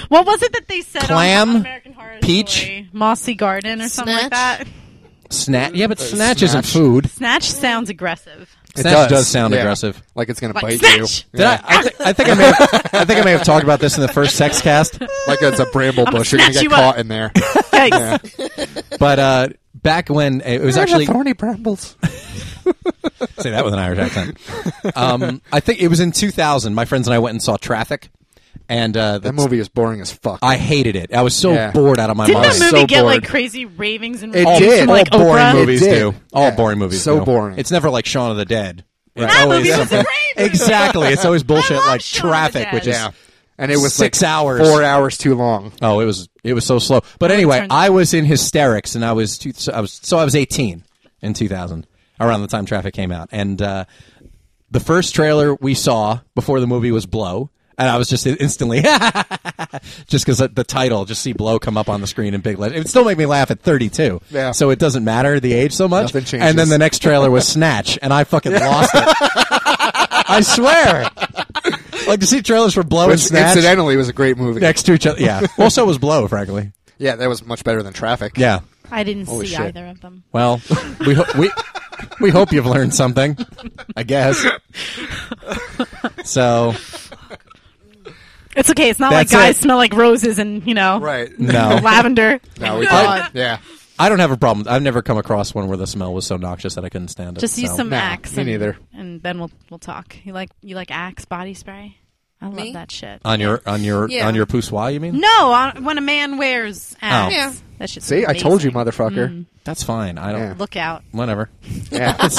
S1: What was it that they said? on-
S2: Clam,
S1: on American Horror
S2: peach,
S1: Story? mossy garden, or something like
S3: Snatch.
S1: that.
S2: Snatch. Yeah, but snatch, isn't
S4: snatch.
S2: food.
S1: Snatch sounds
S4: (laughs)
S1: aggressive.
S2: Snatch does, sound
S4: Yeah.
S2: aggressive.
S4: Like it's gonna
S1: Like,
S4: bite
S1: snatch!
S4: you.
S2: Did I? I, thi- I think I may. Have, I think I may have talked about this in the first sex cast.
S4: Like it's a bramble bush. You're gonna
S1: snatch
S4: get
S1: you up.
S4: caught in there.
S1: Yikes.
S2: But uh, back when it was actually
S4: thorny brambles.
S2: Say that with an Irish accent. Um, I think it was in 2000. My friends and I went and saw Traffic, and uh,
S4: That
S2: that's-
S4: movie is boring as fuck.
S2: I hated it. I was so
S4: Yeah.
S2: bored out of my
S1: Didn't
S2: mind.
S1: that movie
S4: so
S1: get
S4: bored.
S1: like crazy ravings and
S4: It
S1: reviews
S4: did.
S1: from
S2: all
S1: like
S2: boring
S1: Oprah?
S2: movies
S4: It did.
S2: do. All
S4: Yeah.
S2: boring movies.
S4: So
S2: do.
S4: boring.
S2: It's never like Shaun of the Dead. It's
S1: That movie was a
S2: something-
S1: great movie.
S2: exactly. It's always bullshit
S1: I love
S2: like
S1: Shaun of the
S2: Traffic,
S1: Dead.
S2: which is
S4: yeah. And it was
S2: six
S4: like
S2: hours.
S4: four hours too long.
S2: Oh, it was it was so slow. But anyway,
S1: turned-
S2: I was in hysterics, and I was two, so I was so I was eighteen in two thousand, around the time Traffic came out, and uh, the first trailer we saw before the movie was Blow, and I was just instantly (laughs) just because the title, just see Blow come up on the screen in big letters. It would still make me laugh at thirty two.
S4: Yeah.
S2: So it doesn't matter the age so much.
S4: Nothing changes.
S2: And then the next trailer was Snatch, and I fucking lost
S4: (laughs)
S2: it. I swear. Like to see trailers for Blow and
S4: Which
S2: Snatch
S4: incidentally was a great movie.
S2: next to each other.
S4: (laughs)
S2: Yeah. Well, so was Blow, frankly.
S4: Yeah, that was much better than Traffic.
S2: Yeah.
S1: I didn't see
S4: shit.
S1: either of them.
S2: Well, we ho- we we hope you've learned something. I guess. So
S1: It's okay. It's not
S2: That's
S1: like guys
S2: it.
S1: smell like roses and you know
S4: Right.
S2: no,
S1: (laughs) lavender.
S4: No,
S2: Oh,
S4: we
S1: God.
S4: did. Yeah.
S2: I don't have a problem. I've never come across one where the smell was so noxious that I couldn't stand it.
S1: Just use
S2: so.
S1: some
S4: no,
S1: axe.
S4: me
S1: and,
S4: neither.
S1: And then we'll we'll talk. You like you like axe body spray? I love
S3: Me?
S1: that shit.
S4: Oh.
S2: on your on your
S3: Yeah.
S2: on your poussoir. You mean?
S1: no, on, when a man wears axe,
S2: Oh.
S3: Yeah.
S1: that shit's
S4: See, I told you,
S1: amazing.
S4: motherfucker.
S3: Mm-hmm.
S2: That's fine. I don't.
S4: Yeah.
S1: Look out.
S2: Whatever.
S4: Yeah. (laughs)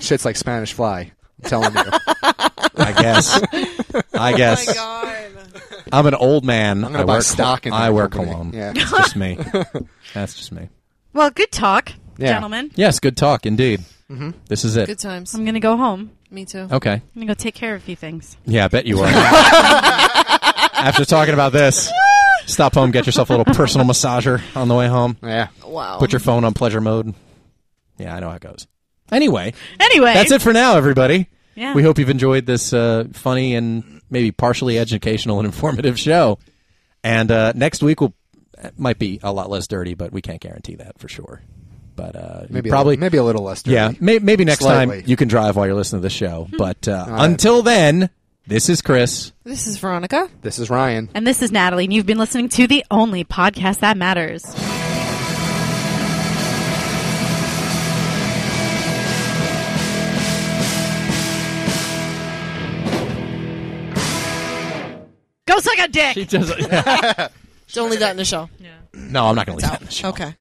S4: Shit's like Spanish fly. I'm telling you.
S2: (laughs) I
S3: (laughs)
S2: guess. I
S3: Oh
S2: guess.
S3: my god.
S2: I'm an old man.
S4: I'm gonna
S2: I
S4: buy
S2: wear
S4: stock in
S2: Col- I
S4: that
S2: wear
S4: company.
S2: cologne.
S4: Yeah.
S2: It's just me.
S4: (laughs)
S2: That's just me.
S1: Well, good talk,
S4: Yeah.
S1: gentlemen.
S2: Yes. Good talk, indeed.
S4: Mm-hmm.
S2: This is it.
S3: Good times.
S1: I'm gonna go home.
S3: Me too.
S2: okay.
S1: I'm gonna go take care of a few things.
S2: Yeah, I bet
S4: (laughs)
S2: you are. After talking about this, stop home, get yourself a little personal massager on the way home.
S4: Yeah.
S3: Wow.
S2: Put your phone on pleasure mode. Yeah, I know how it goes. Anyway,
S1: Anyway,
S2: that's it for now, everybody.
S1: Yeah.
S2: We hope you've enjoyed this uh, funny and maybe partially educational and informative show. And uh, next week will might be a lot less dirty, but we can't guarantee that for sure. But uh, you
S4: Maybe
S2: probably
S4: a, maybe a little less. dirty.
S2: yeah, may, maybe next
S4: Slightly. Hmm.
S2: time you can drive while you're listening to the show. But uh, until then, this is Chris.
S3: This is Veronica.
S4: This is Ryan.
S1: And this is Natalie, and you've been listening to the only podcast that matters. Go go suck a dick.
S2: She does.
S3: Don't leave that in the show.
S1: yeah.
S2: No, I'm not going to leave that in the show.
S3: Okay.